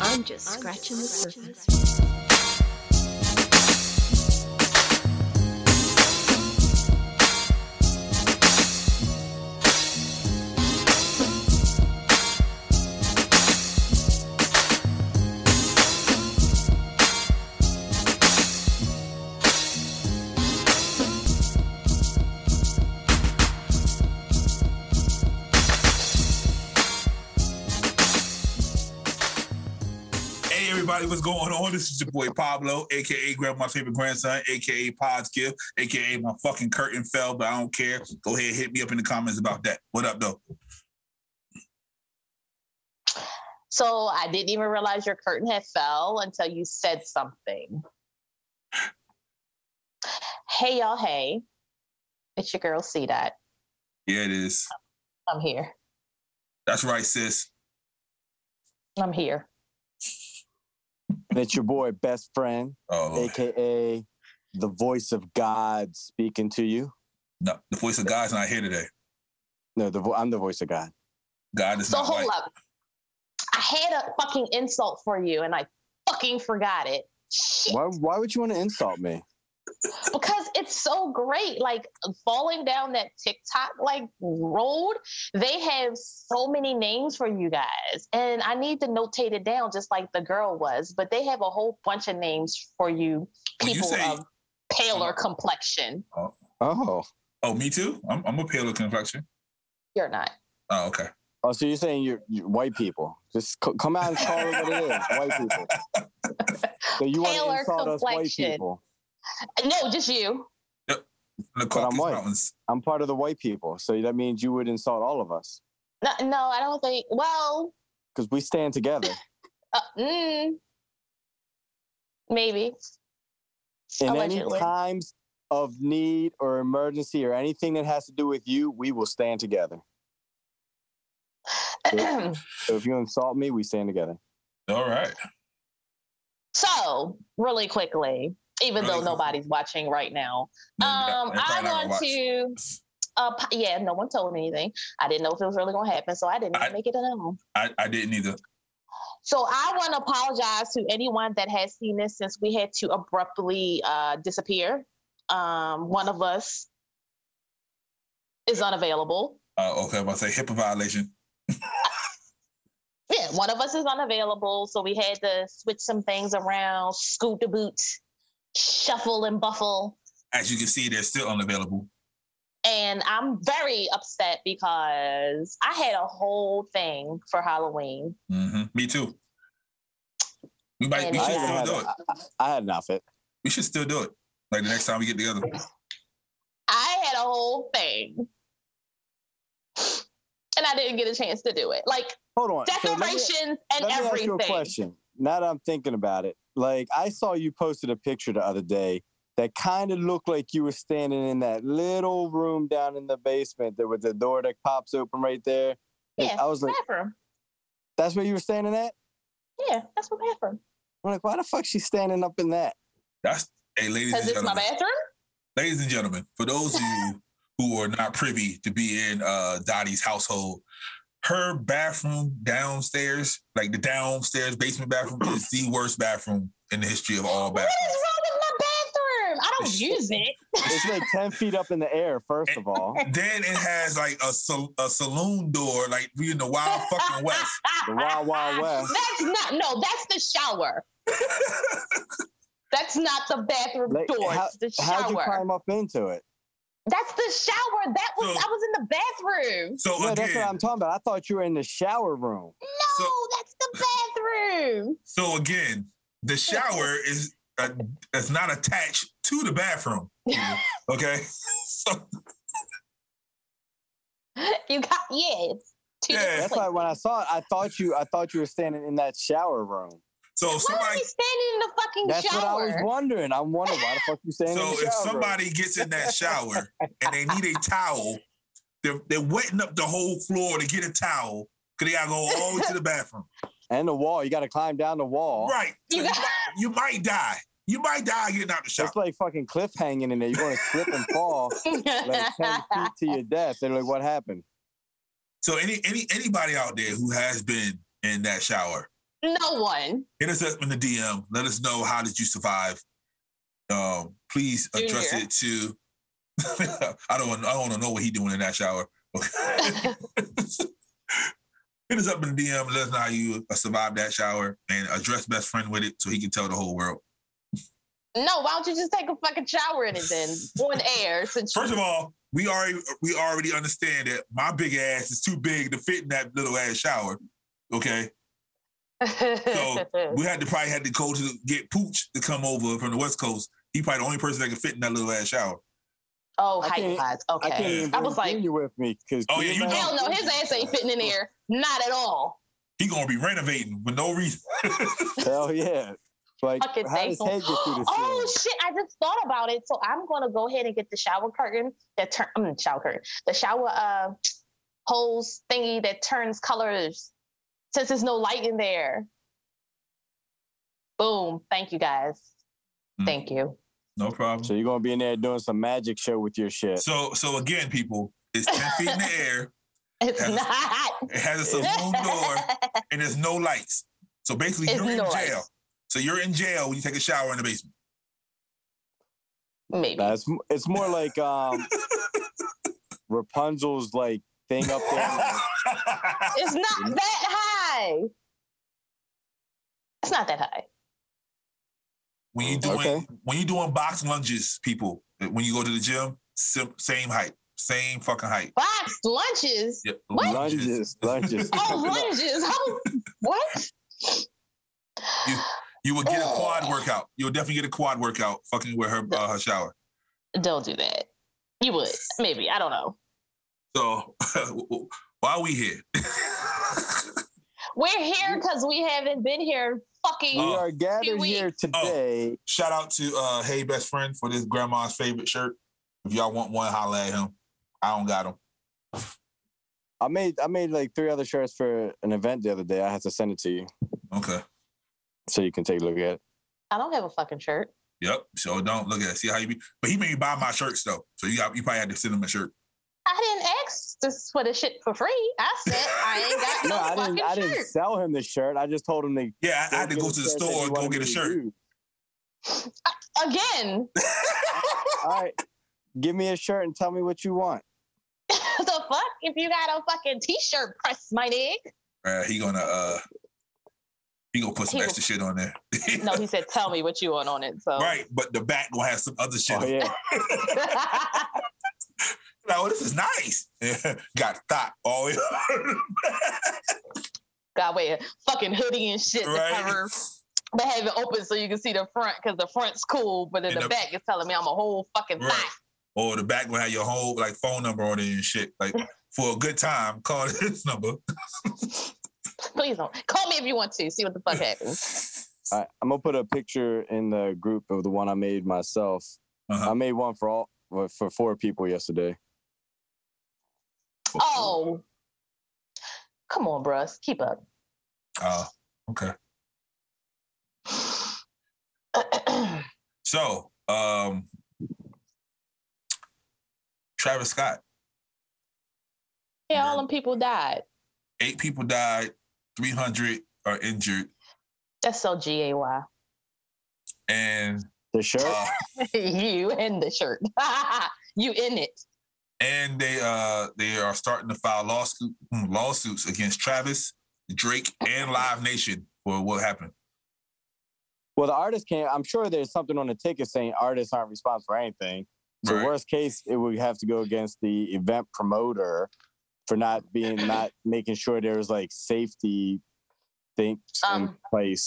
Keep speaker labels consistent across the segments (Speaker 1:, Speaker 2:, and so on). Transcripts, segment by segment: Speaker 1: I'm just scratching the surface.
Speaker 2: Hey everybody, what's going on? This is your boy Pablo, aka Grab My Favorite Grandson, aka Pod's Gift, aka my fucking curtain fell, but I don't care. Go ahead, hit me up in the comments about that. What up though?
Speaker 3: So I didn't even realize your curtain had fell until you said something. Hey y'all, hey. It's your girl C Dot.
Speaker 2: Yeah, it is.
Speaker 3: I'm here.
Speaker 2: That's right, sis.
Speaker 3: I'm here.
Speaker 4: And it's your boy, best friend,
Speaker 2: Oh Lord.
Speaker 4: aka the voice of God speaking to you.
Speaker 2: no, the voice of God's not here today.
Speaker 4: No, the vo- I'm the voice of God.
Speaker 2: God is
Speaker 3: so
Speaker 2: not
Speaker 3: hold
Speaker 2: like
Speaker 3: up. I had a fucking insult for you and I fucking forgot it. Shit.
Speaker 4: Why, why would you want to insult me?
Speaker 3: because it's so great. Like falling down that TikTok like road, they have so many names for you guys, and I need to notate it down just like the girl was. But they have a whole bunch of names for you
Speaker 2: When you
Speaker 3: people
Speaker 2: say-
Speaker 3: of paler complexion.
Speaker 4: Oh.
Speaker 2: Oh, me too? I'm, I'm a paler complexion.
Speaker 3: You're not.
Speaker 2: Oh, okay.
Speaker 4: Oh, so you're saying you're, you white people. Just c- come out and call it what it is. White people. So you want
Speaker 3: Paler
Speaker 4: to insult us white
Speaker 3: complexion.
Speaker 4: people.
Speaker 3: No, just you.
Speaker 2: The
Speaker 4: I'm
Speaker 2: Caucasus
Speaker 4: white.
Speaker 2: Mountains.
Speaker 4: I'm part of the white people. So that means you would insult all of us
Speaker 3: No, no, I don't think. Well,
Speaker 4: because we stand together
Speaker 3: uh, mm, maybe.
Speaker 4: in
Speaker 3: Allegedly.
Speaker 4: any times of need or emergency or anything that has to do with you, we will stand together. So if you insult me, we stand together.
Speaker 2: All right.
Speaker 3: So, really quickly, even
Speaker 2: Really
Speaker 3: though
Speaker 2: quickly.
Speaker 3: nobody's watching right now, um,
Speaker 2: They're
Speaker 3: I
Speaker 2: probably not gonna
Speaker 3: want
Speaker 2: watch.
Speaker 3: to. Uh, po- yeah, no one told me anything. I didn't know if it was really going to happen, so I didn't
Speaker 2: I-
Speaker 3: make it known.
Speaker 2: I, I didn't either.
Speaker 3: So I want to apologize to anyone that has seen this since we had to abruptly uh, disappear. Um, one of us is unavailable.
Speaker 2: Uh, okay, I'm about to say HIPAA violation.
Speaker 3: Yeah, one of us is unavailable, so we had to switch some things around, scoot the boots, shuffle and buffle.
Speaker 2: As you can see, they're still unavailable.
Speaker 3: And I'm very upset because I had a whole thing for Halloween.
Speaker 2: hmm Me too. We might.
Speaker 3: And
Speaker 2: We
Speaker 4: I
Speaker 2: should
Speaker 3: Yeah,
Speaker 2: still
Speaker 4: had,
Speaker 2: do it.
Speaker 4: I, I- I had an outfit.
Speaker 2: We should still do it. Like the next time we get together.
Speaker 3: I had a whole thing. And I didn't get a chance to do it. Like
Speaker 4: Hold on. So let me-
Speaker 3: decorations and
Speaker 4: let me ask you a
Speaker 3: everything.
Speaker 4: question. Now that I'm thinking about it, like I saw you posted a picture the other day that kind of looked like you were standing in that little room down in the basement there with the door that pops open right there. Like,
Speaker 3: Yeah.
Speaker 4: I was like,
Speaker 3: Bathroom.
Speaker 4: that's where you were standing at?
Speaker 3: Yeah, that's my bathroom.
Speaker 4: I'm like, why the fuck she standing up in that?
Speaker 2: That's hey, ladies and
Speaker 3: Because it's my
Speaker 2: gentlemen.
Speaker 3: bathroom.
Speaker 2: Ladies and gentlemen, for those of you who are not privy to be in uh, Dottie's household, her bathroom downstairs, like the downstairs basement bathroom, is the worst bathroom in the history of all
Speaker 3: What is
Speaker 2: bathrooms.
Speaker 3: wrong with my bathroom? I don't use it.
Speaker 4: It's like 10 feet up in the air, first of all.
Speaker 2: Then it has like a, sal- a saloon door, like we in the wild fucking west.
Speaker 4: The Wild Wild West.
Speaker 3: That's not no, that's the shower. That's not the bathroom
Speaker 4: Like,
Speaker 3: door.
Speaker 4: how-
Speaker 3: it's the
Speaker 4: How'd you
Speaker 3: shower.
Speaker 4: climb up into it?
Speaker 3: That's the shower. That was
Speaker 2: So-
Speaker 3: I was in the bathroom.
Speaker 2: So
Speaker 4: Yeah, that's what
Speaker 2: again,
Speaker 4: I'm talking about. I thought you were in the shower room.
Speaker 3: No, that's the bathroom.
Speaker 2: so again, the shower is uh, is not attached to the bathroom. Okay, so
Speaker 3: you got yeah. It's two
Speaker 2: Yeah,
Speaker 3: different
Speaker 4: That's why
Speaker 3: places.
Speaker 4: when I saw it, I thought you I thought you were standing in that shower room.
Speaker 2: so
Speaker 3: Why are
Speaker 2: somebody
Speaker 3: we standing in the fucking
Speaker 4: That's
Speaker 3: shower?
Speaker 4: what I was wondering. I'm wondering why the fuck you saying
Speaker 2: So if somebody gets in that shower and they need a towel, they're, they're wetting up the whole floor to get a towel because they gotta go all the way to the bathroom.
Speaker 4: and the wall, you got to climb down the wall.
Speaker 2: Right.
Speaker 3: You got-
Speaker 2: You might die. You might die getting out the shower.
Speaker 4: It's like fucking cliff hanging in there. You're going to slip and fall like ten feet to your death. They're like, "What happened?"
Speaker 2: So any any anybody out there who has been in that shower,
Speaker 3: No one.
Speaker 2: Hit us up in the DM. Let us know how did you survive. Um, please address
Speaker 3: Junior.
Speaker 2: it to. I don't. want- I don't want to know what he doing in that shower. Hit us up in the DM. Let us know how you uh, survived that shower and address best friend with it so he can tell the whole world.
Speaker 3: No, why don't you just take a fucking shower in it then on air? Since
Speaker 2: First of all, we already we already understand that my big ass is too big to fit in that little ass shower. Okay, so we had to probably had to go to get Pooch to come over from the West Coast. He probably the only person that could fit in that little ass shower.
Speaker 3: oh,
Speaker 4: I
Speaker 3: height
Speaker 4: can't-
Speaker 3: wise.
Speaker 4: I can't
Speaker 3: Okay.
Speaker 4: even
Speaker 3: I
Speaker 4: bring
Speaker 3: was like,
Speaker 4: Junior with me because
Speaker 2: Oh, yeah, you know.
Speaker 3: hell no, his ass ain't fitting in there. Not at all.
Speaker 2: He gonna be renovating for no reason.
Speaker 4: Hell yeah! Like
Speaker 3: Fucking
Speaker 4: how does
Speaker 3: thankful.
Speaker 4: head get through the
Speaker 3: Oh
Speaker 4: ceiling?
Speaker 3: shit! I just thought about it, so I'm gonna go ahead and get the shower curtain that turn um, shower curtain, the shower uh hose thingy that turns colors. Since there's no light in there. Boom! Thank you guys.
Speaker 2: Mm.
Speaker 3: Thank you.
Speaker 2: no problem.
Speaker 4: So you're gonna be in there doing some magic show with your shit.
Speaker 2: So so again, people, it's ten feet in the air.
Speaker 3: It's
Speaker 2: That's-
Speaker 3: not.
Speaker 2: It has a saloon door, and there's no lights. So basically,
Speaker 3: It's
Speaker 2: you're in
Speaker 3: no
Speaker 2: jail.
Speaker 3: lights.
Speaker 2: So you're in jail when you take a shower in the basement.
Speaker 3: Maybe.
Speaker 4: That's it's more like um Rapunzel's like thing up there.
Speaker 3: it's
Speaker 4: Mm.
Speaker 3: not that high. It's not that high.
Speaker 2: when you doing
Speaker 4: Okay.
Speaker 2: when you doing box lunges, people, when you go to the gym, sim, same height, same fucking height.
Speaker 3: Box lunches.
Speaker 2: Yep.
Speaker 3: What?
Speaker 4: Lunges, lunges.
Speaker 3: Oh, lunges. How? What?
Speaker 2: You would get
Speaker 3: Oh.
Speaker 2: a quad workout. You'll definitely get a quad workout fucking with her uh, her shower.
Speaker 3: Don't do that. You would. Maybe. I don't know.
Speaker 2: So why are we here?
Speaker 3: We're here because we haven't been here fucking.
Speaker 4: We are
Speaker 3: Two
Speaker 4: gathered
Speaker 3: weeks.
Speaker 4: here
Speaker 2: Oh.
Speaker 4: today.
Speaker 2: Shout out to uh, Hey Best Friend for this grandma's favorite shirt. If y'all want one, holla at him. I don't got him.
Speaker 4: I made I made like three other shirts for an event the other day. I have to send it to you
Speaker 2: Okay.
Speaker 4: so you can take a look at it.
Speaker 3: I don't have a fucking shirt.
Speaker 2: Yep. So don't look at it. See how you be. But he made me buy my shirts though. So you got you probably had to send him a shirt.
Speaker 3: I didn't ask this for the shit for free. I said I ain't
Speaker 4: No, I
Speaker 3: got no,
Speaker 4: didn't. I
Speaker 3: fucking
Speaker 4: didn't
Speaker 3: shirt.
Speaker 4: sell him the shirt. I just told him to.
Speaker 2: Yeah, I, I had to
Speaker 4: get
Speaker 2: go
Speaker 4: a
Speaker 2: to the
Speaker 4: shirt that he
Speaker 2: store and go
Speaker 4: wanted
Speaker 2: get
Speaker 4: me
Speaker 2: a
Speaker 4: to
Speaker 2: shirt.
Speaker 4: use.
Speaker 3: Again,
Speaker 4: All right, give me a shirt and tell me what you want.
Speaker 3: the fuck? If you got a fucking t-shirt, press my dick.
Speaker 2: Uh, he gonna uh he gonna put some
Speaker 3: He-
Speaker 2: extra shit on there.
Speaker 3: No, he said, "Tell me what you want on it." So
Speaker 2: right, but the back gonna have some other shit.
Speaker 4: Oh yeah,
Speaker 2: Like, oh, this is nice. got thought Oh, all the way
Speaker 3: God, wait, fucking hoodie and shit
Speaker 2: Right.
Speaker 3: to cover. But have it open so you can see the front because the front's cool, but then
Speaker 2: And
Speaker 3: the,
Speaker 2: the-
Speaker 3: back is telling me I'm a whole fucking
Speaker 2: Right.
Speaker 3: thot.
Speaker 2: Or the back gonna have your whole like phone number on it and shit. Like for a good time, call this number.
Speaker 3: Please don't call me if you want to. See what the fuck happens.
Speaker 4: All right, I'm gonna put a picture in the group of the one I made myself.
Speaker 2: Uh-huh.
Speaker 4: I made one for all well, for four people yesterday.
Speaker 3: Oh, come on, bruh. Keep up.
Speaker 2: Uh, okay. So, um Travis Scott.
Speaker 3: yeah, all them people died.
Speaker 2: Eight people died, three hundred are injured,
Speaker 3: That's so G A Y.
Speaker 2: and
Speaker 4: The shirt.
Speaker 2: uh,
Speaker 3: you in the shirt. you in it.
Speaker 2: and they uh they are starting to file lawsuit hmm, lawsuits against Travis, Drake, and Live Nation for what happened.
Speaker 4: Well, the artist can't. I'm sure there's something on the ticket saying artists aren't responsible for anything. So
Speaker 2: Right.
Speaker 4: worst case, it would have to go against the event promoter for not being not making sure there was like safety things in
Speaker 3: Um.
Speaker 4: place.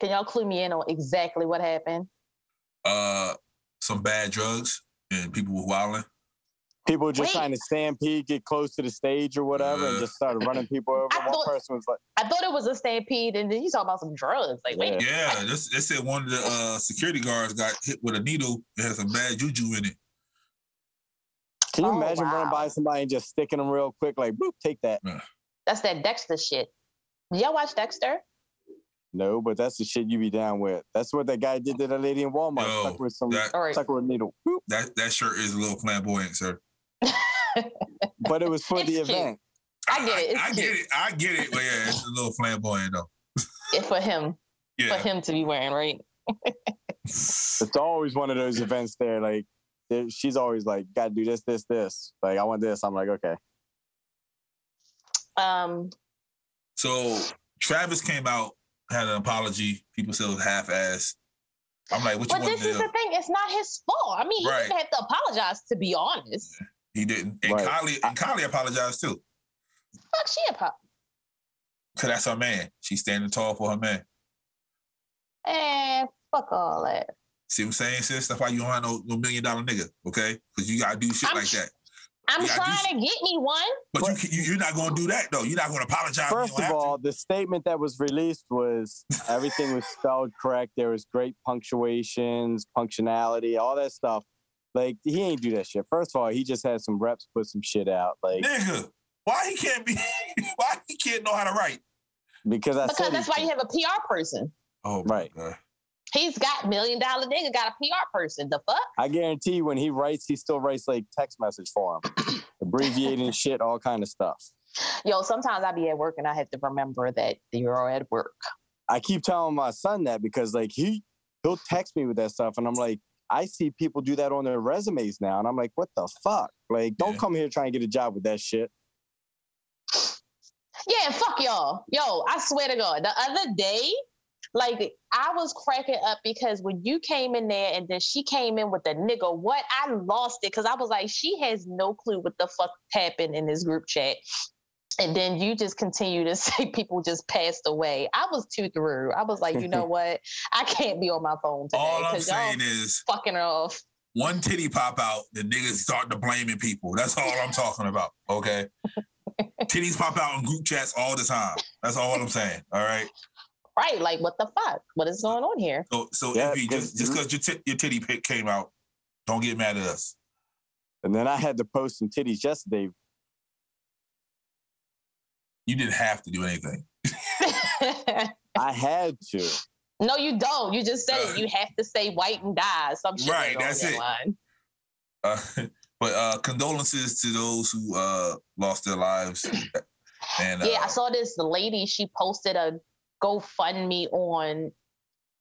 Speaker 3: Can y'all clue me in on exactly what happened?
Speaker 2: Uh, some bad drugs and people were wilding.
Speaker 4: People were just
Speaker 3: Wait. Mm-hmm.
Speaker 4: trying to stampede, get close to the stage or whatever, and
Speaker 2: Uh.
Speaker 4: just started running people over.
Speaker 3: I
Speaker 4: One
Speaker 3: thought-
Speaker 4: person was like,
Speaker 3: I thought it was a stampede, and then you talk about some drugs. Like, wait,
Speaker 4: Yeah.
Speaker 2: Yeah, this, they said one of the uh, security guards got hit with a needle. It had some bad juju in it.
Speaker 4: "Can you
Speaker 3: Oh,
Speaker 4: imagine running
Speaker 3: wow.
Speaker 4: by somebody and just sticking them real quick? Like, boop, take that."
Speaker 3: that's that Dexter shit. Y'all watch Dexter?
Speaker 4: No, but that's the shit you be down with. That's what that guy did to that lady in Walmart.
Speaker 2: Yo,
Speaker 4: stuck with some,
Speaker 2: That
Speaker 3: All right.
Speaker 4: stuck with a needle. Boop.
Speaker 2: that that shirt is a little flamboyant, sir.
Speaker 4: But it was for
Speaker 3: It's
Speaker 4: the
Speaker 3: cute.
Speaker 4: event.
Speaker 3: I get it. It's
Speaker 2: I, I get
Speaker 3: cute.
Speaker 2: it. I get it. But yeah, it's a little flamboyant though.
Speaker 3: for him, for
Speaker 2: Yeah.
Speaker 3: him to be wearing, right?
Speaker 4: It's always one of those events there. Like there, she's always like, "Got to do this, this, this." Like I want this. I'm like, okay.
Speaker 3: Um,
Speaker 2: So Travis came out, had an apology. People said it was half assed. I'm like, what you
Speaker 3: but
Speaker 2: want
Speaker 3: this
Speaker 2: to
Speaker 3: is
Speaker 2: do?
Speaker 3: the thing; it's not his fault. I mean, he
Speaker 2: Right.
Speaker 3: didn't have to apologize. To be honest,
Speaker 2: He didn't. And
Speaker 4: Right.
Speaker 2: Kylie and Kylie apologized too.
Speaker 3: fuck, she apo-
Speaker 2: Cause that's her man. She's standing tall for her man.
Speaker 3: eh, fuck all that.
Speaker 2: See what I'm saying, sis? That's why you don't have no, no million dollar nigga, okay? Because you gotta do shit
Speaker 3: I'm
Speaker 2: like
Speaker 3: tr-
Speaker 2: that.
Speaker 3: I'm
Speaker 2: Yeah, I do
Speaker 3: trying to get me one.
Speaker 2: But you, can- you you're not gonna do that though. You're not gonna apologize. when you
Speaker 4: First
Speaker 2: don't
Speaker 4: of
Speaker 2: have to.
Speaker 4: all, the statement that was released was everything was spelled correct. There was great punctuations, punctionality, all that stuff. Like he ain't do that shit. First of all, he just had some reps put some shit out. Like
Speaker 2: nigga, why he can't be? why he can't know how to write?
Speaker 4: because I
Speaker 3: Because
Speaker 4: said
Speaker 3: that's
Speaker 4: he
Speaker 3: why you have a PR person.
Speaker 2: Oh,
Speaker 4: my Right.
Speaker 3: He's got million dollar nigga, got a PR person. The fuck?
Speaker 4: I guarantee when he writes, he still writes like text message for him, abbreviating shit, all kind of stuff.
Speaker 3: Yo, sometimes I be at work and I have to remember that you're at work.
Speaker 4: I keep telling my son that because like he he'll text me with that stuff, and I'm like, I see people do that on their resumes now, and I'm like, what the fuck? Like, don't
Speaker 2: Yeah.
Speaker 4: come here trying to get a job with that shit.
Speaker 3: Yeah, and fuck y'all. Yo, I swear to God, the other day, like I was cracking up because when you came in there and then she came in with the nigga, what? I lost it because I was like, she has no clue what the fuck happened in this group chat. And then you just continue to say people just passed away. I was too through. I was like, you know what? I can't be on my phone today
Speaker 2: All I'm
Speaker 3: because y'all
Speaker 2: saying is
Speaker 3: fucking off.
Speaker 2: one titty pop out, the niggas start to blaming people. That's all I'm talking about. Okay. Titties pop out in group chats all the time. That's all I'm saying. All right.
Speaker 3: Right? Like, what the fuck? What is going on here?
Speaker 2: So so
Speaker 4: Yeah,
Speaker 2: if you just just because your, tit your titty pic came out, don't get mad at us.
Speaker 4: And then I had to post some titties yesterday.
Speaker 2: You didn't have to do anything.
Speaker 4: I had to.
Speaker 3: no, you don't. You just said it. You have to say white and die. Some shit.
Speaker 2: Right,
Speaker 3: along
Speaker 2: that's
Speaker 3: that
Speaker 2: it.
Speaker 3: Line.
Speaker 2: Uh, but uh, condolences to those who uh, lost their lives. And uh,
Speaker 3: Yeah, I saw this lady. She posted a GoFundMe on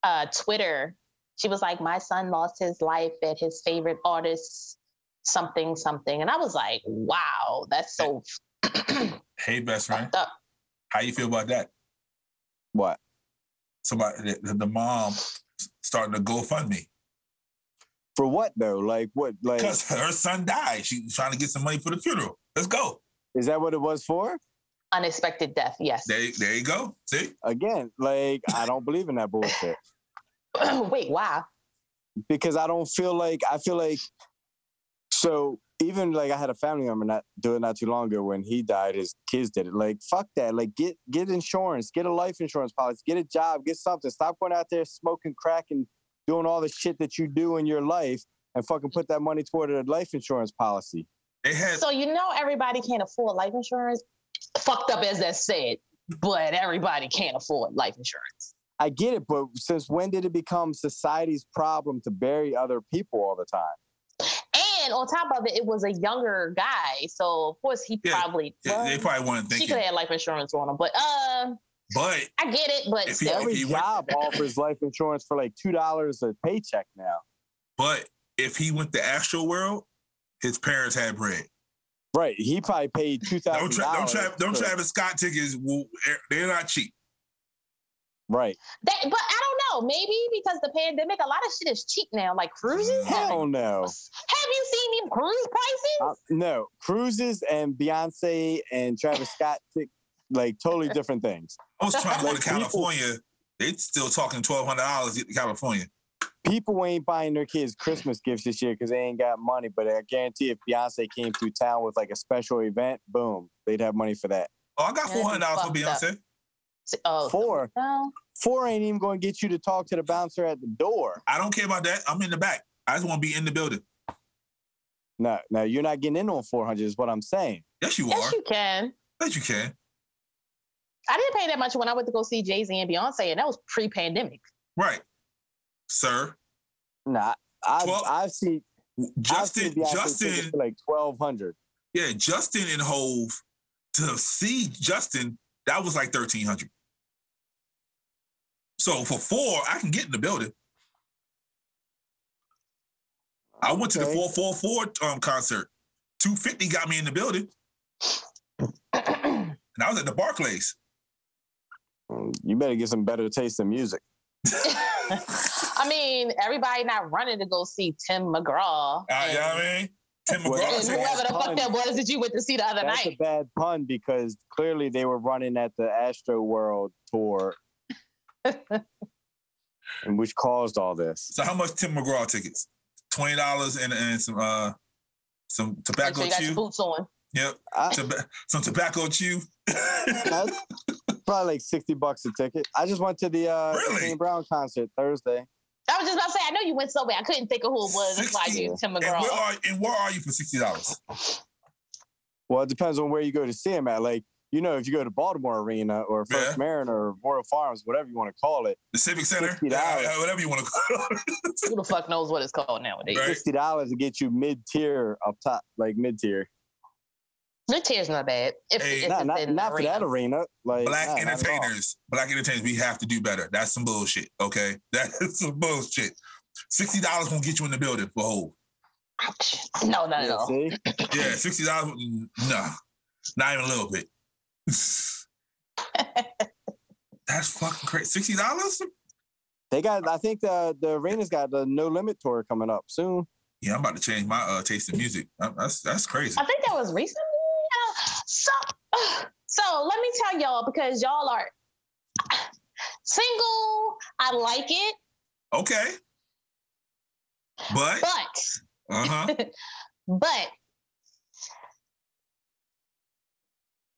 Speaker 3: uh, Twitter. She was like, "My son lost his life at his favorite artist, something, something," and I was like, "Wow, that's so
Speaker 2: hey, best friend,
Speaker 3: fucked up."
Speaker 2: how you feel about that?
Speaker 4: What?
Speaker 2: somebody the, the mom starting to GoFundMe
Speaker 4: For what though? Like what? Like
Speaker 2: because her son died. She was trying to get some money for the funeral. Let's go.
Speaker 4: is that what it was for?
Speaker 3: Unexpected death. Yes.
Speaker 2: There, there you go. See,
Speaker 4: Again, like I don't believe in that bullshit
Speaker 3: Wait, wow.
Speaker 4: because I don't feel like I feel like so even like I had a family member not do it not too long ago when he died, his kids did it. Like fuck that. Like get get insurance, get a life insurance policy, get a job, get something. Stop going out there smoking crack and doing all the shit that you do in your life and fucking put that money toward a life insurance policy.
Speaker 2: they had
Speaker 3: So you know everybody can't afford life insurance. Fucked up as that said, but everybody can't afford life insurance.
Speaker 4: I get it, but since when did it become society's problem to bury other people all the time?
Speaker 3: And on top of it, it was a younger guy, so of course he
Speaker 2: Yeah,
Speaker 3: probably
Speaker 2: they- they
Speaker 3: well,
Speaker 2: probably weren't
Speaker 3: she
Speaker 2: thinking.
Speaker 3: could have life insurance on him. But uh,
Speaker 2: But
Speaker 3: I get it, but
Speaker 2: If he-
Speaker 3: still,
Speaker 4: Every
Speaker 2: he went-
Speaker 4: job offers life insurance for like two dollars a paycheck now.
Speaker 2: but if he went to Astro World, his parents had bread.
Speaker 4: Right? He probably paid two
Speaker 2: Don't
Speaker 4: thousand
Speaker 2: tra- don't
Speaker 4: dollars.
Speaker 2: tra- don't Travis Scott tickets. will- They're not cheap.
Speaker 4: Right?
Speaker 3: that, but I don't know. Maybe because the pandemic, a lot of shit is cheap now, like cruises.
Speaker 4: Hell no,
Speaker 3: Have you seen them cruise prices?
Speaker 4: Uh, no. Cruises and Beyonce and Travis Scott, t- like totally different things.
Speaker 2: I was trying to go to
Speaker 4: Like, people-
Speaker 2: California. They still talking twelve hundred dollars to get to California.
Speaker 4: People ain't buying their kids Christmas gifts this year because they ain't got money. But I guarantee, if Beyonce came through town with like a special event, boom, they'd have money for that.
Speaker 2: Oh, I got
Speaker 3: Yeah, that'd be
Speaker 2: four hundred dollars for
Speaker 3: fucked
Speaker 2: Beyonce.
Speaker 3: Oh,
Speaker 4: Four.
Speaker 3: no.
Speaker 4: four ain't even going to get you to talk to the bouncer at the door.
Speaker 2: I don't care about that. I'm in the back. I just want to be in the building.
Speaker 4: No, no, you're not getting in on 400 is what I'm saying.
Speaker 2: Yes, you
Speaker 3: Yes,
Speaker 2: are.
Speaker 3: you can.
Speaker 2: Yes, you can.
Speaker 3: I didn't pay that much when I went to go see Jay Z and Beyonce, and that was pre-pandemic.
Speaker 2: Right, sir.
Speaker 4: Nah, I've,
Speaker 2: Well,
Speaker 4: I've seen I've
Speaker 2: Justin,
Speaker 4: seen Beyonce tickets
Speaker 2: Justin,
Speaker 4: for like 1200
Speaker 2: yeah, Justin and Hove to see Justin, that was like thirteen hundred. So for four, I can get in the building. I went to the
Speaker 4: Okay.
Speaker 2: 444 um, concert. 250 got me in the building. And I was at the Barclays.
Speaker 4: You better get some better taste in music.
Speaker 3: I mean, everybody not running to go see Tim McGraw.
Speaker 2: Uh, you know what I mean? Tim
Speaker 4: Well,
Speaker 2: McGraw.
Speaker 3: and
Speaker 4: that's a
Speaker 2: said-
Speaker 3: whoever the
Speaker 4: pun.
Speaker 3: fuck that was that you went to see the other
Speaker 4: That's a
Speaker 3: night.
Speaker 4: bad pun because clearly they were running at the Astro World tour, and which caused all this.
Speaker 2: So how much Tim McGraw tickets? Twenty dollars and, and some uh some
Speaker 3: Make
Speaker 2: tobacco
Speaker 3: sure you got
Speaker 2: chew.
Speaker 3: your boots on.
Speaker 2: Yep.
Speaker 4: I-
Speaker 2: Toba- some tobacco chew.
Speaker 4: That's probably like sixty bucks a ticket. I just went to the uh,
Speaker 2: Really?
Speaker 4: Kane Brown concert Thursday.
Speaker 3: I was just about to say, I know you went somewhere. I couldn't think of who it was. That's why you
Speaker 2: 60.
Speaker 3: Tim
Speaker 2: and where
Speaker 3: McGraw.
Speaker 2: are and where are you for sixty dollars?
Speaker 4: Well, it depends on where you go to see him at. Like you know, if you go to Baltimore Arena or First
Speaker 2: Yeah.
Speaker 4: Mariner or Royal Farms, whatever you want to call it,
Speaker 2: The Civic Center,
Speaker 4: $60.
Speaker 2: Yeah, whatever you want to call it.
Speaker 3: Who the fuck knows what it's called nowadays?
Speaker 2: Right.
Speaker 4: sixty dollars to get you mid tier up top, like mid tier.
Speaker 3: The tear's not bad. If,
Speaker 2: Hey.
Speaker 3: if
Speaker 4: Nah,
Speaker 3: it's
Speaker 4: not
Speaker 3: in
Speaker 4: not for that arena. Like
Speaker 2: Black
Speaker 4: nah, not at all.
Speaker 2: entertainers, black entertainers, we have to do better. That's some bullshit. Okay, that's some bullshit. Sixty dollars won't get you in the building for whole.
Speaker 3: Ouch. No, not at
Speaker 4: Yeah,
Speaker 3: all.
Speaker 4: see?
Speaker 2: Yeah, sixty dollars. mm, Nah, not even a little bit. that's fucking crazy. Sixty dollars?
Speaker 4: They got. I think the the arena's got the No Limit tour coming up soon.
Speaker 2: Yeah, I'm about to change my uh, taste in music. Uh, That's that's crazy.
Speaker 3: I think that was recently. uh, So, so let me tell y'all because y'all are single. I like it,
Speaker 2: Okay, but
Speaker 3: but
Speaker 2: uh huh.
Speaker 3: but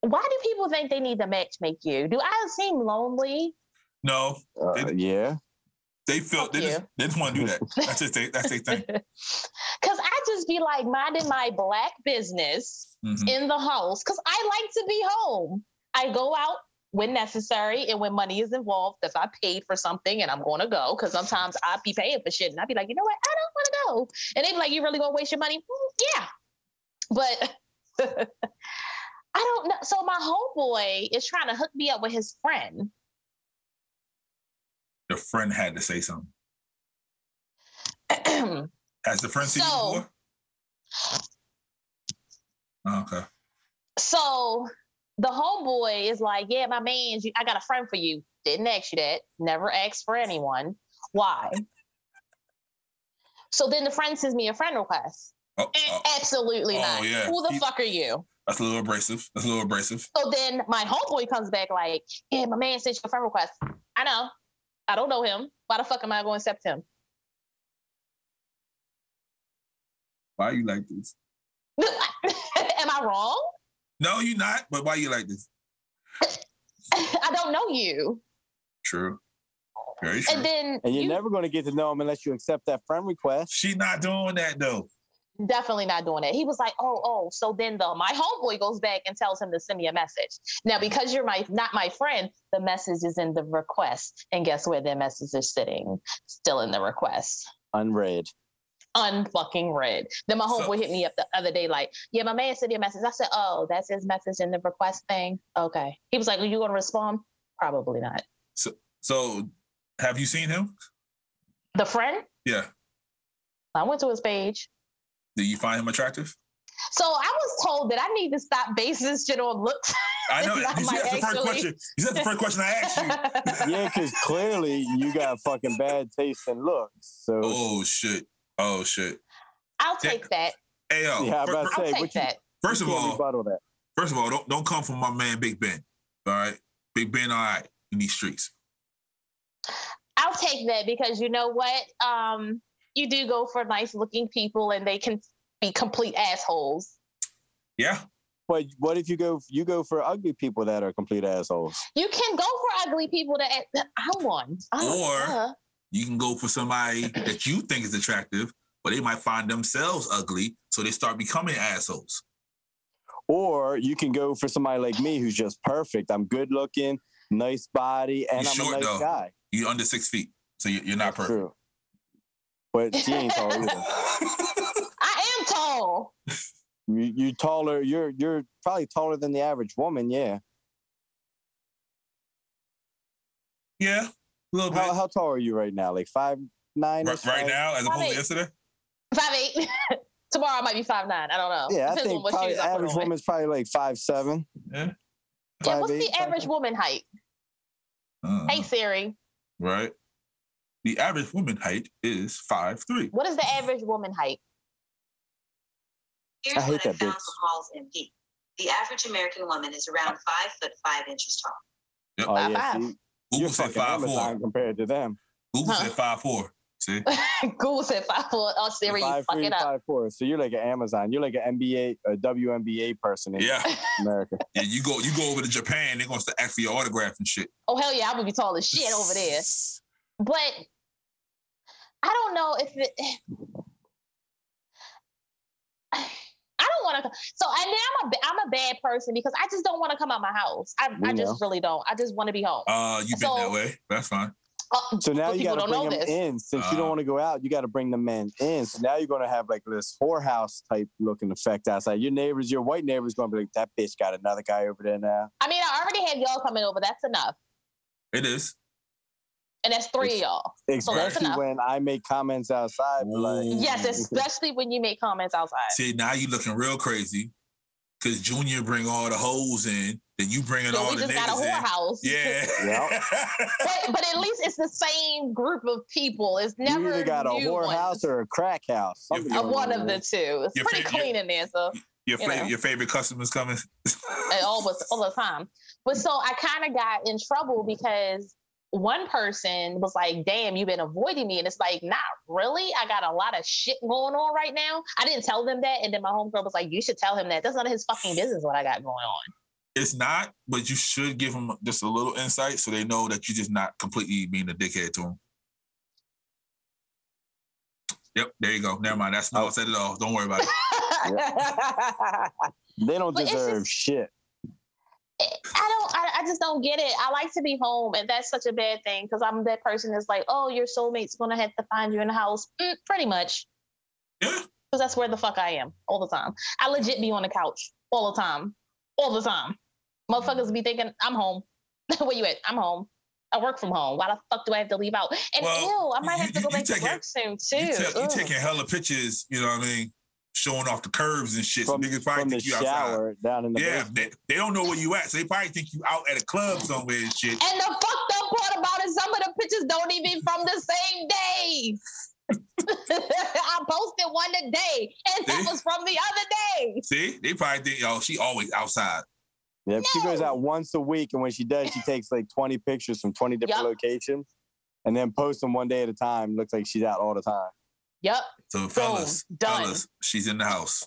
Speaker 3: why do people think they need to match make you? Do I seem lonely?
Speaker 2: No,
Speaker 4: Uh, yeah,
Speaker 2: they feel
Speaker 3: Fuck
Speaker 2: they
Speaker 3: you.
Speaker 2: just, they just want to do that. That's just they, that's their thing.
Speaker 3: Cause I just be like minding my black business.
Speaker 2: Mhm.
Speaker 3: in the house because I like to be home. I go out when necessary and when money is involved. If I paid for something and I'm going to go, because sometimes I be paying for shit and I be like, you know what, I don't want to go. And they be like, you really gonna waste your money? Mm, yeah, but I don't know. So my homeboy is trying to hook me up with his friend.
Speaker 2: The friend had to say something. Has the friend seen
Speaker 3: So-
Speaker 2: you before? Oh, okay.
Speaker 3: so the homeboy is like, yeah, my man, you- I got a friend for you. Didn't ask you that. Never asked for anyone. Why? So then the friend sends me a friend request.
Speaker 2: Oh,
Speaker 3: Eh,
Speaker 2: oh,
Speaker 3: Absolutely
Speaker 2: Oh,
Speaker 3: not.
Speaker 2: yeah.
Speaker 3: Who the
Speaker 2: He-
Speaker 3: fuck are you?
Speaker 2: that's a little abrasive. That's a little abrasive.
Speaker 3: So then my homeboy comes back like, yeah, my man sent you a friend request. I know. I don't know him. Why the fuck am I going to accept him?
Speaker 2: Why you like this?
Speaker 3: am I wrong?
Speaker 2: No, you not. But why you like this?
Speaker 3: I don't know you.
Speaker 2: True. Very true.
Speaker 3: And then
Speaker 4: and you're
Speaker 3: you
Speaker 4: never going to get to know them unless you accept that friend request.
Speaker 2: she not doing that though.
Speaker 3: definitely not doing it. He was like, oh, oh. So then the my homeboy goes back and tells him to send me a message. Now, because you're my not my friend, the message is in the request. And guess where the message is sitting? Still in the request.
Speaker 4: Unread.
Speaker 3: Unfucking read. Then my
Speaker 2: So-
Speaker 3: homeboy hit me up the other day, like, yeah, my man sent me a message. I said, Oh, that's his message in the request thing. Okay. He was like, Are you gonna respond? Probably not.
Speaker 2: So have you seen him?
Speaker 3: The friend?
Speaker 2: Yeah.
Speaker 3: I went to his page.
Speaker 2: Do you find him attractive?
Speaker 3: So I was told that I need to stop basing this shit on looks.
Speaker 2: I know.
Speaker 3: It's not
Speaker 2: You see,
Speaker 3: my
Speaker 2: that's the first
Speaker 3: actually.
Speaker 2: question. You said the first question I asked you.
Speaker 4: Yeah, because clearly you got fucking bad taste and looks. So
Speaker 2: Oh shit. Oh shit.
Speaker 3: I'll take that.
Speaker 2: Hey yo.
Speaker 4: Yeah, I
Speaker 2: fir- fir-
Speaker 4: about
Speaker 3: I'll
Speaker 4: to say,
Speaker 3: take
Speaker 4: what you-
Speaker 3: that.
Speaker 2: first
Speaker 4: you
Speaker 2: of
Speaker 4: can't
Speaker 2: all,
Speaker 4: rebuttal that.
Speaker 2: First of all, don't don't come from my man Big Ben. All right, Big Ben, all right in these streets.
Speaker 3: I'll take that because you know what? Um, you do go for nice looking people and they can be complete assholes.
Speaker 2: Yeah,
Speaker 4: But what if you go you go for ugly people that are complete assholes?
Speaker 3: You can go for ugly people that I'm one.
Speaker 2: Or- you can go for somebody that you think is attractive, but they might find themselves ugly, so they start becoming assholes.
Speaker 4: Or you can go for somebody like me who's just perfect. I'm good looking, nice body, and
Speaker 2: You
Speaker 4: I'm
Speaker 2: short,
Speaker 4: a nice
Speaker 2: though.
Speaker 4: guy.
Speaker 2: You're under six feet, so you- you're not perfect.
Speaker 4: True. But she ain't tall either.
Speaker 3: I am tall.
Speaker 4: You you taller. You're you're probably taller than the average woman. Yeah.
Speaker 2: yeah, A little
Speaker 4: How,
Speaker 2: bit.
Speaker 4: how tall are you right now? Like five nine?
Speaker 2: Right, right now, as opposed to yesterday?
Speaker 3: Five eight. Tomorrow I might be five nine. I don't know.
Speaker 4: Yeah, I
Speaker 3: Depends
Speaker 4: think
Speaker 3: on what
Speaker 4: probably
Speaker 3: shoes I put
Speaker 4: average
Speaker 3: on.
Speaker 4: woman's probably like five seven.
Speaker 3: yeah, what's
Speaker 4: 5'8",,
Speaker 3: the average
Speaker 4: 5'9"?
Speaker 3: woman height?
Speaker 2: Uh,
Speaker 3: Hey Siri,
Speaker 2: Right. The average woman height is five three.
Speaker 3: what is the average woman height?
Speaker 5: Here's
Speaker 4: I hate
Speaker 5: what I
Speaker 4: that
Speaker 5: found
Speaker 4: bitch.
Speaker 5: from Halls MD. The average American woman is around five foot five inches tall.
Speaker 4: Oh yeah,
Speaker 3: Five.
Speaker 4: see,
Speaker 2: Google
Speaker 4: you're
Speaker 2: said
Speaker 4: fucking
Speaker 2: five
Speaker 4: Amazon
Speaker 2: four.
Speaker 4: compared to them.
Speaker 2: Google
Speaker 3: Huh?
Speaker 2: said five four. See,
Speaker 3: Google said five four. Oh Siri, you
Speaker 4: Five
Speaker 3: fuck
Speaker 4: three,
Speaker 3: it up.
Speaker 4: five four. So you're like an Amazon. You're like an NBA, a WNBA person in
Speaker 2: yeah,
Speaker 4: America.
Speaker 2: yeah. You go, you go over to Japan. They're gonna start ask for your autograph and shit.
Speaker 3: Oh hell yeah, I would be tall as shit over there. But I don't know if it. I don't want to. So and then I'm a ba- I'm a bad person because I just don't want to come out my house. I,
Speaker 4: We
Speaker 3: I just
Speaker 4: know.
Speaker 3: really don't. I just want to be home.
Speaker 2: Uh, you been
Speaker 3: So-
Speaker 2: that way. That's fine.
Speaker 3: Uh,
Speaker 4: So now
Speaker 3: but
Speaker 4: you
Speaker 3: people
Speaker 4: got
Speaker 3: don't
Speaker 4: to
Speaker 3: know
Speaker 4: bring them
Speaker 3: this.
Speaker 4: in. Since you don't
Speaker 2: Uh.
Speaker 4: want to go out, you got to bring the men in. So now you're going to have like this whorehouse type looking effect outside. Your neighbors, your white neighbors, going to be like, "That bitch got another guy over there now."
Speaker 3: I mean, I already had y'all coming over. That's enough,
Speaker 2: It is.
Speaker 3: and that's three of y'all. that's
Speaker 4: Especially
Speaker 3: enough.
Speaker 4: when I make comments outside, but, like,
Speaker 2: Ooh.
Speaker 3: Yes, especially when you make comments outside.
Speaker 2: See, now you looking real crazy because Junior bring all the hoes in, then you bringing
Speaker 3: So
Speaker 2: all
Speaker 3: we
Speaker 2: the
Speaker 3: just got a
Speaker 2: niggas in.
Speaker 3: whorehouse.
Speaker 2: Yeah.
Speaker 3: but but at least it's the same group of people. It's never
Speaker 4: you either got a
Speaker 3: new ones.
Speaker 4: whorehouse or a crack house.
Speaker 2: If-
Speaker 4: Something
Speaker 3: Uh,
Speaker 4: going
Speaker 3: one of
Speaker 4: on.
Speaker 3: the two. It's
Speaker 2: Your
Speaker 3: pretty
Speaker 2: favorite-
Speaker 3: clean in there, so
Speaker 2: your
Speaker 3: You
Speaker 2: favorite,
Speaker 3: know.
Speaker 2: your favorite customers coming.
Speaker 3: uh, almost all the time. But so I kind of got in trouble because one person was like, "Damn, you've been avoiding me," and it's like, "Not really. I got a lot of shit going on right now." I didn't tell them that, and then my homegirl was like, "You should tell him that. That's none of his fucking business what I got going on."
Speaker 2: It's not, but you should give them just a little insight so they know that you're just not completely being a dickhead to them. Yep, there you go. Never mind. That's no, I said it all. Don't worry about it.
Speaker 4: They don't
Speaker 3: But it's
Speaker 4: deserve
Speaker 3: just-
Speaker 4: shit.
Speaker 3: I don't. I, I just don't get it. I like to be home, and that's such a bad thing because I'm that person that's like, "Oh, your soulmate's gonna have to find you in the house." Mm, pretty much.
Speaker 2: Yeah.
Speaker 3: because that's where the fuck I am all the time. I legit be on the couch all the time, all the time. Motherfuckers be thinking I'm home. Where you at? I'm home. I work from home. Why the fuck do I have to leave out? And
Speaker 2: Well,
Speaker 3: ew, I might
Speaker 2: you-
Speaker 3: have to
Speaker 2: you-
Speaker 3: go
Speaker 2: you
Speaker 3: back to
Speaker 2: taking-
Speaker 3: work soon too.
Speaker 2: You, take, you
Speaker 3: Ugh.
Speaker 2: taking hella pictures, you know what I mean? Showing off the curves and shit.
Speaker 4: From,
Speaker 2: so niggas
Speaker 4: from
Speaker 2: probably
Speaker 4: the
Speaker 2: think you outside.
Speaker 4: shower down in the
Speaker 2: Yeah,
Speaker 4: basement.
Speaker 2: they, they don't know where you at, so they probably think you out at a club somewhere and shit.
Speaker 3: and the fucked up part about it, some of the pictures don't even from the same day. I posted one today, and that
Speaker 2: See?
Speaker 3: was from the other day.
Speaker 2: See, they probably think, oh, she always outside.
Speaker 4: Yeah, she goes
Speaker 3: No.
Speaker 4: out once a week, and when she does, she takes like 20 pictures from 20 different
Speaker 3: Yup.
Speaker 4: locations, and then posts them one day at a time. Looks like she's out all the time.
Speaker 3: Yep,
Speaker 2: So, fellas,
Speaker 3: done.
Speaker 2: fellas, she's in the house.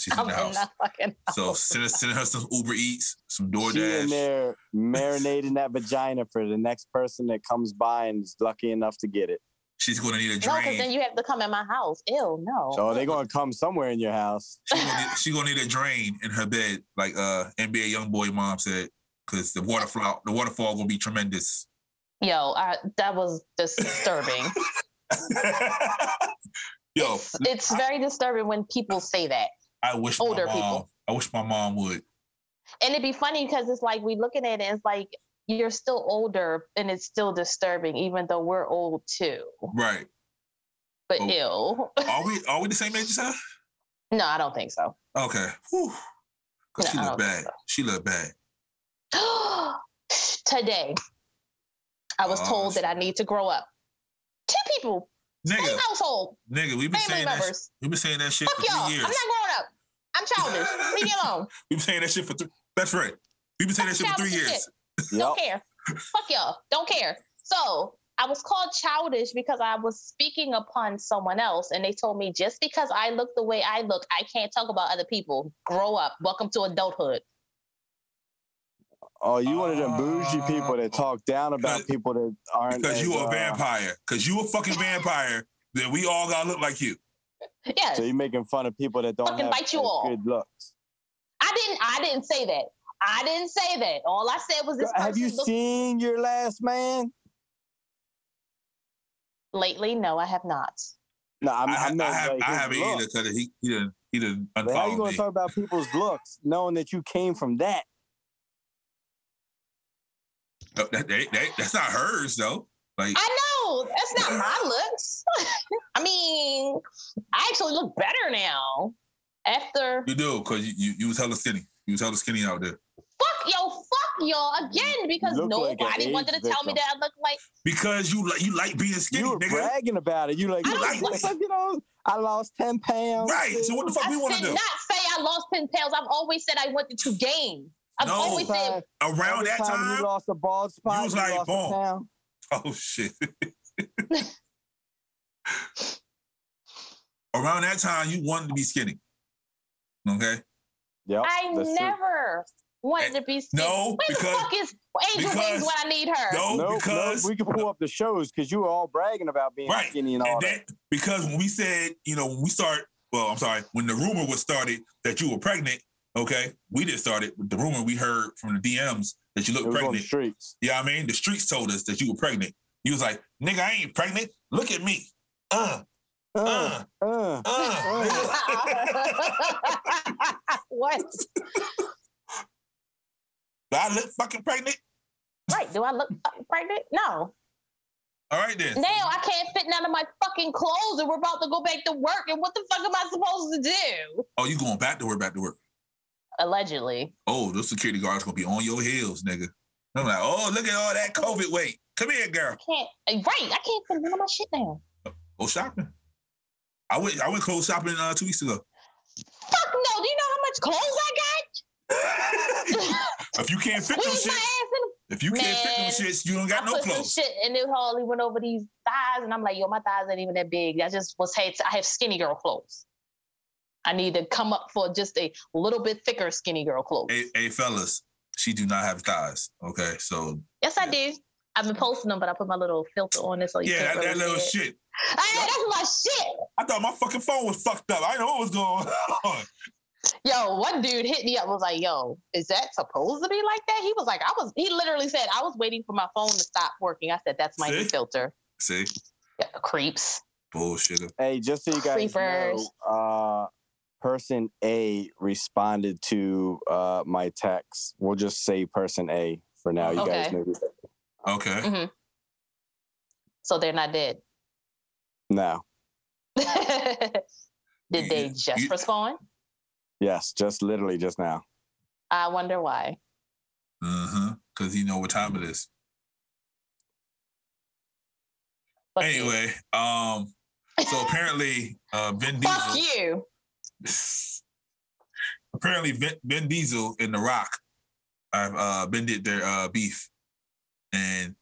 Speaker 2: She's in
Speaker 3: I'm
Speaker 2: the
Speaker 3: in
Speaker 2: house.
Speaker 3: the fucking
Speaker 2: So send her, send her some Uber Eats, some
Speaker 4: She in
Speaker 2: DoorDash.
Speaker 4: there marinating that vagina for the next person that comes by and is lucky enough to get it.
Speaker 2: She's gonna need a
Speaker 3: No, because then
Speaker 2: drain.
Speaker 3: you have to come in my house. Ew, no.
Speaker 4: So they're gonna come somewhere in your house.
Speaker 2: She's gonna, need, she gonna need a drain in her bed, like uh NBA young boy mom said, because the waterfall the waterfall gonna be tremendous.
Speaker 3: Yo, I, that was disturbing.
Speaker 2: Yo,
Speaker 3: it's very disturbing when people say that.
Speaker 2: I wish
Speaker 3: older
Speaker 2: my mom.
Speaker 3: people.
Speaker 2: I wish my mom would.
Speaker 3: And it'd be funny because it's like we looking at it and it's like you're still older and it's still disturbing, even though we're old too.
Speaker 2: Right?
Speaker 3: But
Speaker 2: Oh.
Speaker 3: ew.
Speaker 2: Are we are we the same age as her?
Speaker 3: No, I don't think so.
Speaker 2: Okay. Whew. 'Cause
Speaker 3: No,
Speaker 2: she
Speaker 3: I
Speaker 2: look
Speaker 3: don't think
Speaker 2: bad. She look bad.
Speaker 3: Today, I was
Speaker 2: Oh,
Speaker 3: told that I
Speaker 2: shit.
Speaker 3: need to grow up. Two people, same
Speaker 2: Nigga,
Speaker 3: household,
Speaker 2: nigga, we've been saying
Speaker 3: family
Speaker 2: that.
Speaker 3: members.
Speaker 2: We've been saying that shit
Speaker 3: Fuck
Speaker 2: for
Speaker 3: y'all.
Speaker 2: three
Speaker 3: I'm
Speaker 2: years.
Speaker 3: not growing up. I'm childish. Leave me alone.
Speaker 2: We've been saying that shit for three. That's right. We've been saying that shit for three
Speaker 3: Childish as
Speaker 2: years.
Speaker 3: shit. Don't care. Fuck y'all. Don't care. So I was called childish because I was speaking upon someone else, and they told me just because I look the way I look, I can't talk about other people. Grow up. Welcome to adulthood.
Speaker 4: Oh, you one of them bougie
Speaker 2: Oh.
Speaker 4: people that talk down about
Speaker 2: Because-
Speaker 4: people that aren't.
Speaker 2: Because
Speaker 4: as,
Speaker 2: you a
Speaker 4: uh,
Speaker 2: vampire. Because you a fucking vampire. Then we all gotta look like you.
Speaker 3: Yeah,
Speaker 4: So you're making fun of people that don't
Speaker 3: Fucking
Speaker 4: have
Speaker 3: bite you
Speaker 4: as
Speaker 3: all.
Speaker 4: good looks.
Speaker 3: I didn't. I didn't say that. I didn't say that. All I said was this person
Speaker 4: Have you
Speaker 3: looked-
Speaker 4: seen your last man?
Speaker 3: lately. No, I have not.
Speaker 4: No, I'm,
Speaker 2: I, ha-
Speaker 4: I'm not.
Speaker 2: I, have,
Speaker 4: like,
Speaker 2: I
Speaker 4: his
Speaker 2: haven't
Speaker 4: look.
Speaker 2: either because he he didn't he didn't
Speaker 4: But how you
Speaker 2: unfollow
Speaker 4: gonna
Speaker 2: me.
Speaker 4: talk about people's looks knowing that you came from that?
Speaker 2: No, that- that- that- that's not hers though. Like
Speaker 3: I know that's not my looks. I mean, I actually look better now. After
Speaker 2: you do, cause you, you you was hella skinny. You was hella skinny out there
Speaker 3: fuck yo, fuck y'all again because
Speaker 4: look like
Speaker 3: nobody
Speaker 4: an AIDS
Speaker 3: wanted to tell me
Speaker 4: victim.
Speaker 3: that I look like
Speaker 2: because you like you like being skinny,
Speaker 4: you were
Speaker 2: nigga.
Speaker 4: bragging about it. You like,
Speaker 3: I
Speaker 4: you,
Speaker 2: don't
Speaker 4: like, you know, I lost ten pounds.
Speaker 2: Right. So what the fuck
Speaker 3: I
Speaker 2: we want to
Speaker 3: did
Speaker 2: do?
Speaker 3: not say I lost 10 pounds. I've always said I wanted to gain. I've
Speaker 2: No.
Speaker 3: always said
Speaker 2: Around that
Speaker 4: time,
Speaker 2: time,
Speaker 4: you lost a bald spot,
Speaker 2: you was like,
Speaker 4: lost a
Speaker 2: boom.
Speaker 4: pound.
Speaker 2: oh shit. Around that time, you wanted to be skinny. Okay.
Speaker 4: Yep,
Speaker 3: I
Speaker 4: that's it.
Speaker 3: never wanted to be skinny.
Speaker 2: No,
Speaker 3: Where
Speaker 2: because-
Speaker 3: the fuck is Angel
Speaker 2: because-
Speaker 3: Wings when I need her?
Speaker 2: No,
Speaker 4: Nope, nope,
Speaker 2: Oh, because
Speaker 4: we can pull up the shows because you were all bragging about being
Speaker 2: Right.
Speaker 4: skinny and all
Speaker 2: and that because when we said, you know, when we start, well, I'm sorry, when the rumor was started that you were pregnant, okay, we didn't start it. but The rumor we heard from the DMs that you
Speaker 4: It
Speaker 2: looked
Speaker 4: was on the
Speaker 2: pregnant.
Speaker 4: streets.
Speaker 2: Yeah, I mean, the streets told us that you were pregnant. You was like, nigga, I ain't pregnant. Look at me. Uh,
Speaker 4: Uh,
Speaker 2: uh,
Speaker 4: uh.
Speaker 2: uh. nigga.
Speaker 3: what?
Speaker 2: Do I look fucking pregnant.
Speaker 3: Right. Do I look fucking pregnant? No.
Speaker 2: All right then.
Speaker 3: Now I can't fit none of my fucking clothes and we're about to go back to work. And what the fuck am I supposed to do?
Speaker 2: Oh, you going back to work? Back to work.
Speaker 3: Allegedly.
Speaker 2: Oh, those security guards gonna be on your heels, nigga. I'm like, oh, look at all that COVID weight. Come here, girl.
Speaker 3: Can't right, I can't fit none of my shit down.
Speaker 2: Go shopping. I went. I went clothes shopping uh, two weeks ago.
Speaker 3: Fuck no, do you know how much clothes I got?
Speaker 2: if you can't fit them
Speaker 3: Squeeze my
Speaker 2: shits,
Speaker 3: ass in
Speaker 2: if you can't fit them
Speaker 3: Man,
Speaker 2: shits, you don't got
Speaker 3: I
Speaker 2: no
Speaker 3: put
Speaker 2: clothes.
Speaker 3: some shit and it hardly went over these thighs, and I'm like, yo, my thighs ain't even that big. I just was hey, I have skinny girl clothes. I need to come up for just a little bit thicker skinny girl clothes.
Speaker 2: Hey, hey, fellas, she do not have thighs. Okay, so
Speaker 3: yes, I do. I've been posting them, but I put my little filter on it so you
Speaker 2: yeah,
Speaker 3: can't
Speaker 2: that, that
Speaker 3: really
Speaker 2: little
Speaker 3: see it.
Speaker 2: shit.
Speaker 3: Hey, that's my shit.
Speaker 2: I thought my fucking phone was fucked up. I didn't know what was going on.
Speaker 3: Yo, one dude hit me up was like, "Yo, is that supposed to be like that?" He was like, "I was." He literally said, "I was waiting for my phone to stop working." I said, "That's my new
Speaker 2: See?
Speaker 3: filter."
Speaker 2: See,
Speaker 3: Yeah, creeps.
Speaker 2: bullshit.
Speaker 4: Hey, just so you guys
Speaker 3: Creepers.
Speaker 4: know, uh, person A responded to uh, my text. We'll just say person A for now. You guys
Speaker 3: Okay.
Speaker 4: know. who-
Speaker 2: Okay,
Speaker 3: So they're not dead.
Speaker 4: No.
Speaker 3: Did they
Speaker 2: You-
Speaker 3: just
Speaker 2: you-
Speaker 3: respond?
Speaker 4: Yes, just literally just now.
Speaker 3: I wonder why.
Speaker 2: mm-hmm. Because you know what time it is.
Speaker 3: Fuck you.
Speaker 2: Anyway, um, so apparently, uh, Ben
Speaker 3: fuck
Speaker 2: Diesel.
Speaker 3: you.
Speaker 2: apparently, ben, ben Diesel and The Rock have uh, bended their uh, beef, and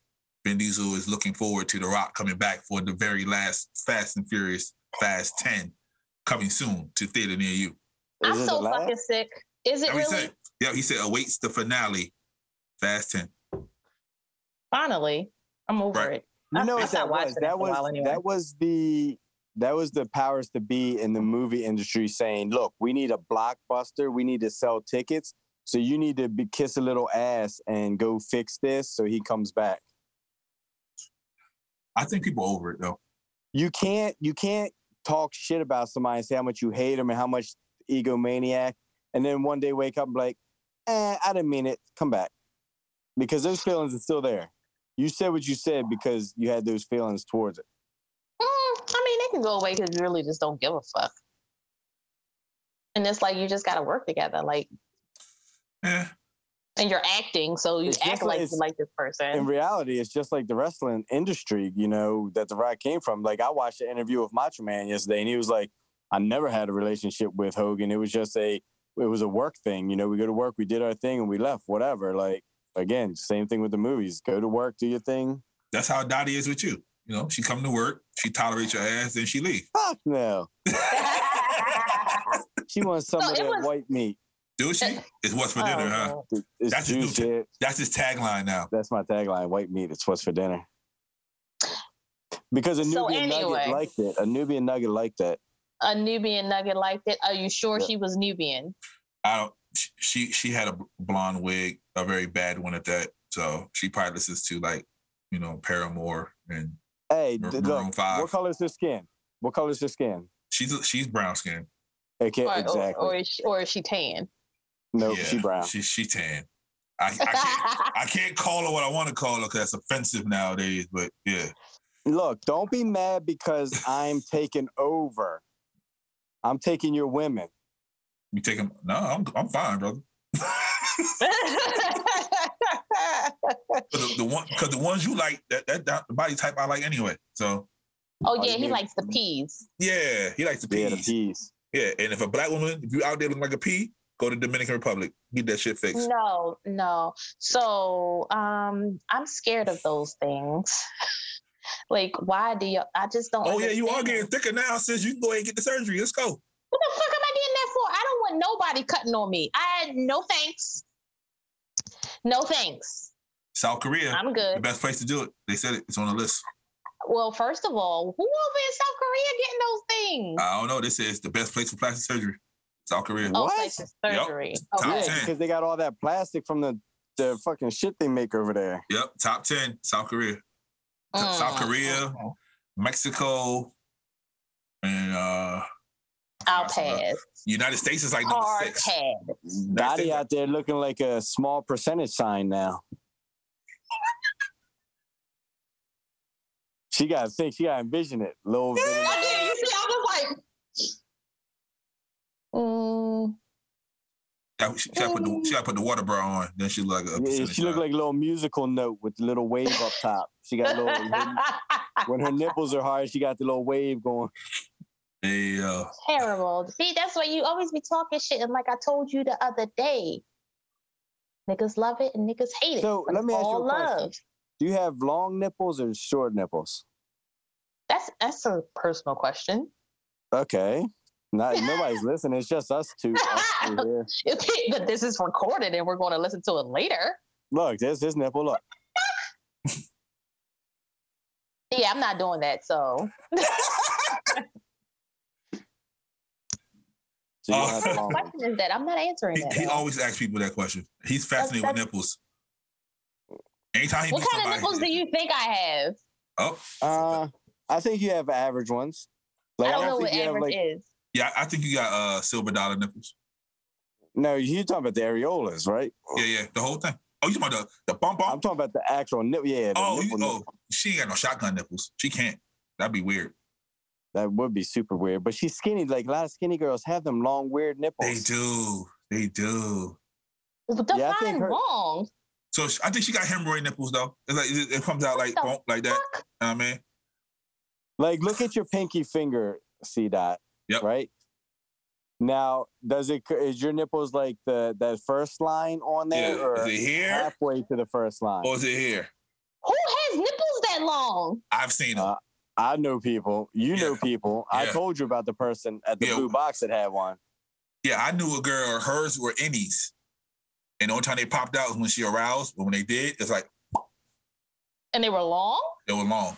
Speaker 2: Ben Diesel is looking forward to The Rock coming back for the very last Fast and Furious Fast Ten coming soon to theater near you.
Speaker 3: I'm
Speaker 4: Is it
Speaker 3: so
Speaker 4: the last?
Speaker 3: fucking sick. Is it
Speaker 2: That what he
Speaker 3: really?
Speaker 2: said. Yeah, he said awaits the finale, Fast Ten.
Speaker 3: Finally, I'm over
Speaker 2: Right.
Speaker 3: it.
Speaker 4: You
Speaker 3: I-
Speaker 4: know
Speaker 3: I
Speaker 4: what that
Speaker 3: stopped
Speaker 4: was?
Speaker 3: watching it for
Speaker 4: That
Speaker 3: a while
Speaker 4: was
Speaker 3: anyway.
Speaker 4: that was the that was the powers to be in the movie industry saying, "Look, we need a blockbuster. We need to sell tickets. So you need to be kiss a little ass and go fix this." So he comes back.
Speaker 2: I think people over it though.
Speaker 4: You can't you can't talk shit about somebody and say how much you hate them and how much egomaniac, and then one day wake up and be like, "Eh, I didn't mean it. Come back," because those feelings are still there. You said what you said because you had those feelings towards it.
Speaker 3: Mm, I mean, they can go away because you really just don't give a fuck. And it's like you just gotta work together, like,
Speaker 2: Yeah,
Speaker 3: and you're acting, so you
Speaker 4: It's just
Speaker 3: act like
Speaker 4: like-
Speaker 3: you like this
Speaker 4: in
Speaker 3: person.
Speaker 4: reality, it's just like the wrestling industry, you know, that The Rock came from. Like, I watched an interview with Macho Man yesterday, and he was like, I never had a relationship with Hogan. It was just a, it was a work thing. You know, we go to work, we did our thing, and we left, whatever. Like, again, same thing with the movies. Go to work, do your thing.
Speaker 2: that's how Dottie is with you. You know, she come to work, she tolerates your ass, then she leave.
Speaker 4: Fuck no. She wants some
Speaker 3: So
Speaker 4: of
Speaker 3: it
Speaker 4: that
Speaker 3: was-
Speaker 4: white meat.
Speaker 2: Do she? It's what's for dinner,
Speaker 3: Oh,
Speaker 2: huh?
Speaker 4: It's
Speaker 2: That's his new
Speaker 4: juice. yeah.
Speaker 2: That's his tagline now.
Speaker 4: That's my tagline: white meat. It's what's for dinner. Because a
Speaker 3: So
Speaker 4: Nubian
Speaker 3: anyway.
Speaker 4: nugget liked it. A Nubian nugget liked that.
Speaker 3: A Nubian nugget like that. Are you sure
Speaker 4: Yeah.
Speaker 3: she was Nubian?
Speaker 2: I don't. sh- She she had a blonde wig, a very bad one at that. So she probably listens to like you know Paramore, and
Speaker 4: Hey,
Speaker 2: Mar-
Speaker 4: d-
Speaker 2: Maroon
Speaker 4: look,
Speaker 2: five.
Speaker 4: what color is her skin? What color is her skin?
Speaker 2: she's she's brown skinned.
Speaker 4: Okay,
Speaker 3: Or,
Speaker 4: exactly.
Speaker 3: oh, or, or, is she, or is she tan?
Speaker 4: no, she brown.
Speaker 2: She she tan. I, I can't I can't call her what I want to call her because that's offensive nowadays. But yeah,
Speaker 4: Look, don't be mad because I'm taking over. I'm taking your women.
Speaker 2: you take him. No, I'm I'm fine, brother. the, the one because the ones you like that, that that- the body type I like anyway. So
Speaker 3: oh
Speaker 4: you
Speaker 3: yeah, he
Speaker 4: mean- mm.
Speaker 3: likes the peas.
Speaker 2: yeah, he likes the
Speaker 4: Yeah, the
Speaker 2: peas.
Speaker 4: peas.
Speaker 2: Yeah, and if a black woman, if you out there looking like a pea, go to Dominican Republic, get that shit fixed.
Speaker 3: No, no. So um I'm scared of those things. like why do you I just don't
Speaker 2: Oh yeah, you are
Speaker 3: understand.
Speaker 2: getting thicker now. Since you can go ahead and get the surgery, let's go.
Speaker 3: What the fuck am I getting that for? I don't want nobody cutting on me. I no thanks. No thanks.
Speaker 2: South Korea,
Speaker 3: I'm
Speaker 2: the
Speaker 3: good.
Speaker 2: best place to do it. They said it. It's on the list.
Speaker 3: Well, first of all, who over in South Korea getting those things?
Speaker 2: I don't know. They said it's the best place for plastic surgery. South Korea.
Speaker 3: oh,
Speaker 4: what?
Speaker 3: plastic
Speaker 2: Yep.
Speaker 3: surgery. Oh,
Speaker 2: Top
Speaker 3: Okay.
Speaker 4: Yeah,
Speaker 2: ten.
Speaker 4: because they got all that plastic from the, the fucking shit they make over there.
Speaker 2: Yep, top ten. South Korea, South
Speaker 3: Mm.
Speaker 2: Korea.
Speaker 4: Oh,
Speaker 2: Mexico, and uh
Speaker 3: I'll pass.
Speaker 2: United States is like number
Speaker 3: Hard
Speaker 2: six.
Speaker 3: pass.
Speaker 4: Dottie out there looking like a small percentage sign now. She got to think, she got to envision it. Little bit.
Speaker 3: I did. You see, I was like, mm,
Speaker 2: Yeah, She, she gotta put the, she gotta put the water bra on. Then she look like a
Speaker 4: Yeah,
Speaker 2: percentage
Speaker 4: she looked
Speaker 2: guy.
Speaker 4: like a little musical note with the little wave up top. She got a little when her nipples are hard, she got the little wave going.
Speaker 2: Hey, uh,
Speaker 3: terrible. See, that's why you always be talking shit. And like I told you the other day, niggas love it and niggas hate it.
Speaker 4: So,
Speaker 3: But
Speaker 4: let me
Speaker 3: it's
Speaker 4: ask you
Speaker 3: all
Speaker 4: a question.
Speaker 3: love.
Speaker 4: Do you have long nipples or short nipples?
Speaker 3: That's that's a personal question.
Speaker 4: Okay. Not nobody's listening. It's just us two. us two here.
Speaker 3: but this is recorded and we're going to listen to it later.
Speaker 4: Look, there's his nipple. Look.
Speaker 3: Yeah, I'm not doing that. So
Speaker 4: So you don't
Speaker 2: Oh.
Speaker 4: have the long one.
Speaker 3: question is that I'm not answering
Speaker 2: he, he
Speaker 3: that.
Speaker 2: always asks people that question. He's fascinated
Speaker 3: That's-
Speaker 2: with nipples. Anytime he
Speaker 3: What
Speaker 2: meets
Speaker 3: kind of
Speaker 2: somebody,
Speaker 3: nipples do you think I have?
Speaker 2: Oh,
Speaker 4: Uh, I think you have average ones. Like,
Speaker 3: I don't know what
Speaker 4: you
Speaker 3: average is.
Speaker 2: yeah, I think you got uh silver dollar nipples.
Speaker 4: No, you talking about the areolas, right?
Speaker 2: Yeah, yeah, the whole thing. Oh, you talking about the the bump
Speaker 4: I'm
Speaker 2: bump?
Speaker 4: talking about the actual nipple. Yeah, the
Speaker 2: Oh, you,
Speaker 4: nipple,
Speaker 2: oh,
Speaker 4: nipple.
Speaker 2: she ain't got no shotgun nipples. She can't. That'd be weird.
Speaker 4: That would be super weird. But she's skinny. Like a lot of skinny girls have them long, weird nipples.
Speaker 2: They do. They do.
Speaker 3: Define
Speaker 4: Yeah, I think her-
Speaker 3: wrong.
Speaker 2: So she, I think she got hemorrhoid nipples though. It's like it, it comes out like
Speaker 3: What the
Speaker 2: bump, like that.
Speaker 3: fuck?
Speaker 2: You know what I mean,
Speaker 4: Like, look at your pinky finger, C dot.
Speaker 2: Yep.
Speaker 4: Right. Now, does it? Is your nipples like the that first line on there,
Speaker 2: yeah.
Speaker 4: or
Speaker 2: Is it here
Speaker 4: halfway to the first line?
Speaker 2: or is it here?
Speaker 3: Who has nipples that long?
Speaker 2: I've seen them.
Speaker 4: Uh, I know people. You know
Speaker 2: Yeah.
Speaker 4: people. I
Speaker 2: Yeah.
Speaker 4: told you about the person at the
Speaker 2: Yeah.
Speaker 4: blue box that had one.
Speaker 2: yeah, I knew a girl. Hers were innies, and the only time they popped out was when she aroused. But when they did, it's like
Speaker 3: And they were long?
Speaker 2: they were long.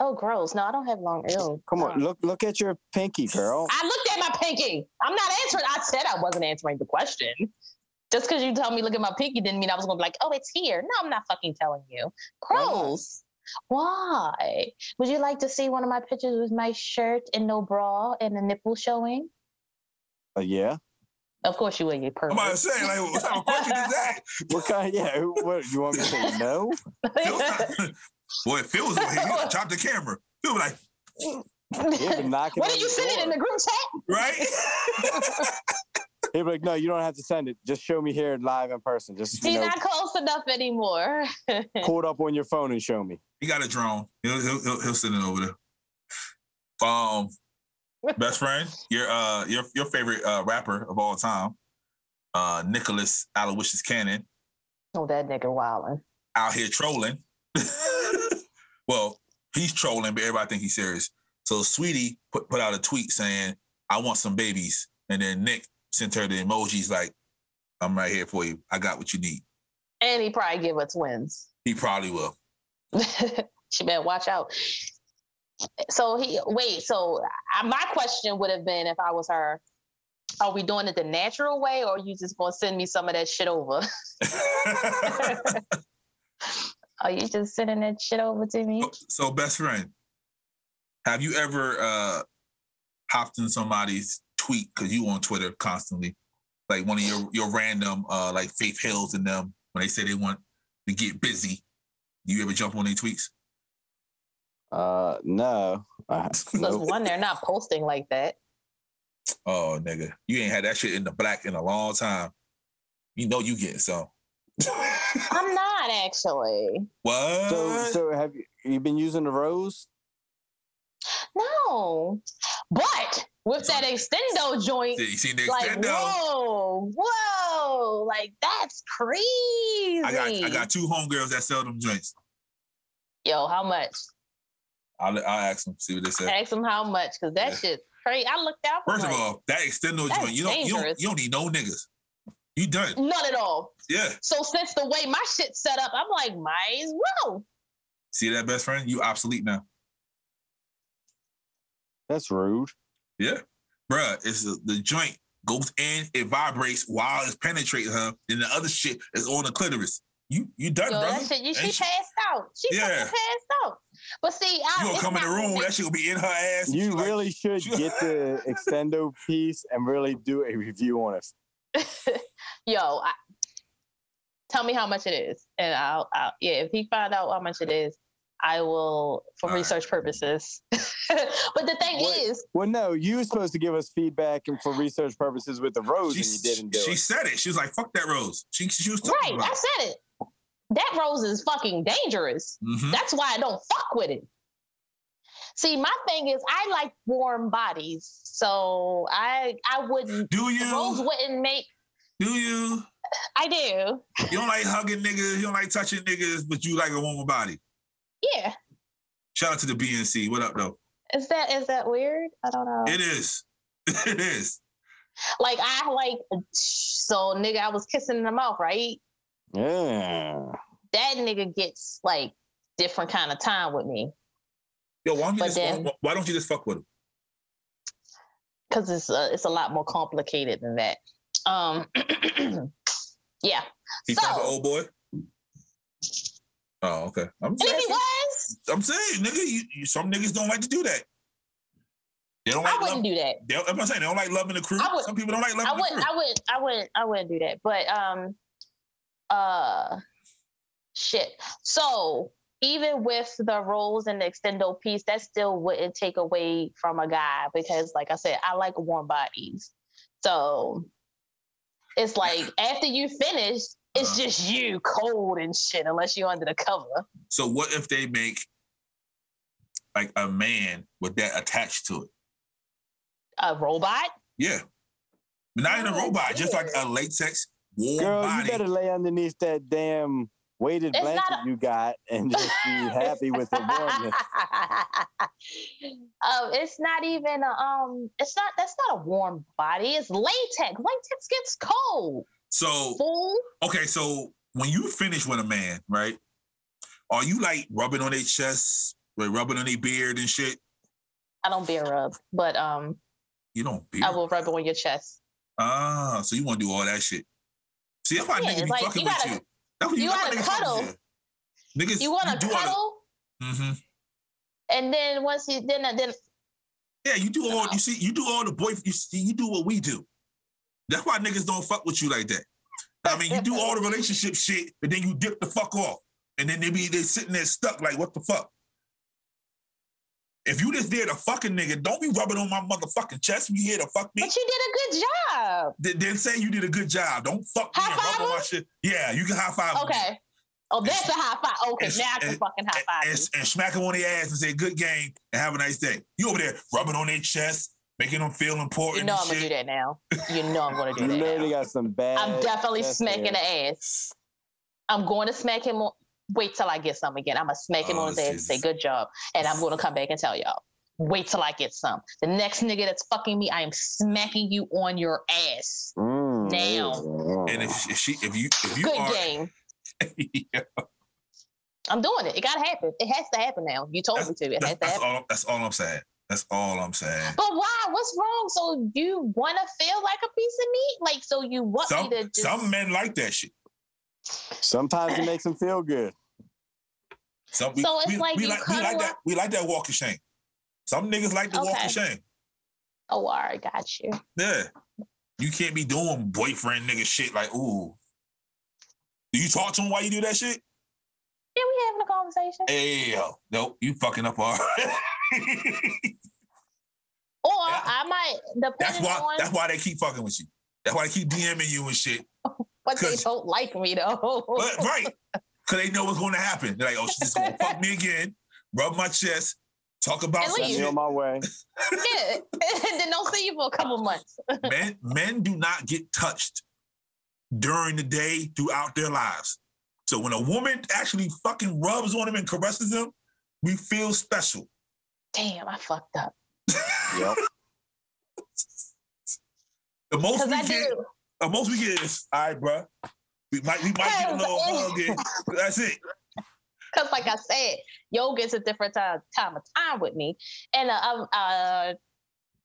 Speaker 3: Oh, gross. No, I don't have long ew.
Speaker 4: Come on,
Speaker 3: No.
Speaker 4: look look at your pinky, girl.
Speaker 3: I looked at my pinky. I'm not answering. I said I wasn't answering the question. Just because you tell me look at my pinky didn't mean I was going to be like, oh, it's here. No, I'm not fucking telling you.
Speaker 4: Why not?
Speaker 3: Gross. Why? Would you like to see one of my pictures with my shirt and no bra and the nipple showing?
Speaker 4: Uh, yeah.
Speaker 3: Of course you would, you
Speaker 2: I'm about to
Speaker 3: pervert.
Speaker 2: say, like, what type of question is that?
Speaker 4: What kind? Yeah. who- What you want me to say? No.
Speaker 2: Phil's not- Boy, if Phil was over here. He would've dropped the camera. Phil was like,
Speaker 4: He'd be
Speaker 3: what
Speaker 4: knocking. on
Speaker 3: did you
Speaker 4: your
Speaker 3: send it in
Speaker 4: door.
Speaker 3: the group chat?
Speaker 2: right?
Speaker 4: He'd be like, no, you don't have to send it. Just show me here live in person. Just you
Speaker 3: He's
Speaker 4: know,
Speaker 3: not close enough anymore.
Speaker 4: pull it up on your phone and show me.
Speaker 2: he got a drone. He'll he'll, he'll, he'll send it over there. Um, best friend, your uh your your favorite uh rapper of all time, uh Nicholas Aloysius Cannon.
Speaker 3: Oh, that nigga wildin'.
Speaker 2: out here trolling. well, he's trolling, but everybody think he's serious. So Sweetie put, put out a tweet saying, I want some babies. And then Nick sent her the emojis like, I'm right here for you. I got what you need.
Speaker 3: And he probably give her twins.
Speaker 2: He probably will.
Speaker 3: she better watch out. So he wait. So I, my question would have been, if I was her, are we doing it the natural way, or you just gonna send me some of that shit over? are you just sending that shit over to
Speaker 4: Oh,
Speaker 3: me?
Speaker 2: Oh, so best friend, have you ever uh hopped in somebody's tweet because you on Twitter constantly? Like one of your your random uh like Faith Hills and them when they say they want to get busy? Do you ever jump on their tweets?
Speaker 4: Uh, no. Uh,
Speaker 3: Because
Speaker 4: nope.
Speaker 3: one, they're not posting like that.
Speaker 2: Oh, nigga, you ain't had that shit in the black in a long time. You know you getting some.
Speaker 3: I'm not actually.
Speaker 2: what?
Speaker 4: So, so have you, you been using the rose?
Speaker 3: No. But with that extendo joint,
Speaker 2: you see the
Speaker 3: like,
Speaker 2: extendo?
Speaker 3: whoa, whoa, like that's crazy.
Speaker 2: I got I got two homegirls that sell them joints.
Speaker 3: Yo, how much?
Speaker 2: I'll, I'll ask them, see what they say.
Speaker 3: Ask them how much, because that
Speaker 2: Yeah.
Speaker 3: shit crazy. I looked out for
Speaker 2: First of
Speaker 3: like,
Speaker 2: all, that extendo
Speaker 3: That's
Speaker 2: joint, you don't, you don't
Speaker 3: dangerous. Mm.
Speaker 2: you don't need no niggas. You done.
Speaker 3: none at all.
Speaker 2: Yeah.
Speaker 3: So since the way my shit's set up, I'm like, might as well.
Speaker 2: See that best friend? You obsolete now.
Speaker 4: That's rude.
Speaker 2: Yeah. Bruh, it's the, the joint goes in, it vibrates while it's penetrating her, and the other shit is on the clitoris. You you done,
Speaker 3: Yo,
Speaker 2: brother.
Speaker 3: that shit, you, she
Speaker 2: Ain't
Speaker 3: passed out. She fucking
Speaker 2: Yeah.
Speaker 3: passed out. But see, I,
Speaker 2: you gonna
Speaker 3: it's
Speaker 2: come in the
Speaker 3: not-
Speaker 2: room, that shit gonna be in her ass. She
Speaker 4: You
Speaker 2: like,
Speaker 4: really should get the extendo piece and really do a review on it.
Speaker 3: Yo, I, tell me how much it is, and I'll, I'll yeah. If he find out how much it is, I will for
Speaker 2: All right.
Speaker 3: research purposes. but the thing
Speaker 4: What?
Speaker 3: is,
Speaker 4: Well, no, you were supposed to give us feedback and for research purposes with the rose,
Speaker 2: she,
Speaker 4: and you didn't do
Speaker 2: she
Speaker 4: it.
Speaker 2: said it. She was like, fuck that rose. She she was talking
Speaker 3: right?
Speaker 2: about
Speaker 3: I
Speaker 2: it.
Speaker 3: said it. That rose is fucking dangerous.
Speaker 2: Mhm.
Speaker 3: That's why I don't fuck with it. See, my thing is, I like warm bodies, so I I wouldn't.
Speaker 2: Do
Speaker 3: the Rose
Speaker 2: you?
Speaker 3: wouldn't make.
Speaker 2: Do you?
Speaker 3: I do.
Speaker 2: You don't like hugging niggas, you don't like touching niggas, but you like a woman body.
Speaker 3: Yeah.
Speaker 2: Shout out to the BNC. What up though?
Speaker 3: Is that is that weird? I don't know.
Speaker 2: It is. It is.
Speaker 3: like I like so nigga, I was kissing in the mouth, right?
Speaker 4: Yeah.
Speaker 3: That nigga gets like different kind of time with me
Speaker 2: Yo, why don't you
Speaker 3: But
Speaker 2: just
Speaker 3: then-
Speaker 2: why, why don't you just fuck with him?
Speaker 3: because it's a, it's a lot more complicated than that. Um, yeah.
Speaker 2: He
Speaker 3: So-
Speaker 2: finds an old boy. Oh, okay. I'm
Speaker 3: And if
Speaker 2: saying,
Speaker 3: he was,
Speaker 2: I'm saying, nigga, you, you, some niggas don't like to do that. They don't
Speaker 3: I
Speaker 2: like love.
Speaker 3: wouldn't do that.
Speaker 2: They, I'm saying they don't like loving the crew.
Speaker 3: I would-
Speaker 2: some people don't like loving
Speaker 3: I
Speaker 2: the
Speaker 3: wouldn't.
Speaker 2: crew.
Speaker 3: I wouldn't. I wouldn't. I wouldn't do that. But um, uh, shit. So even with the rolls and the extendo piece, that still wouldn't take away from a guy because, like I said, I like warm bodies. So it's like after you finish, it's
Speaker 2: Uh-huh.
Speaker 3: just you cold and shit, unless you're under the cover.
Speaker 2: So what if they make like a man with that attached to it?
Speaker 3: A robot.
Speaker 2: Yeah, but not even a
Speaker 3: Oh,
Speaker 2: robot, just like
Speaker 3: shit.
Speaker 2: a latex warm
Speaker 4: Girl,
Speaker 2: body.
Speaker 4: you better lay underneath that damn weighted
Speaker 3: It's
Speaker 4: blanket
Speaker 3: not
Speaker 4: you got and just be happy with the warmness.
Speaker 3: um, it's not even a, um, it's not that's not a warm body. It's latex. Latex gets cold.
Speaker 2: so
Speaker 3: Fool.
Speaker 2: okay, so when you finish with a man, right? Are you like rubbing on their chest, like rubbing on their beard and shit?
Speaker 3: I don't beer rub, but um,
Speaker 2: You don't beard.
Speaker 3: I will rub it on your chest.
Speaker 2: Ah, so you want to do all that shit? See, that's why
Speaker 3: Yeah,
Speaker 2: niggas be
Speaker 3: like,
Speaker 2: fucking
Speaker 3: you gotta-
Speaker 2: with you. That's what
Speaker 3: you
Speaker 2: that's why
Speaker 3: gotta
Speaker 2: niggas fucking
Speaker 3: cuddle.
Speaker 2: with you. Niggas,
Speaker 3: You want to cuddle,
Speaker 2: hmm
Speaker 3: and then once you then then
Speaker 2: Yeah, you do all. You see, you do all the boy. You see, you do what we do. That's why niggas don't fuck with you like that. I mean, you do all the relationship shit, and then you dip the fuck off, and then they be they sitting there stuck like, what the fuck? If you just did a fucking nigga, don't be rubbing on my motherfucking chest. You here to fuck me?
Speaker 3: but you did a good job.
Speaker 2: Then then say you did a good job. Don't fuck me
Speaker 3: High
Speaker 2: and rub
Speaker 3: five
Speaker 2: on my shit. Yeah, you can high five. me.
Speaker 3: Okay. Oh, that's a high five. Okay,
Speaker 2: it's-
Speaker 3: now I can
Speaker 2: it's-
Speaker 3: fucking high
Speaker 2: and,
Speaker 3: five.
Speaker 2: and,
Speaker 3: you.
Speaker 2: and smack them on the ass and say, good game and have a nice day. You over there rubbing on their chest, making them feel important
Speaker 3: You know
Speaker 2: and
Speaker 3: I'm gonna do
Speaker 2: shit.
Speaker 3: that now. You know I'm gonna do
Speaker 4: You
Speaker 3: that.
Speaker 4: know
Speaker 3: now.
Speaker 4: they got some bad.
Speaker 3: I'm definitely
Speaker 4: chest
Speaker 3: smacking the
Speaker 4: hair.
Speaker 3: ass. I'm going to smack him on. Wait till I get some again. I'm gonna smack him
Speaker 2: Oh,
Speaker 3: on his ass and say
Speaker 2: Jesus.
Speaker 3: good job, and I'm gonna come back and tell y'all. Wait till I get some. The next nigga that's fucking me, I am smacking you on your ass.
Speaker 4: Mm,
Speaker 3: Damn.
Speaker 2: And if, if she, if you, if you
Speaker 3: good
Speaker 2: are,
Speaker 3: game. I'm doing it. It gotta happen. It has to happen now. You told me to. It
Speaker 2: that's,
Speaker 3: has to
Speaker 2: that's
Speaker 3: happen.
Speaker 2: all. That's all I'm saying. That's all I'm saying.
Speaker 3: But why? What's wrong? So you wanna feel like a piece of meat? Like so you want
Speaker 2: Some
Speaker 3: me to just
Speaker 2: some men like that shit.
Speaker 4: Sometimes it makes them feel good.
Speaker 2: Some we,
Speaker 3: So it's
Speaker 2: we,
Speaker 3: like
Speaker 2: we
Speaker 3: you
Speaker 2: like, we
Speaker 3: cuddle
Speaker 2: like that.
Speaker 3: up-
Speaker 2: We like that walk of shame. Some niggas like the walk
Speaker 3: Okay.
Speaker 2: of shame.
Speaker 3: Oh, all right, got you.
Speaker 2: Yeah, you can't be doing boyfriend nigga shit like ooh. Do you talk to him while you do that shit?
Speaker 3: Yeah, we having a conversation.
Speaker 2: Hey, yo, nope, you fucking up all.
Speaker 3: Or I might depending
Speaker 2: that's why.
Speaker 3: on
Speaker 2: That's why they keep fucking with you. That's why they keep DMing you and shit.
Speaker 3: but they
Speaker 2: 'cause-
Speaker 3: don't like me though.
Speaker 2: But, right, because they know what's going to happen. They're like, oh, she's just gonna fuck me again, rub my chest, talk about
Speaker 3: And
Speaker 2: some
Speaker 3: leave.
Speaker 4: me
Speaker 2: shit.
Speaker 4: on my way.
Speaker 3: yeah. and then don't see you for a couple months.
Speaker 2: men men do not get touched during the day throughout their lives. So when a woman actually fucking rubs on them and caresses them, we feel special.
Speaker 3: Damn, I fucked up.
Speaker 4: Yep.
Speaker 2: The most
Speaker 3: Because
Speaker 2: we
Speaker 3: I
Speaker 2: get,
Speaker 3: do.
Speaker 2: the most we get is, all right, bruh. We might we might get a little hug in. That's it.
Speaker 3: Because, like I said, yoga is a different time, time of time with me. And uh, um, uh,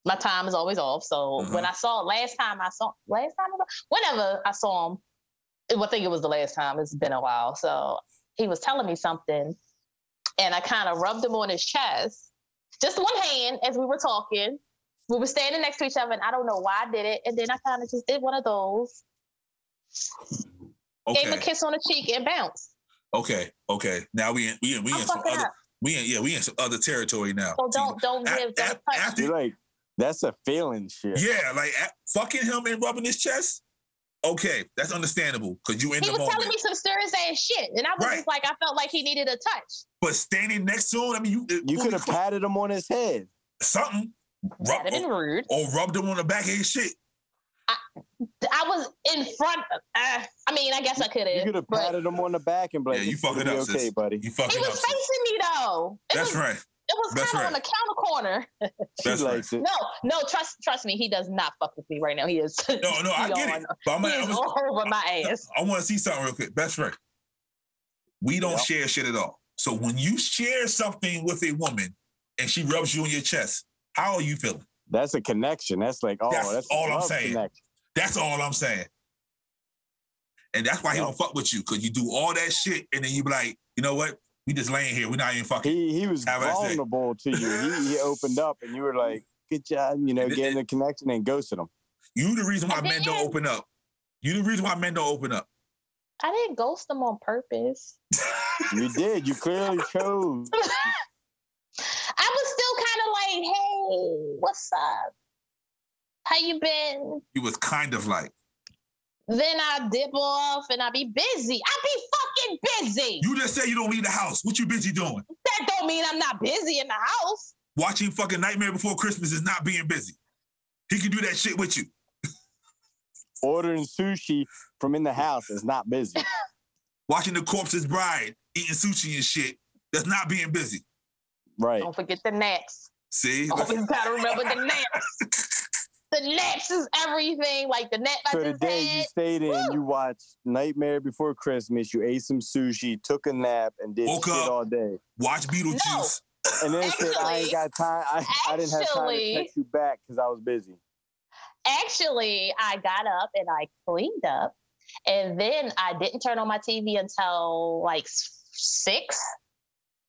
Speaker 3: my time is always off. So
Speaker 2: Mhm.
Speaker 3: when I saw last time, I saw last time, I saw- whenever I saw him, I think it was the last time. It's been a while. So he was telling me something, and I kind of rubbed him on his chest, just one hand, as we were talking. We were standing next to each other, and I don't know why I did it. And then I kind of just did one of those, gave him a
Speaker 2: Okay.
Speaker 3: kiss on the cheek, and bounced.
Speaker 2: Okay. Okay. Now we in we in we
Speaker 3: I'm
Speaker 2: in some
Speaker 3: fucking
Speaker 2: other
Speaker 3: up.
Speaker 2: we in yeah, we in some other territory now.
Speaker 3: So don't don't
Speaker 2: A-
Speaker 3: give,
Speaker 2: a-
Speaker 3: don't touch.
Speaker 2: after-
Speaker 4: You're like, that's a feeling shit.
Speaker 2: yeah, like a- fucking him and rubbing his chest. Okay, that's understandable because you in
Speaker 3: he
Speaker 2: the
Speaker 3: was
Speaker 2: moment.
Speaker 3: telling me some serious ass shit, and I was
Speaker 2: Right.
Speaker 3: just like, I felt like he needed a touch.
Speaker 2: But standing next to him, I mean, you it
Speaker 4: You
Speaker 2: would
Speaker 4: could
Speaker 2: be
Speaker 4: have patted him on his head.
Speaker 2: something, rub,
Speaker 3: That'd have been
Speaker 2: or,
Speaker 3: rude.
Speaker 2: or rubbed him on the back of his shit.
Speaker 3: I was in front. Of, uh, I mean, I guess I could
Speaker 4: You could
Speaker 3: have.
Speaker 4: have patted him on the back and be like,
Speaker 2: Yeah, you
Speaker 4: "It's gonna
Speaker 2: fucking
Speaker 4: be
Speaker 2: up, sis.
Speaker 4: okay, buddy."
Speaker 2: You fucking
Speaker 3: He
Speaker 2: up.
Speaker 3: was
Speaker 2: sis.
Speaker 3: facing me though. It
Speaker 2: That's
Speaker 3: was,
Speaker 2: right.
Speaker 3: It was
Speaker 2: That's
Speaker 3: kind of on the
Speaker 2: right.
Speaker 3: counter corner.
Speaker 4: She
Speaker 2: That's
Speaker 4: likes it.
Speaker 3: No, no, trust trust me, he does not fuck with me right now. He is.
Speaker 2: No, no, I
Speaker 3: he
Speaker 2: get
Speaker 3: on-
Speaker 2: it. But I'm,
Speaker 3: he
Speaker 2: I'm
Speaker 3: is
Speaker 2: just,
Speaker 3: all over my ass.
Speaker 2: I want to see something real quick. Best friend. We don't
Speaker 4: Yep.
Speaker 2: share shit at all. So when you share something with a woman and she rubs you on your chest, how are you feeling?
Speaker 4: That's a connection. That's like, oh,
Speaker 2: That's
Speaker 4: that's, a
Speaker 2: all I'm
Speaker 4: love
Speaker 2: saying.
Speaker 4: Connection.
Speaker 2: That's all I'm saying. And that's why he don't fuck with you because you do all that shit and then you be like, you know what? We just laying here. We're not even fucking.
Speaker 4: He he was
Speaker 2: How about I say?
Speaker 4: vulnerable to you. He, he opened up, and you were like, "Good job," you know,
Speaker 2: And-
Speaker 4: getting the connection and ghosting him.
Speaker 2: You the reason why
Speaker 3: And
Speaker 2: men don't
Speaker 3: then-
Speaker 2: open up. You the reason why men don't open up.
Speaker 3: I didn't ghost him on purpose.
Speaker 4: You did. You clearly chose.
Speaker 3: I was still kind of like, hey, what's up? How you been?
Speaker 2: You was kind of like
Speaker 3: then I dip off and I be busy. I be fucking busy.
Speaker 2: you just say you don't leave the house. What you busy doing?
Speaker 3: that don't mean I'm not busy in the house.
Speaker 2: Watching fucking Nightmare Before Christmas is not being busy. He can do that shit with you.
Speaker 4: Ordering sushi from in the house is not busy.
Speaker 2: Watching the corpse's bride eating sushi and shit. That's not being busy.
Speaker 4: Right.
Speaker 3: Don't forget the naps.
Speaker 2: See,
Speaker 3: Always gotta remember the naps. the naps is everything. Like the nap I
Speaker 4: So the
Speaker 3: just
Speaker 4: day you
Speaker 3: had.
Speaker 4: stayed in,
Speaker 3: Woo!
Speaker 4: you watched Nightmare Before Christmas, you ate some sushi, took a nap, and did
Speaker 2: Woke
Speaker 4: shit
Speaker 2: up.
Speaker 4: all day.
Speaker 2: watch Beetlejuice.
Speaker 4: And then said, I
Speaker 3: Actually-
Speaker 4: ain't got time. I, I didn't have time
Speaker 3: actually-
Speaker 4: to text you back because I was busy.
Speaker 3: Actually, I got up and I cleaned up, and then I didn't turn on my TV until like s- six.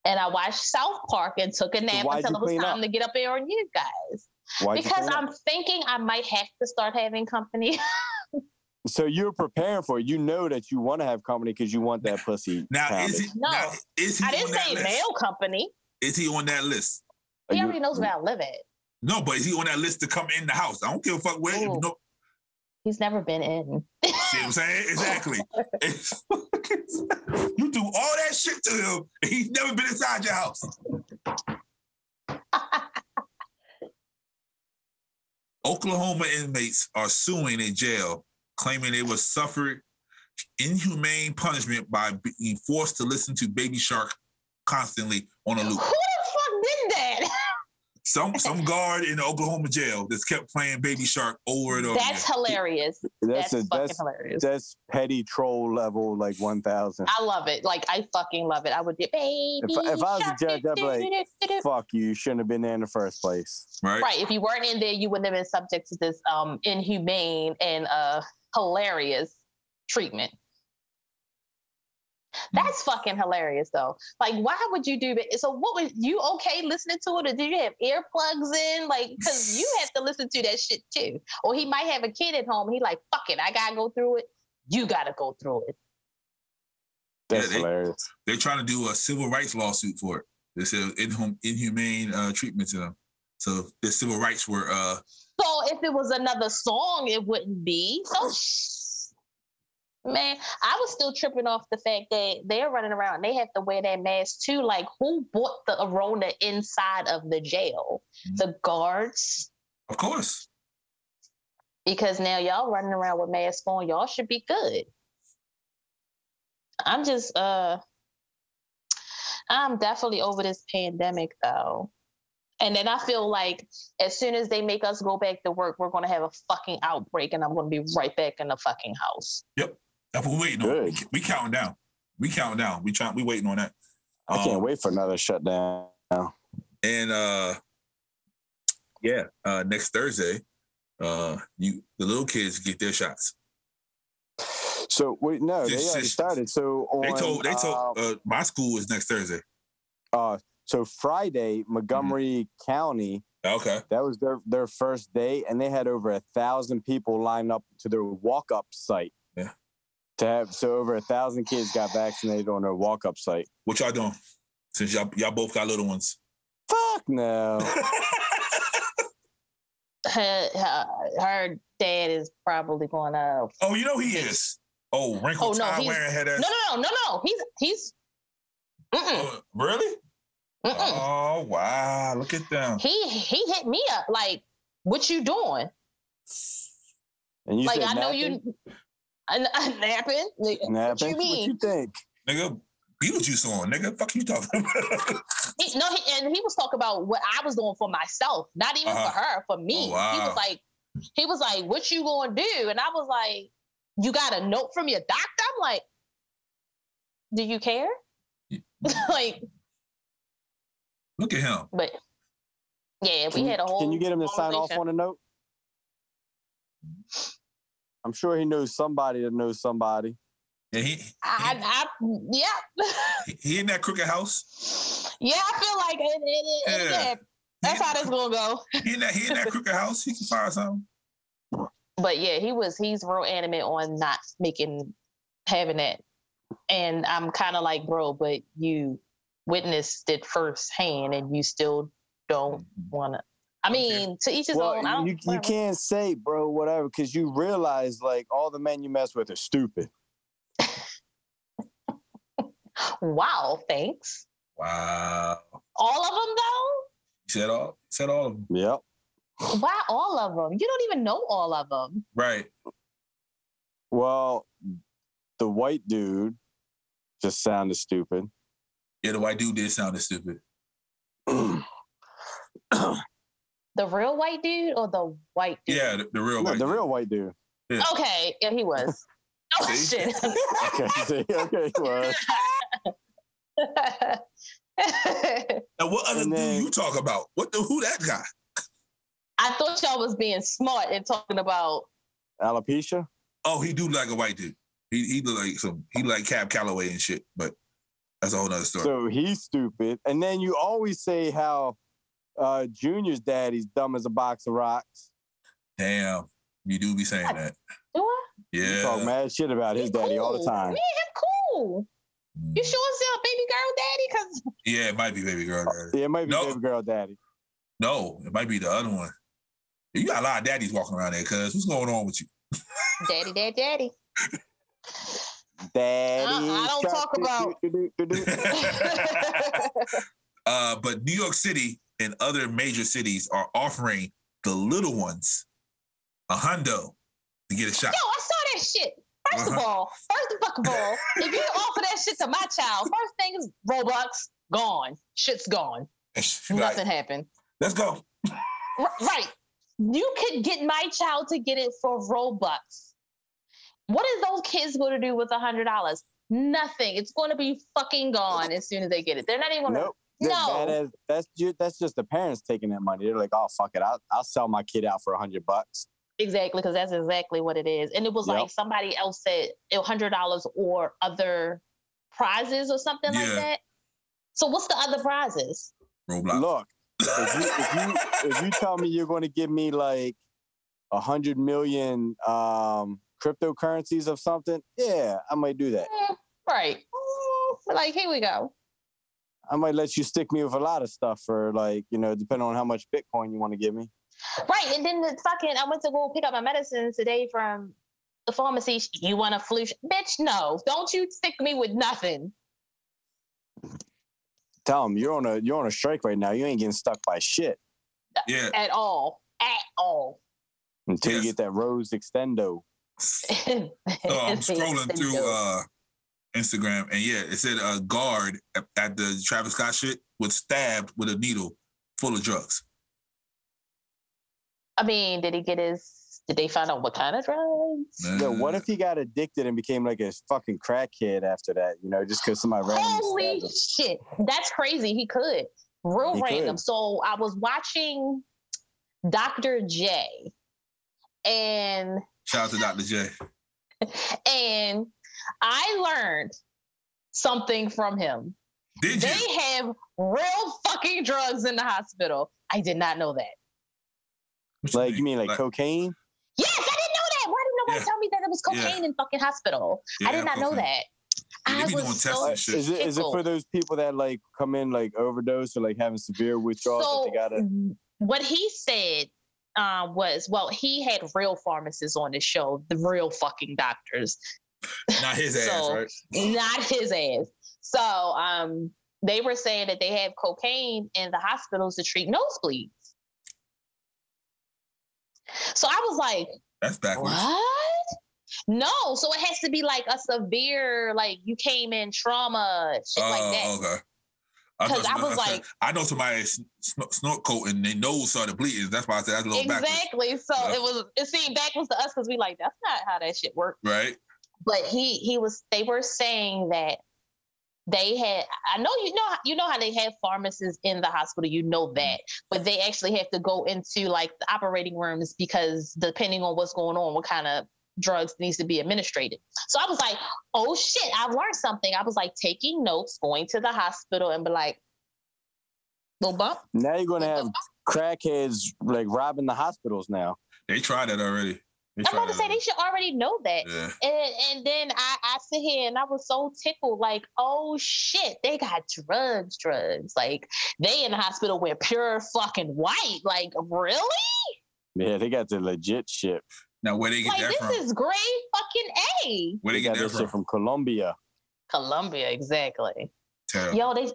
Speaker 3: And I watched South Park and took a nap
Speaker 4: why'd
Speaker 3: until
Speaker 4: you
Speaker 3: it was
Speaker 4: clean
Speaker 3: time
Speaker 4: up?
Speaker 3: to get up there on you guys.
Speaker 4: Why'd you
Speaker 3: because
Speaker 4: clean up?
Speaker 3: I'm thinking I might have to start having company.
Speaker 4: So you're preparing for it. You know that you want to have company because you want that pussy.
Speaker 2: Now
Speaker 4: pounded.
Speaker 2: is he?
Speaker 3: No.
Speaker 2: Now, is he
Speaker 3: I
Speaker 2: on
Speaker 3: didn't
Speaker 2: that
Speaker 3: say
Speaker 2: list?
Speaker 3: male company.
Speaker 2: Is he on that list?
Speaker 4: Are
Speaker 3: He
Speaker 4: you-
Speaker 3: already knows where I live at.
Speaker 2: No, but is he on that list to come in the house? I don't give a fuck where.
Speaker 3: Ooh.
Speaker 2: No,
Speaker 3: He's never been in.
Speaker 2: see what I'm saying? Exactly. It's- you do all that shit to him, and he's never been inside your house. Oklahoma inmates are suing a jail, claiming they were suffered inhumane punishment by being forced to listen to Baby Shark constantly on a
Speaker 3: Who the
Speaker 2: loop.
Speaker 3: fuck did that?
Speaker 2: Some some guard in the Oklahoma jail that's kept playing Baby Shark over and over.
Speaker 3: That's hilarious. That's,
Speaker 4: that's a,
Speaker 3: fucking
Speaker 4: that's
Speaker 3: hilarious.
Speaker 4: that's petty troll level like one thousand.
Speaker 3: I love it. Like I fucking love it. I would do baby.
Speaker 4: If- if I was a
Speaker 3: shark,
Speaker 4: judge, I'd be like,
Speaker 3: do-do-do-do-do-do.
Speaker 4: Fuck you! You shouldn't have been there in the first place.
Speaker 2: again, right?
Speaker 3: right. If you weren't in there, you wouldn't have been subject to this um inhumane and uh hilarious treatment. That's fucking hilarious though. Like, why would you do that? So, what was you okay listening to it, or did you have earplugs in? Like, because you have to listen to that shit too. Or he might have a kid at home. He like, fuck it, I gotta go through it. You gotta go through it.
Speaker 4: That's
Speaker 2: Yeah, they-
Speaker 4: hilarious.
Speaker 2: They're trying to do a civil rights lawsuit for it. They said inhum- inhumane uh, treatment to them. So the civil rights were uh,
Speaker 3: So if it was another song, it wouldn't be. So sh- man, I was still tripping off the fact that they're running around and they have to wear that mask too. Like who bought the arona inside of the jail? The guards?
Speaker 2: of course.
Speaker 3: Because now y'all running around with masks on, y'all should be good. I'm just uh I'm definitely over this pandemic though. And then I feel like as soon as they make us go back to work, we're gonna have a fucking outbreak and I'm gonna be right back in the fucking house.
Speaker 2: That's what we're waiting on.
Speaker 4: Good.
Speaker 2: We counting down. We counting down. We trying we waiting on that.
Speaker 4: I can't
Speaker 2: Um,
Speaker 4: wait for another shutdown.
Speaker 2: And uh yeah, uh next Thursday, uh you the little kids get their shots.
Speaker 4: So wait, no, they
Speaker 2: Just-
Speaker 4: already
Speaker 2: just-
Speaker 4: started. So on,
Speaker 2: They told they told
Speaker 4: uh,
Speaker 2: uh, my school is next Thursday.
Speaker 4: uh, so Friday,
Speaker 2: Mm-hmm.
Speaker 4: Montgomery County,
Speaker 2: Okay.
Speaker 4: that was their their first day, and they had over a thousand people lined up to their walk up site.
Speaker 2: Yeah.
Speaker 4: To have so over a thousand kids got vaccinated on their walk up site.
Speaker 2: What y'all doing? Since y'all y'all both got little ones.
Speaker 4: Fuck no.
Speaker 3: Her, her, her dad is probably gonna
Speaker 2: oh, you know he is. Oh, wrinkled
Speaker 3: Oh, no,
Speaker 2: tie
Speaker 3: he's-
Speaker 2: wearing head
Speaker 3: No
Speaker 2: ass.
Speaker 3: no no no no. He's he's mm-mm,
Speaker 2: Oh, really?
Speaker 3: mm-mm.
Speaker 2: Oh wow, look at them.
Speaker 3: he he hit me up like what you doing
Speaker 4: And you
Speaker 3: like
Speaker 4: said
Speaker 3: i know you
Speaker 4: napping?
Speaker 3: I, I'm napping Like, what
Speaker 4: Napping?
Speaker 3: you
Speaker 4: What you
Speaker 3: mean
Speaker 4: think?
Speaker 2: Nigga, Beetlejuice on, nigga. Fuck you talking about.
Speaker 3: He- no he, and he was talking about what i was doing for myself not even
Speaker 4: Uh-huh.
Speaker 3: for her for me
Speaker 2: Oh, wow.
Speaker 3: he was like he was like what you gonna do and i was like you got a note from your doctor i'm like do you care like
Speaker 2: look at him.
Speaker 3: but yeah
Speaker 4: Can
Speaker 3: we
Speaker 4: you-
Speaker 3: had a whole
Speaker 4: Can you get him to sign off
Speaker 3: conversation.
Speaker 4: on a note? I'm sure he knows somebody that knows somebody.
Speaker 2: And he
Speaker 3: I, I, I yeah
Speaker 2: he in that crooked house.
Speaker 3: yeah i feel like it, it, it,
Speaker 2: Yeah.
Speaker 3: yeah that's how this gonna go
Speaker 2: He in that he in that crooked house. He can find something.
Speaker 3: but yeah, he was he's real animate on not making having that. And I'm kind of like, bro, but you witnessed it firsthand, and you still don't want to. I
Speaker 2: Okay.
Speaker 3: mean, to each his own. I
Speaker 4: Well,
Speaker 3: don't,
Speaker 4: you, you can't say, bro, whatever, because you realize like all the men you mess with are stupid.
Speaker 3: Wow, thanks.
Speaker 2: Wow.
Speaker 3: All of them though.
Speaker 2: He said all said all of them.
Speaker 4: Yep.
Speaker 3: Why all of them? You don't even know all of them.
Speaker 2: Right.
Speaker 4: Well, the white dude just sounded stupid.
Speaker 2: Yeah, the white dude did sound stupid.
Speaker 4: no,
Speaker 3: The real white dude or the white dude?
Speaker 2: Yeah, the, the real white.
Speaker 4: the real white dude.
Speaker 3: Okay, yeah, he was. oh
Speaker 2: See?
Speaker 3: shit.
Speaker 4: Okay, see, okay, well,
Speaker 2: And what other
Speaker 4: And then-
Speaker 2: dude you talk about? What the who that guy?
Speaker 3: I thought y'all was being smart and talking about
Speaker 4: alopecia.
Speaker 2: Oh, he do like a white dude. He he look like some he like Cab Calloway and shit, but that's a whole nother story.
Speaker 4: So he's stupid. And then you always say how uh, Junior's daddy's dumb as a box of rocks.
Speaker 2: Damn, you do be saying that.
Speaker 3: Do I?
Speaker 4: You talk
Speaker 2: Yeah.
Speaker 4: mad shit about his
Speaker 3: He
Speaker 4: daddy all the
Speaker 3: cool.
Speaker 4: time.
Speaker 3: Me and him cool.
Speaker 2: Mm.
Speaker 3: You sure it's your baby girl daddy? Cause
Speaker 2: Yeah, it might be baby girl. daddy.
Speaker 4: Yeah, it might be
Speaker 2: No.
Speaker 4: baby girl daddy.
Speaker 2: No, it might be the other one. You got a lot of daddies walking around there, cuz what's going on with you?
Speaker 3: daddy, dad, daddy.
Speaker 4: Daddy.
Speaker 3: I Uh-uh, don't
Speaker 4: shark,
Speaker 3: talk
Speaker 4: doo,
Speaker 3: about-
Speaker 4: doo, doo, doo, doo, doo.
Speaker 2: uh, but New York City and other major cities are offering the little ones a hundo to get a shot.
Speaker 3: Yo, I saw that shit. 1st of
Speaker 2: Uh-huh.
Speaker 3: all, first fucking all, if you offer that shit to my child, first thing is Robux gone. Shit's gone.
Speaker 2: And she be like,
Speaker 3: Nothing happened.
Speaker 2: Let's go.
Speaker 3: R- right. You could get my child to get it for Robux. What is those kids going to do with a hundred dollars? Nothing. It's going to be fucking gone as soon as they get it. They're not even going to.
Speaker 4: Nope. That-
Speaker 3: No.
Speaker 4: that is- that's ju- that's just the parents taking that money. They're like, oh fuck it, I'll, I'll sell my kid out for a hundred bucks.
Speaker 3: Exactly, because that's exactly what it is. And it was
Speaker 4: Yep.
Speaker 3: like somebody else said hundred dollars or other prizes or something like
Speaker 2: Yeah.
Speaker 3: that. So what's the other prizes?
Speaker 2: Roblox.
Speaker 4: Look, if you, if you if you tell me you're going to give me like a hundred million um, cryptocurrencies of something, yeah, I might do that.
Speaker 3: Right. Oh, Like, here we go.
Speaker 4: I might let you stick me with a lot of stuff for like, you know, depending on how much Bitcoin you want to give me.
Speaker 3: Right. And then the fucking, I went to go pick up my medicines today from the pharmacy. You want a flu? sh- Bitch, no. Don't you stick me with nothing.
Speaker 4: Tell them you're on a you're on a strike right now. You ain't getting stuck by shit
Speaker 2: Yeah.
Speaker 3: At all. At all.
Speaker 4: until
Speaker 2: Yes.
Speaker 4: you get that Rose Extendo.
Speaker 3: so
Speaker 2: So I'm scrolling through uh, Instagram, and yeah, it said a guard at- at the Travis Scott shit was stabbed with a needle full of drugs.
Speaker 3: I mean, did he get his? Did they find out what kind of drugs?
Speaker 4: Yeah, what if he got addicted and became like a fucking crackhead after that? You know, just because somebody randomly
Speaker 3: Holy
Speaker 4: stabbed him.
Speaker 3: shit, that's crazy. He could real
Speaker 4: He could.
Speaker 3: random. So I was watching Dr. J, and
Speaker 2: Shout out to Dr. J.
Speaker 3: and I learned something from him.
Speaker 2: Did you?
Speaker 3: They have real fucking drugs in the hospital. I did not know that.
Speaker 2: What
Speaker 4: Like you mean like cocaine?
Speaker 3: Yes, I didn't know that. Why didn't nobody
Speaker 2: Yeah.
Speaker 3: tell me that it was
Speaker 2: Yeah.
Speaker 3: cocaine in fucking hospital?
Speaker 2: Yeah,
Speaker 3: I did not know
Speaker 2: cocaine.
Speaker 3: that.
Speaker 2: Yeah, they
Speaker 3: I
Speaker 2: be doing
Speaker 3: was
Speaker 2: testing
Speaker 3: so
Speaker 2: and
Speaker 4: Is
Speaker 2: shit.
Speaker 4: it is it for
Speaker 3: Tickled.
Speaker 4: those people that like come in like overdose or like having severe withdrawals that they gotta?
Speaker 3: w- what he said um, was, well, he had real pharmacists on the show, the real fucking doctors,
Speaker 2: Not his ass,
Speaker 3: So-
Speaker 2: right?
Speaker 3: not his ass. So um, they were saying that they have cocaine in the hospitals to treat nosebleeds. So I was like,
Speaker 2: That's backwards.
Speaker 3: what? No, so it has to be like a severe, like you came in trauma, shit like that.
Speaker 2: Oh, okay. I thought
Speaker 3: 'Cause I
Speaker 2: somebody-
Speaker 3: was
Speaker 2: said-
Speaker 3: like-
Speaker 2: I know somebody that sn- sn- snort coat and their nose started bleeding. That's why I said that's a little backwards,
Speaker 3: Exactly. So
Speaker 2: Yeah.
Speaker 3: it was it seemed backwards to us because we like that's not how that shit works.
Speaker 2: right?
Speaker 3: but he he was they were saying that they had i know you know you know how they have pharmacists in the hospital you know that but they actually have to go into like the operating rooms because depending on what's going on what kind of drugs needs to be administrated so i was like oh shit i've learned something i was like taking notes going to the hospital and be like little bump
Speaker 4: Now you're gonna have crackheads like robbing the hospitals now.
Speaker 2: They tried that already. They
Speaker 3: i'm
Speaker 2: tried
Speaker 3: about to
Speaker 2: that
Speaker 3: say they should already know that
Speaker 2: already. Yeah.
Speaker 3: And, and then I, I sit here and I was so tickled, like, oh shit, they got drugs, drugs. Like they in the hospital wear pure fucking white. Like, really?
Speaker 4: Yeah, they got the legit shit.
Speaker 2: Now where they get
Speaker 3: Like
Speaker 2: that
Speaker 3: this
Speaker 2: from?
Speaker 3: is great fucking A.
Speaker 2: where
Speaker 4: They
Speaker 2: they
Speaker 4: got
Speaker 2: get
Speaker 4: that
Speaker 2: that
Speaker 4: shit
Speaker 2: from?
Speaker 4: from Colombia.
Speaker 3: Columbia, exactly.
Speaker 2: Terrible.
Speaker 3: Yo, they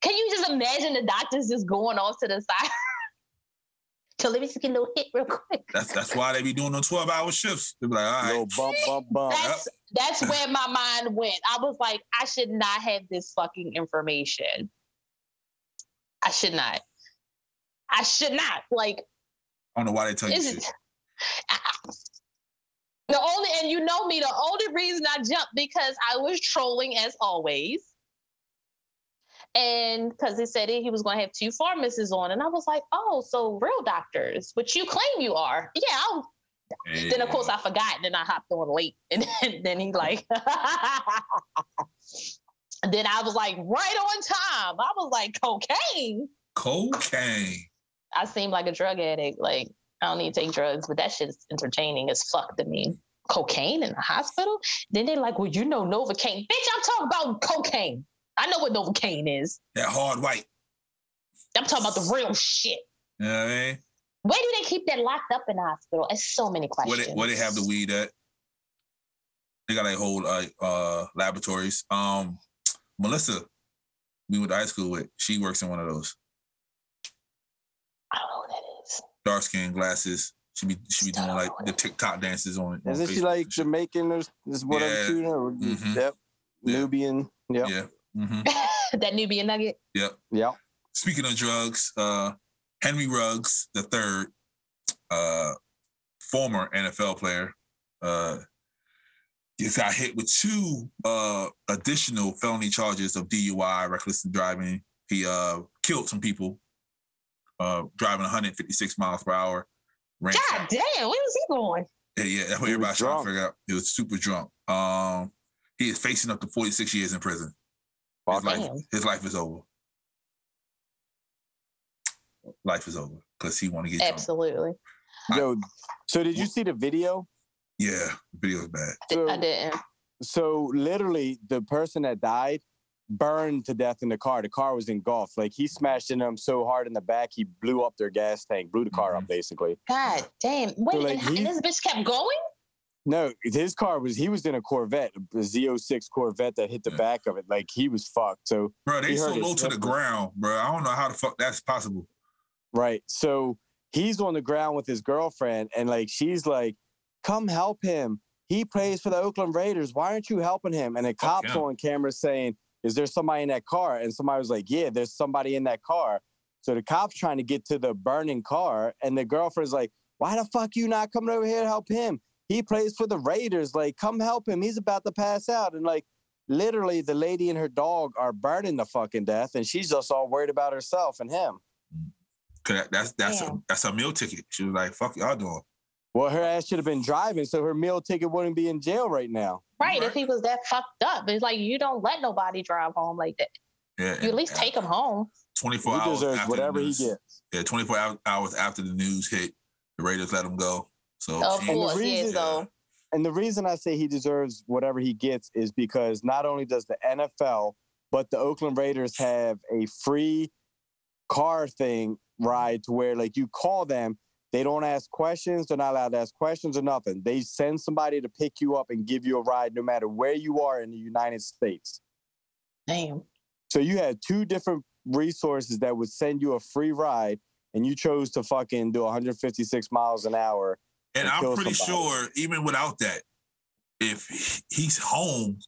Speaker 3: can you just imagine the doctors just going off to the side? so let me just get a little hit real quick.
Speaker 2: That's that's why they be doing them twelve hour shifts. They be like, all right,
Speaker 4: Little bump, bump, bump.
Speaker 3: That's that's where my mind went. I was like, I should not have this fucking information. I should not. I should not. Like,
Speaker 2: I don't know why they tell you
Speaker 3: is
Speaker 2: shit.
Speaker 3: it the only and you know me, the only reason I jumped because I was trolling as always. And because he said he was going to have two pharmacists on, and I was like, "Oh, so real doctors, which you claim you are? Yeah, I'll Then of course I forgot. and Then I hopped on late, and then, then he like. And then I was like, right on time. I was like, cocaine.
Speaker 2: cocaine.
Speaker 3: I seem like a drug addict. Like I don't need to take drugs, but that shit's entertaining as fuck to me. Cocaine in the hospital? Then they like, well, you know Novocaine, bitch. I'm talking about cocaine. I know what Novocaine is.
Speaker 2: That hard white.
Speaker 3: I'm talking about the real shit.
Speaker 2: You know what I mean?
Speaker 3: Where do they keep that locked up in the hospital? It's so many
Speaker 2: Where
Speaker 3: questions.
Speaker 2: they, where they have the weed at? They got like whole uh, uh laboratories. Um, Melissa, we went to high school with. She works in one of those
Speaker 3: I don't know what that is.
Speaker 2: dark skin glasses. She be she be
Speaker 3: Still
Speaker 2: doing
Speaker 3: don't
Speaker 2: like
Speaker 3: know what
Speaker 2: the
Speaker 3: it is.
Speaker 2: TikTok dances on. on
Speaker 4: Isn't she
Speaker 2: Facebook
Speaker 4: like
Speaker 2: and shit.
Speaker 4: Jamaican or s- is whatever?
Speaker 2: Yeah.
Speaker 4: too, or-
Speaker 2: Mhm.
Speaker 4: Yep.
Speaker 2: Yeah.
Speaker 4: Nubian. Yep.
Speaker 2: Yeah. hmm
Speaker 3: that Nubian nugget.
Speaker 2: Yep.
Speaker 4: Yep.
Speaker 2: speaking of drugs, uh, Henry Ruggs the third, uh, former NFL player, uh, just got hit with two uh, additional felony charges of DUI, reckless driving. He uh, killed some people, uh, driving 156 miles per hour. Ran
Speaker 3: God damn, where was he going?
Speaker 2: yeah, yeah, that's what
Speaker 4: He was
Speaker 2: everybody's trying
Speaker 4: drunk.
Speaker 2: to figure out. He was super drunk. Um, he is facing up to 46 years in prison. His
Speaker 4: Fuck.
Speaker 2: life,
Speaker 3: Damn.
Speaker 2: his life is over. Life is over because he want to get drunk.
Speaker 3: Absolutely.
Speaker 4: Yo, so did you see the video?
Speaker 2: Yeah, the video's bad.
Speaker 3: I
Speaker 4: So,
Speaker 3: didn't.
Speaker 4: so literally, the person that died burned to death in the car. The car was engulfed. Like he smashed into them so hard in the back, he blew up their gas tank, blew the car up basically.
Speaker 3: God damn. Wait,
Speaker 4: like,
Speaker 3: and, how- and
Speaker 4: he-
Speaker 3: this bitch kept going?
Speaker 4: No, his car was he was in a Corvette, a Z06 Corvette that hit the
Speaker 2: Yeah.
Speaker 4: back of it. Like he was fucked. So
Speaker 2: bro. They
Speaker 4: He
Speaker 2: so
Speaker 4: heard it.
Speaker 2: low to the
Speaker 4: Yep.
Speaker 2: ground, bro. I don't know how the fuck that's possible.
Speaker 4: Right. So he's on the ground with his girlfriend, and like she's like, "Come help him. He plays for the Oakland Raiders. Why aren't you helping him?" And the cops
Speaker 2: yeah.
Speaker 4: on camera saying, "Is there somebody in that car?" And somebody was like, "Yeah, there's somebody in that car." So the cops trying to get to the burning car, and the girlfriend's like, "Why the fuck you not coming over here to help him? He plays for the Raiders. Like, come help him. He's about to pass out." And like. Literally, the lady and her dog are burning to fucking death, and she's just all worried about herself and him.
Speaker 2: Cause that, that's that's a,
Speaker 3: Damn.
Speaker 2: that's a meal ticket. She was like, "Fuck y'all doing."
Speaker 4: Well, her ass should have been driving, so her meal ticket wouldn't be in jail right now.
Speaker 3: Right,
Speaker 2: Right.
Speaker 3: if he was that fucked up. It's like you don't let nobody drive home like that.
Speaker 2: Yeah,
Speaker 3: You at least take him home.
Speaker 2: twenty four
Speaker 4: he
Speaker 2: hours
Speaker 4: deserves
Speaker 2: after
Speaker 4: whatever
Speaker 2: the
Speaker 4: he
Speaker 2: news.
Speaker 4: gets.
Speaker 2: Yeah, twenty four hours after the news hit, the Raiders let him go. So
Speaker 3: Of
Speaker 2: she-
Speaker 3: course, yeah,
Speaker 4: reason-
Speaker 3: so
Speaker 4: And the reason I say he deserves whatever he gets is because not only does the NFL, but the Oakland Raiders have a free car thing ride to where like you call them, they don't ask questions, they're not allowed to ask questions or nothing. They send somebody to pick you up and give you a ride no matter where you are in the United States.
Speaker 3: damn.
Speaker 4: So you had two different resources that would send you a free ride, and you chose to fucking do 156 miles an hour.
Speaker 2: And
Speaker 4: and
Speaker 2: I'm
Speaker 4: kill
Speaker 2: pretty
Speaker 4: somebody.
Speaker 2: sure, even without that, if he- he's home,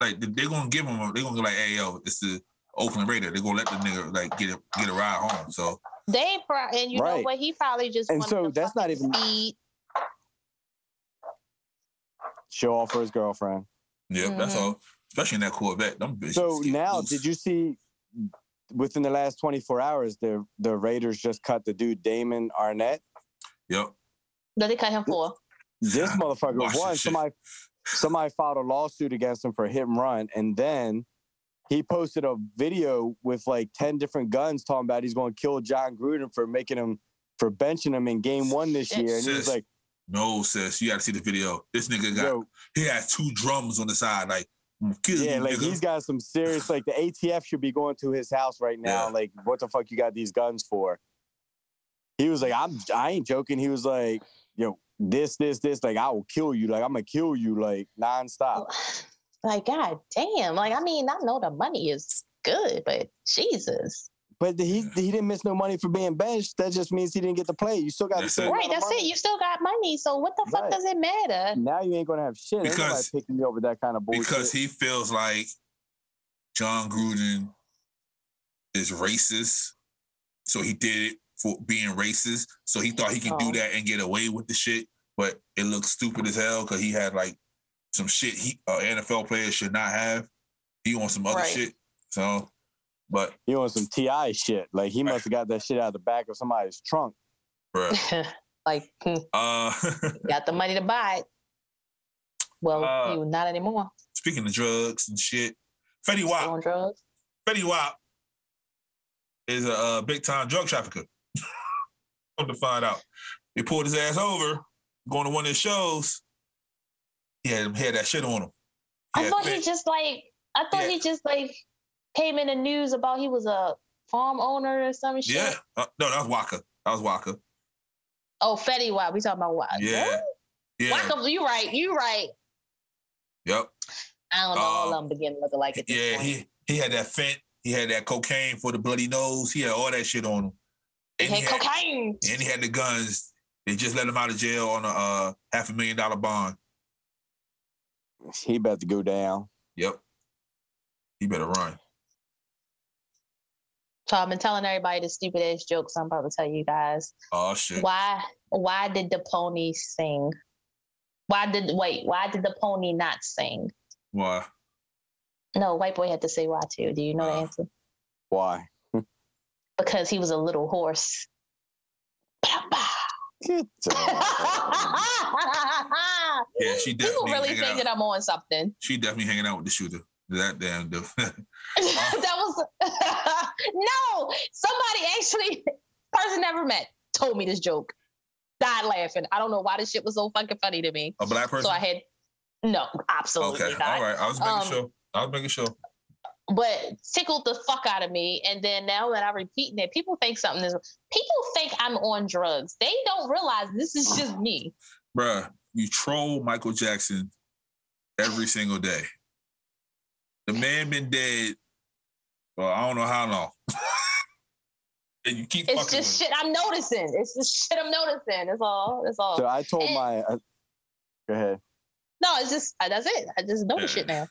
Speaker 2: like they're gonna give him, a- they're gonna be like, "Hey, yo, it's the Oakland Raider." They're gonna let the nigga like get a get a ride home. So
Speaker 3: They ain't pro- and you know
Speaker 4: Right.
Speaker 3: what? He probably just
Speaker 4: And
Speaker 3: wanted
Speaker 4: so
Speaker 3: to
Speaker 4: that's not
Speaker 3: fucking
Speaker 4: even-
Speaker 3: speed.
Speaker 4: Show off for his girlfriend.
Speaker 2: yeah, that's
Speaker 3: Mhm.
Speaker 2: all. Especially in that Corvette, them bitches.
Speaker 4: So
Speaker 2: get
Speaker 4: now,
Speaker 2: loose.
Speaker 4: did you see? Within the last 24 hours, the the Raiders just cut the dude Damon Arnett.
Speaker 2: Yep.
Speaker 3: That they cut him for.
Speaker 4: This motherfucker
Speaker 2: Watch
Speaker 4: won.
Speaker 2: this shit.
Speaker 4: Somebody somebody filed a lawsuit against him for hit and run, and then he posted a video with like 10 different guns talking about he's going to kill John Gruden for making him for benching him in game one this
Speaker 3: Shit.
Speaker 4: year. And he was
Speaker 2: Sis.
Speaker 4: like.
Speaker 2: No, sis, you gotta see the video. This nigga got
Speaker 4: Yo,
Speaker 2: he has two drums on the side, like "I'm gonna kill
Speaker 4: yeah,
Speaker 2: you,
Speaker 4: like
Speaker 2: nigga.
Speaker 4: he's got some serious. Like the ATF should be going to his house right now.
Speaker 2: Yeah.
Speaker 4: Like, what the fuck you got these guns for? He was like, I'm. I ain't joking. He was like, yo, this, this, this. Like, I will kill you. Like, I'm gonna kill you. Like,
Speaker 3: Oh.
Speaker 4: nonstop.
Speaker 3: Like, god damn. Like, I mean, I know the money is good, but Jesus.
Speaker 4: But he he didn't miss no money for being benched. That just means he didn't get to play. You still got the
Speaker 2: That's
Speaker 4: same
Speaker 2: it.
Speaker 3: Right,
Speaker 4: amount of
Speaker 3: that's it.
Speaker 4: money.
Speaker 3: You still got money, so what the fuck
Speaker 4: Right.
Speaker 3: does it matter?
Speaker 4: Now you ain't gonna have shit. Ain't nobody
Speaker 2: Because-
Speaker 4: picking you over that kind of bullshit.
Speaker 2: because he feels like John Gruden is racist, so he did it for being racist. So he thought he could
Speaker 3: Oh.
Speaker 2: do that and get away with the shit, but it looks stupid as hell because he had like some shit he uh, NFL players should not have. He on some other
Speaker 3: Right.
Speaker 2: shit, so but
Speaker 4: you on some Ti shit. Like he must have got that shit out of the back of somebody's trunk.
Speaker 2: bruh.
Speaker 3: like, hmm,
Speaker 2: uh,
Speaker 3: got the money to buy it. Well,
Speaker 2: Uh,
Speaker 3: you not anymore.
Speaker 2: speaking of drugs and shit, Fetty Wap.
Speaker 3: Still on drugs.
Speaker 2: Fetty Wap is a, uh big time drug trafficker. Come to find out, they pulled his ass over going to one of his shows. He had, he had that shit on him.
Speaker 3: I
Speaker 2: had
Speaker 3: thought he
Speaker 2: Fet-
Speaker 3: just like I thought
Speaker 2: Yeah.
Speaker 3: he just like came in the news about he was a farm owner or some shit.
Speaker 2: Yeah, Uh, no, that was Waka. That was Waka.
Speaker 3: Oh, Fetty Wap. We talking about Wap.
Speaker 2: Yeah, yeah,
Speaker 3: Waka, you right. You right.
Speaker 2: yep,
Speaker 3: I don't know.
Speaker 2: Um,
Speaker 3: all of them begin looking like at this
Speaker 2: yeah.
Speaker 3: point.
Speaker 2: He he had that fent. He had that cocaine for the bloody nose. He had all that shit on him.
Speaker 3: He
Speaker 2: And he
Speaker 3: had
Speaker 2: had,
Speaker 3: cocaine.
Speaker 2: and he had the guns. They just let him out of jail on a uh, half a million dollar bond.
Speaker 4: He about to go down.
Speaker 2: Yep. He better run.
Speaker 3: So I've been telling everybody the stupid ass jokes. I'm about to tell you guys
Speaker 2: Oh shit.
Speaker 3: why. Why did the pony sing? Why did wait? Why did the pony not sing?
Speaker 2: Why?
Speaker 3: No, white boy had to say why too. Do you know the
Speaker 2: Uh.
Speaker 3: answer?
Speaker 4: Why?
Speaker 3: Because he was a little horse. Ba-ba.
Speaker 4: Get the-
Speaker 2: Yeah, she
Speaker 3: People
Speaker 2: definitely
Speaker 3: really
Speaker 2: hanging
Speaker 3: think
Speaker 2: out.
Speaker 3: that I'm on something.
Speaker 2: She definitely hanging out with the shooter. That damn dude. Uh-huh.
Speaker 3: that was no. Somebody actually, person I never met, told me this joke. Died laughing. I don't know why this shit was so fucking funny to me.
Speaker 2: a black person.
Speaker 3: So I had no, absolutely
Speaker 2: okay,
Speaker 3: not.
Speaker 2: all right. I was making
Speaker 3: Um,
Speaker 2: sure. I was making sure.
Speaker 3: but tickled the fuck out of me. And then now that I'm repeating it, people think something is. People think I'm on drugs. They don't realize this is just me.
Speaker 2: Bruh, you troll Michael Jackson every single day. The man been dead. Well, I don't know how long. and you keep
Speaker 3: It's
Speaker 2: fucking
Speaker 3: just
Speaker 2: with
Speaker 3: shit I'm noticing. It's just shit I'm noticing. It's all. It's all.
Speaker 4: So I told
Speaker 3: And-
Speaker 4: my. Uh, go ahead.
Speaker 3: No, it's just uh, that's it. I just notice shit now.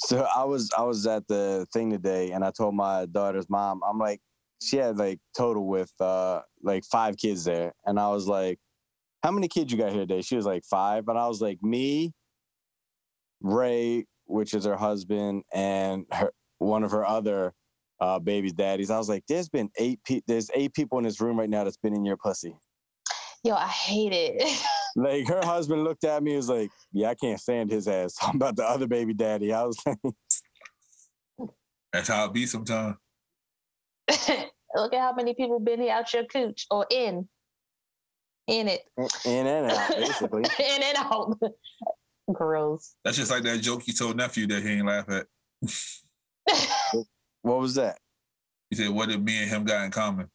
Speaker 4: So I was I was at the thing today, and I told my daughter's mom, I'm like, she had like total with uh like five kids there, and I was like, how many kids you got here today? She was like five, and I was like, me, Ray, which is her husband, and her one of her other uh baby daddies. I was like, there's been eight pe- there's eight people in this room right now that's been in your pussy.
Speaker 3: Yo, I hate it.
Speaker 4: Like her husband looked at me, was like, yeah, I can't stand his ass. I'm about the other baby daddy. I was like.
Speaker 2: That's how it be sometimes.
Speaker 3: Look at how many people been here out your cooch or in, in it,
Speaker 4: Mm, in and out, basically.
Speaker 3: in and out. Gross.
Speaker 2: That's just like that joke you told nephew that he ain't laugh at.
Speaker 4: What was that?
Speaker 2: He said, "What did me and him got in common?"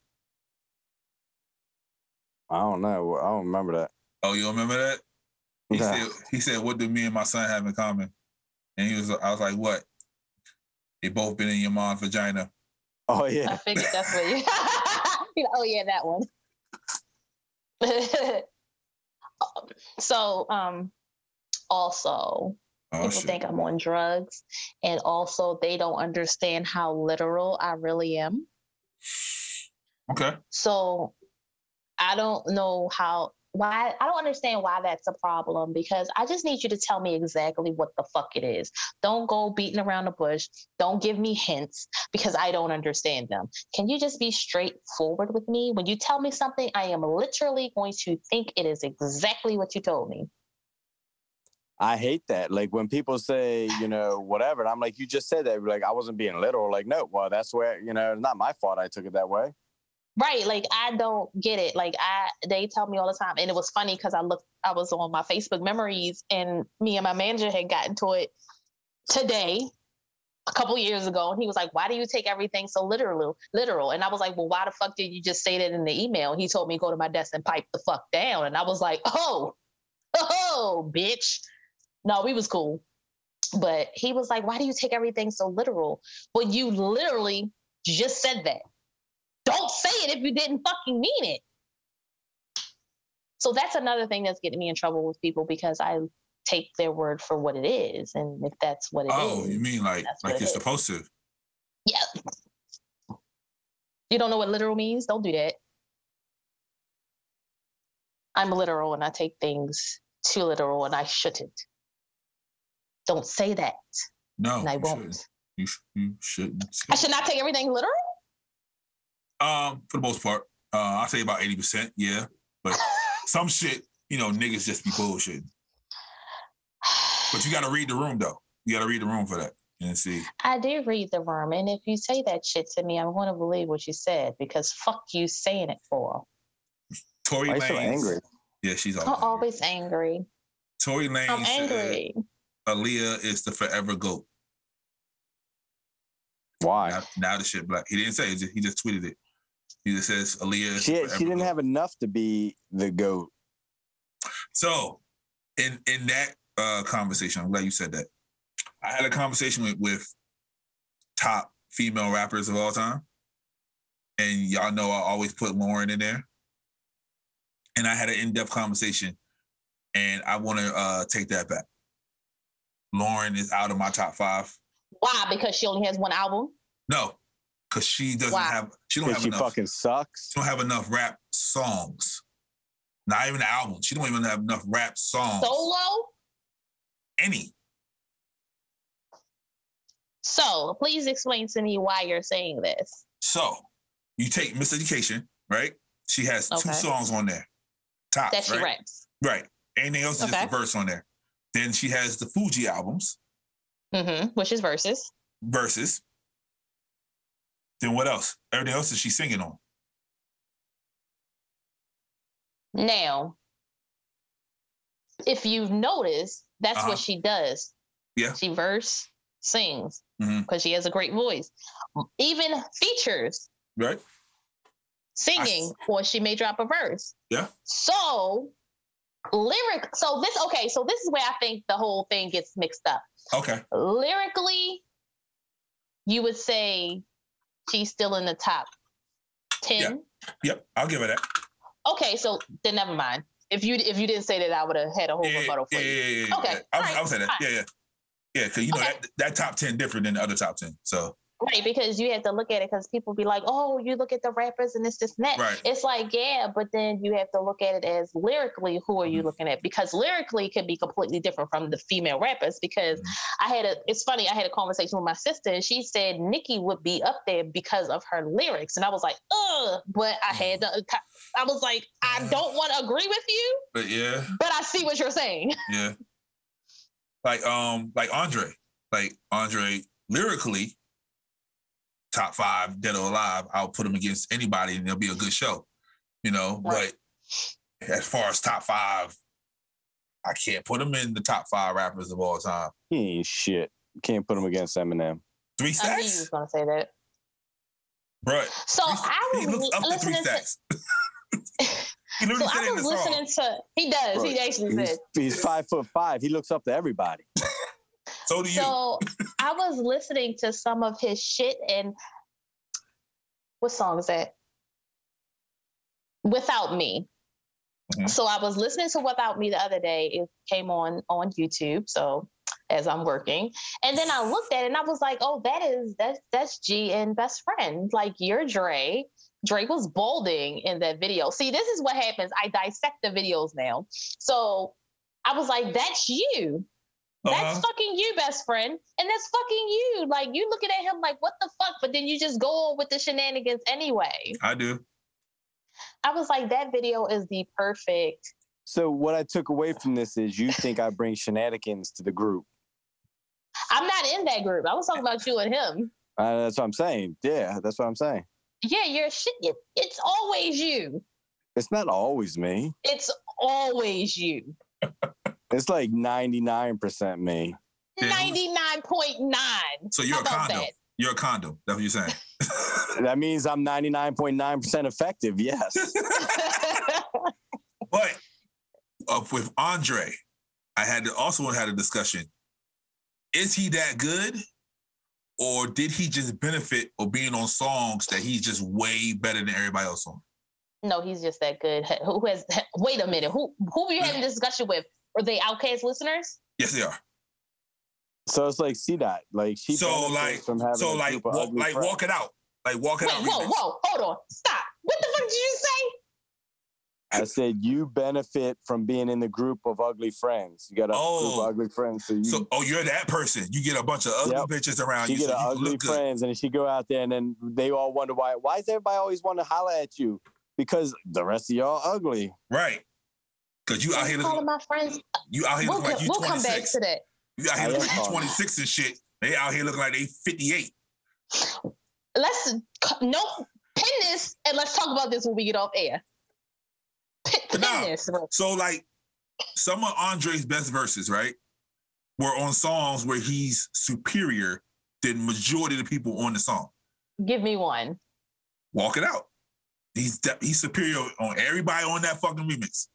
Speaker 4: I don't know. I don't remember that.
Speaker 2: Oh, you don't remember that? He
Speaker 4: Nah.
Speaker 2: said, "He said, what do me and my son have in common?" And he was, I was like, "What?" They both been in your mom's vagina.
Speaker 4: Oh
Speaker 3: I
Speaker 4: yeah,
Speaker 3: figured that's what you. You're like, oh yeah, that one. so, um, also,
Speaker 2: Oh
Speaker 3: people
Speaker 2: shit!
Speaker 3: think I'm on drugs, and also they don't understand how literal I really am.
Speaker 2: okay,
Speaker 3: So I don't know how why I don't understand why that's a problem because I just need you to tell me exactly what the fuck it is. Don't go beating around the bush. Don't give me hints because I don't understand them. Can you just be straightforward with me? When you tell me something, I am literally going to think it is exactly what you told me.
Speaker 4: I hate that. Like when people say, you know, whatever, and I'm like, you just said that. Like I wasn't being literal. Like no, well, that's where you know, it's not my fault. I took it that way.
Speaker 3: Right, like I don't get it. Like I, they tell me all the time, and it was funny because I looked, I was on my Facebook memories, and me and my manager had gotten to it today, a couple years ago, and he was like, "Why do you take everything so literal?" Literal, and I was like, "Well, why the fuck did you just say that in the email?" And he told me go to my desk and pipe the fuck down, and I was like, "Oh, oh, bitch." No, we was cool, but he was like, "Why do you take everything so literal?" Well, you literally just said that don't say it if you didn't fucking mean it. So that's another thing that's getting me in trouble with people because I take their word for what it is, and if that's what it is,
Speaker 2: Oh, you mean like
Speaker 3: That's
Speaker 2: like
Speaker 3: what
Speaker 2: you're
Speaker 3: it is.
Speaker 2: supposed to?
Speaker 3: you don't know what literal means. Don't do that. I'm literal, and I take things too literal, and I shouldn't. Don't say that,
Speaker 2: No,
Speaker 3: and I
Speaker 2: Oh, you
Speaker 3: won't.
Speaker 2: shouldn't. You, sh- you shouldn't.
Speaker 3: I should not take everything literal.
Speaker 2: Um, for the most part, uh, I'll say about eighty percent. Yeah, but some shit, you know, niggas just be bullshitting. But you got to read the room though. You got to read the room for that and see.
Speaker 3: I did read the room, and if you say that shit to me, I'm going to believe what you said because fuck you saying it for.
Speaker 2: Tory
Speaker 4: Why you
Speaker 2: Lanez.
Speaker 4: so angry?
Speaker 2: Oh, Yeah, she's
Speaker 3: I'm
Speaker 2: always. angry.
Speaker 3: always
Speaker 2: Tory
Speaker 3: angry.
Speaker 2: Lanez.
Speaker 3: I'm
Speaker 2: said
Speaker 3: angry.
Speaker 2: Aaliyah is the forever goat.
Speaker 4: Why?
Speaker 2: Now, now the shit black. He didn't say. It, he just- he just tweeted it. He just says Aaliyah. is
Speaker 4: She
Speaker 2: the
Speaker 4: she
Speaker 2: forever
Speaker 4: didn't
Speaker 2: goat.
Speaker 4: have enough to be the goat.
Speaker 2: So, in in that uh, conversation, I'm glad you said that. I had a conversation with, with top female rappers of all time, and y'all know I always put Lauren in there. And I had an in depth conversation, and I want to uh, take that back. Lauren is out of my top five.
Speaker 3: Why? Because she only has one album.
Speaker 2: No, because she doesn't
Speaker 3: Why?
Speaker 2: have she don't
Speaker 4: Because
Speaker 2: have
Speaker 4: she
Speaker 2: enough.
Speaker 4: fucking sucks.
Speaker 2: she don't have enough rap songs. Not even an album. She don't even have enough rap songs.
Speaker 3: Solo.
Speaker 2: Any.
Speaker 3: So please explain to me why you're saying this.
Speaker 2: So you take Miss Education, right? She has two
Speaker 3: Okay.
Speaker 2: songs on there. Tops,
Speaker 3: That she
Speaker 2: right?
Speaker 3: raps.
Speaker 2: Right. Anything else is
Speaker 3: Okay.
Speaker 2: just a verse on there. Then she has the Fuji albums,
Speaker 3: Mm-hmm. Which is verses.
Speaker 2: verses. Then what else? Everything else is she singing on.
Speaker 3: Now, if you've noticed, that's
Speaker 2: Uh-huh.
Speaker 3: what she does.
Speaker 2: Yeah.
Speaker 3: She verse, sings because
Speaker 2: Mhm.
Speaker 3: she has a great voice. Even features
Speaker 2: right?
Speaker 3: singing, or she may drop a verse.
Speaker 2: Yeah.
Speaker 3: So lyric. So this okay. So this is where I think the whole thing gets mixed up.
Speaker 2: Okay.
Speaker 3: Lyrically, you would say she's still in the top ten.
Speaker 2: Yep. I'll give it that.
Speaker 3: Okay, so then never mind. If you if you didn't say that, I would have had a whole
Speaker 2: Yeah,
Speaker 3: rebuttal for
Speaker 2: yeah,
Speaker 3: you.
Speaker 2: yeah, yeah, yeah,
Speaker 3: Okay,
Speaker 2: yeah. I was,
Speaker 3: alright,
Speaker 2: I was saying that.
Speaker 3: alright.
Speaker 2: Yeah, yeah. Yeah, because you know
Speaker 3: Okay.
Speaker 2: that, that top ten different than the other top ten. So
Speaker 3: Right, because you have to look at it because people be like, oh, you look at the rappers and this, this, and that.
Speaker 2: Right.
Speaker 3: It's like, yeah, but then you have to look at it as lyrically, who are you
Speaker 2: Mhm.
Speaker 3: looking at? Because lyrically could be completely different from the female rappers. Because
Speaker 2: Mhm.
Speaker 3: I had a, it's funny, I had a conversation with my sister and she said Nikki would be up there because of her lyrics. And I was like, ugh, but I had to, uh, I was like, I
Speaker 2: Mm-hmm. Yeah.
Speaker 3: don't want to agree with you,
Speaker 2: but yeah,
Speaker 3: but I see what you're saying.
Speaker 2: yeah. Like um like Andre. Like Andre lyrically, top five, dead or alive, I'll put him against anybody and it'll be a good show. You know,
Speaker 3: Right.
Speaker 2: but as far as top five, I can't put him in the top five rappers of all time.
Speaker 4: He ain't shit. Can't put him against Eminem.
Speaker 2: Three
Speaker 3: I knew you
Speaker 2: stacks?
Speaker 3: was gonna say that.
Speaker 2: Bruh.
Speaker 3: So
Speaker 2: Three-
Speaker 3: I
Speaker 2: He
Speaker 3: was
Speaker 2: looks up to three
Speaker 3: listening to.
Speaker 2: stacks. he
Speaker 3: So
Speaker 2: literally said
Speaker 3: I
Speaker 2: it in the
Speaker 3: was
Speaker 2: song.
Speaker 3: listening to. He does. He
Speaker 4: Right.
Speaker 3: actually
Speaker 4: He's,
Speaker 3: said.
Speaker 4: he's five foot five. He looks up to everybody.
Speaker 2: So do you.
Speaker 3: So I was listening to some of his shit and what song is that? Without Me.
Speaker 2: Mhm.
Speaker 3: So I was listening to Without Me the other day. It came on on YouTube. So as I'm working, and then I looked at it and I was like, "Oh, that is that's that's G and Best Friend. Like you're Dre. Drake was balding in that video. See, this is what happens. I dissect the videos now. So I was like, "That's you. That's
Speaker 2: Uh-huh.
Speaker 3: fucking you, best friend. And that's fucking you. Like you looking at him like, what the fuck? But then you just go on with the shenanigans anyway.
Speaker 2: I do.
Speaker 3: I was like, that video is the perfect.
Speaker 4: So what I took away from this is you think I bring shenanigans to the group.
Speaker 3: I'm not in that group. I was talking about you and him.
Speaker 4: Uh, that's what I'm saying. Yeah, that's what I'm saying.
Speaker 3: Yeah, you're shit. It, it's always you.
Speaker 4: It's not always me.
Speaker 3: It's always you.
Speaker 4: It's like 99% me.
Speaker 2: Yeah.
Speaker 3: Ninety nine point nine.
Speaker 2: So you're
Speaker 3: How
Speaker 2: a
Speaker 3: about
Speaker 2: condom.
Speaker 3: that?
Speaker 2: You're a condom. That's what you're saying.
Speaker 4: That means I'm 99.9% effective. Yes.
Speaker 2: but up with Andre, I had to also had a discussion. Is he that good? Or did he just benefit or being on songs that he's just way better than everybody else on?
Speaker 3: no, he's just that good. Who has? Wait a minute. Who who were you having this discussion with? Were they Outcast listeners?
Speaker 2: Yes, they are.
Speaker 4: So it's like C dot. Like she
Speaker 2: so
Speaker 4: benefits
Speaker 2: like,
Speaker 4: from having
Speaker 2: so
Speaker 4: a
Speaker 2: like,
Speaker 4: group of
Speaker 2: walk,
Speaker 4: ugly
Speaker 2: like
Speaker 4: friends.
Speaker 2: walk it out, like walk it
Speaker 3: Wait,
Speaker 2: out.
Speaker 3: whoa,
Speaker 2: remix.
Speaker 3: whoa, hold on, stop. What the fuck did you say?
Speaker 4: I said you benefit from being in the group of ugly friends. You got a group
Speaker 2: Oh.
Speaker 4: of ugly friends, so you
Speaker 2: So oh, you're that person. You get a bunch of ugly
Speaker 4: Yep.
Speaker 2: bitches around
Speaker 4: she
Speaker 2: you,
Speaker 4: get
Speaker 2: so
Speaker 4: a
Speaker 2: you
Speaker 4: ugly
Speaker 2: look good.
Speaker 4: friends, and she go out there, and then they all wonder why. Why is everybody always want to holler at you? Because the rest of y'all ugly.
Speaker 2: Right. Cause you out here
Speaker 3: calling
Speaker 2: looking,
Speaker 3: my friends.
Speaker 2: you out here
Speaker 3: We'll,
Speaker 2: looking like
Speaker 3: co-
Speaker 2: you
Speaker 3: we'll
Speaker 2: twenty
Speaker 3: come back
Speaker 2: six.
Speaker 3: to that.
Speaker 2: You out here
Speaker 4: I
Speaker 2: looking
Speaker 4: am
Speaker 2: like you
Speaker 4: calling.
Speaker 2: twenty six and shit. They out here looking like they fifty eight.
Speaker 3: Let's c- nope. Pin this and let's talk about this when we get off air. Pin, pin
Speaker 2: No.
Speaker 3: this.
Speaker 2: So like some of Andre's best verses, right, were on songs where he's superior than majority of the people on the song.
Speaker 3: Give me one.
Speaker 2: Walk it out. He's de- he's superior on everybody on that fucking remix.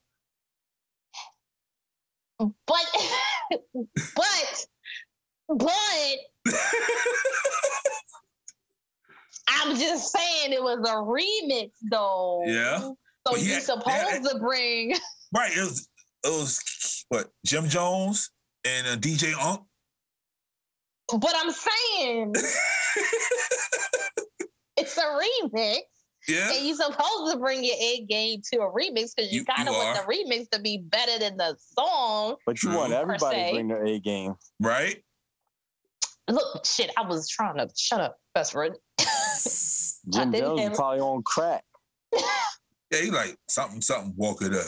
Speaker 3: But but but I'm just saying it was a remix though.
Speaker 2: Yeah.
Speaker 3: So
Speaker 2: But he
Speaker 3: you
Speaker 2: had-
Speaker 3: supposed
Speaker 2: yeah.
Speaker 3: to bring
Speaker 2: right. It was it was what Jim Jones and uh, DJ Unk.
Speaker 3: but I'm saying it's a remix.
Speaker 2: Yeah.
Speaker 3: And you're supposed to bring your A game to a remix because you,
Speaker 2: You-
Speaker 3: kind of
Speaker 2: you
Speaker 3: want the remix to be better than the song.
Speaker 4: But you
Speaker 2: True.
Speaker 4: want
Speaker 2: Per
Speaker 4: everybody to
Speaker 3: se.
Speaker 4: bring their A game.
Speaker 2: Right.
Speaker 3: Look, shit, I was trying to shut up, best friend.
Speaker 4: Jim
Speaker 3: didn't
Speaker 4: Jones
Speaker 3: have-
Speaker 4: is probably on crack.
Speaker 2: Yeah, he like something, something, walk it up.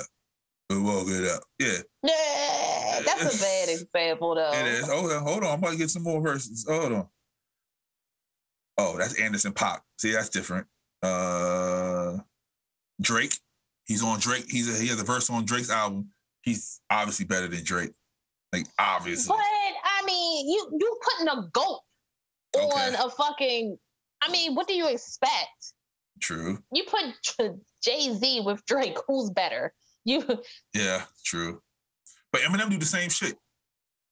Speaker 2: Uh, Walk it up. Yeah,
Speaker 3: Nah, that's a bad example, though.
Speaker 2: it is. Hold on, hold on. I'm about to get some more verses. Hold on. Oh, that's Anderson Pop. See, that's different. Uh Drake. He's on Drake. He's a, he has a verse on Drake's album. He's obviously better than Drake. Like
Speaker 3: But
Speaker 2: obviously.
Speaker 3: I I mean, you you putting a goat
Speaker 2: Okay.
Speaker 3: on a fucking. I mean, what do you expect?
Speaker 2: True.
Speaker 3: You put Jay Z with Drake. Who's better? You
Speaker 2: Yeah, true. But Eminem do the same shit.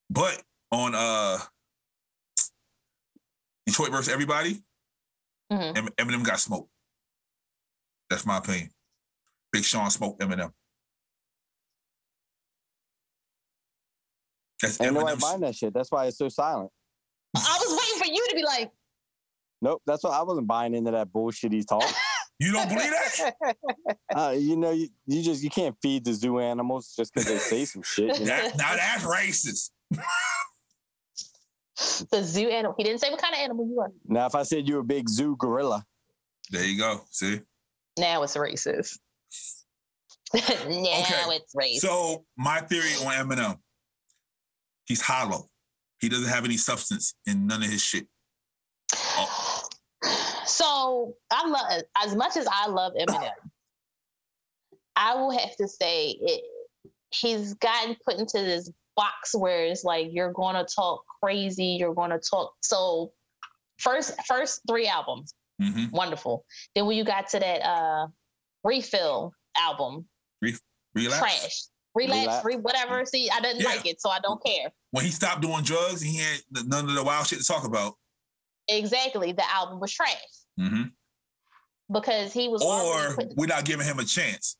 Speaker 2: But on uh Detroit versus everybody,
Speaker 3: Mhm.
Speaker 2: Em- Eminem got smoked. That's my opinion. Big Sean smoked Eminem. That's
Speaker 4: Ain't nobody
Speaker 2: Eminem's.
Speaker 4: buying that shit. That's why it's so silent.
Speaker 3: I was waiting for you to be like.
Speaker 4: Nope, that's why I wasn't buying into that bullshit he's talking.
Speaker 2: You don't believe that?
Speaker 4: Uh, you know, you, you just you can't feed the zoo animals just because they say some shit. You know?
Speaker 2: that? Now that's racist.
Speaker 3: the zoo animal. He didn't say what kind of animal you are.
Speaker 4: Now, if I said you're a big zoo gorilla,
Speaker 2: There you go. See?
Speaker 3: Now it's racist. now it's racist.
Speaker 2: So my theory on Eminem, he's hollow. He doesn't have any substance in none of his shit. uh,
Speaker 3: So I love as much as I love Eminem. I will have to say it. He's gotten put into this box where it's like you're going to talk crazy, you're going to talk. So first, first three albums,
Speaker 2: Mm-hmm.
Speaker 3: wonderful. Then when you got to that uh refill album,
Speaker 2: Relapse.
Speaker 3: trash, relapse,
Speaker 4: Relapse.
Speaker 3: Re- whatever. See, I didn't
Speaker 2: Yeah.
Speaker 3: like it, so I don't care.
Speaker 2: When he stopped doing drugs, he had n- none of the wild shit to talk about.
Speaker 3: Exactly, the album was trash
Speaker 2: Mm-hmm.
Speaker 3: because he was already
Speaker 2: Or
Speaker 3: put-
Speaker 2: we're not giving him a chance.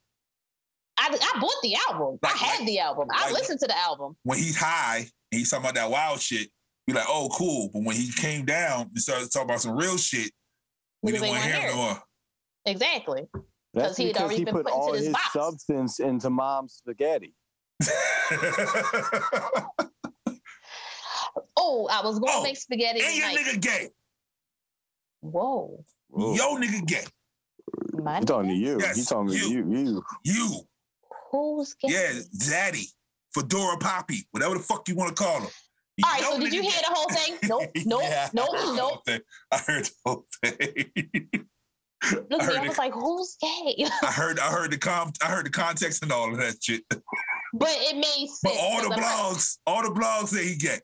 Speaker 3: I, I bought the album. I
Speaker 2: Like-
Speaker 3: had
Speaker 2: like-
Speaker 3: the album. I
Speaker 2: like-
Speaker 3: listened to the album.
Speaker 2: When he's high and he's talking about that wild shit, we like, oh, cool. But when he came down and started talking about some real shit, we
Speaker 3: Niggas
Speaker 2: didn't
Speaker 3: ain't
Speaker 2: want to
Speaker 3: wanna
Speaker 2: hear
Speaker 3: hear
Speaker 2: him no more.
Speaker 3: Exactly.
Speaker 4: that's
Speaker 3: 'Cause he had
Speaker 4: because
Speaker 3: already
Speaker 4: he
Speaker 3: been
Speaker 4: put
Speaker 3: put into
Speaker 4: all
Speaker 3: this
Speaker 4: his
Speaker 3: box.
Speaker 4: substance into mom's spaghetti.
Speaker 3: Oh, I was going to
Speaker 2: Oh,
Speaker 3: make spaghetti
Speaker 2: and your
Speaker 3: tonight.
Speaker 2: nigga gay.
Speaker 3: Whoa,
Speaker 4: Whoa.
Speaker 2: Yo, nigga gay.
Speaker 3: my
Speaker 4: He talking to
Speaker 3: nigga?
Speaker 4: you.
Speaker 2: Yes,
Speaker 4: he talking
Speaker 2: you.
Speaker 4: to you. You.
Speaker 2: You.
Speaker 3: Who's gay?
Speaker 2: Yeah, Zaddy. Fedora Poppy. Whatever the fuck you want to call him.
Speaker 3: All right.
Speaker 2: Yo,
Speaker 3: so did you
Speaker 2: nigga
Speaker 3: hear
Speaker 2: gay.
Speaker 3: the whole thing? Nope. Nope.
Speaker 2: Yeah,
Speaker 3: Nope.
Speaker 2: I heard the whole
Speaker 3: Nope.
Speaker 2: thing. I heard the whole thing.
Speaker 3: Look,
Speaker 2: I
Speaker 3: at me,
Speaker 2: heard
Speaker 3: I
Speaker 2: it.
Speaker 3: was like, who's gay?
Speaker 2: I heard I heard the com I heard the context and all of that shit.
Speaker 3: but it made sense.
Speaker 2: But all the
Speaker 3: 'cause I'm like,
Speaker 2: blogs, all the blogs that he get.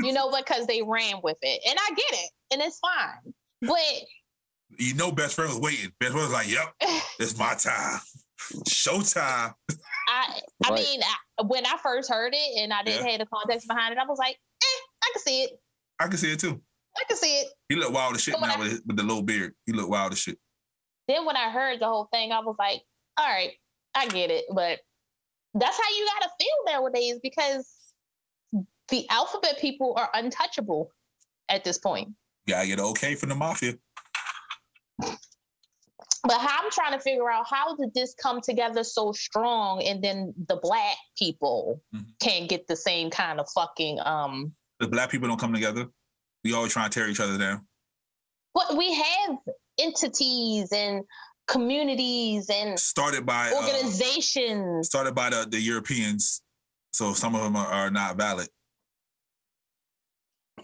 Speaker 3: you know what? Because they ran with it, and I get it, and it's fine. But
Speaker 2: You know best friend was waiting. Best friend was like, Yep, it's my time. Showtime.
Speaker 3: I, I
Speaker 4: Right.
Speaker 3: mean, I, when I first heard it, and I didn't have the context behind it, I was like, eh, I can see it.
Speaker 2: I can see it too.
Speaker 3: I can see it.
Speaker 2: He look wild as shit
Speaker 3: But when
Speaker 2: now
Speaker 3: I-
Speaker 2: with, his- with the little beard. He look wild as shit.
Speaker 3: then when I heard the whole thing, I was like, all right, I get it. But that's how you gotta feel nowadays because the alphabet people are untouchable at this point.
Speaker 2: Gotta get okay from the mafia.
Speaker 3: But how I'm trying to figure out how did this come together so strong and then the black people
Speaker 2: Mhm.
Speaker 3: can't get the same kind of fucking um
Speaker 2: The black people don't come together. We always try and tear each other down.
Speaker 3: but we have entities and communities and
Speaker 2: Started by uh,
Speaker 3: organizations.
Speaker 2: started by the, the Europeans. So some of them are, are not valid.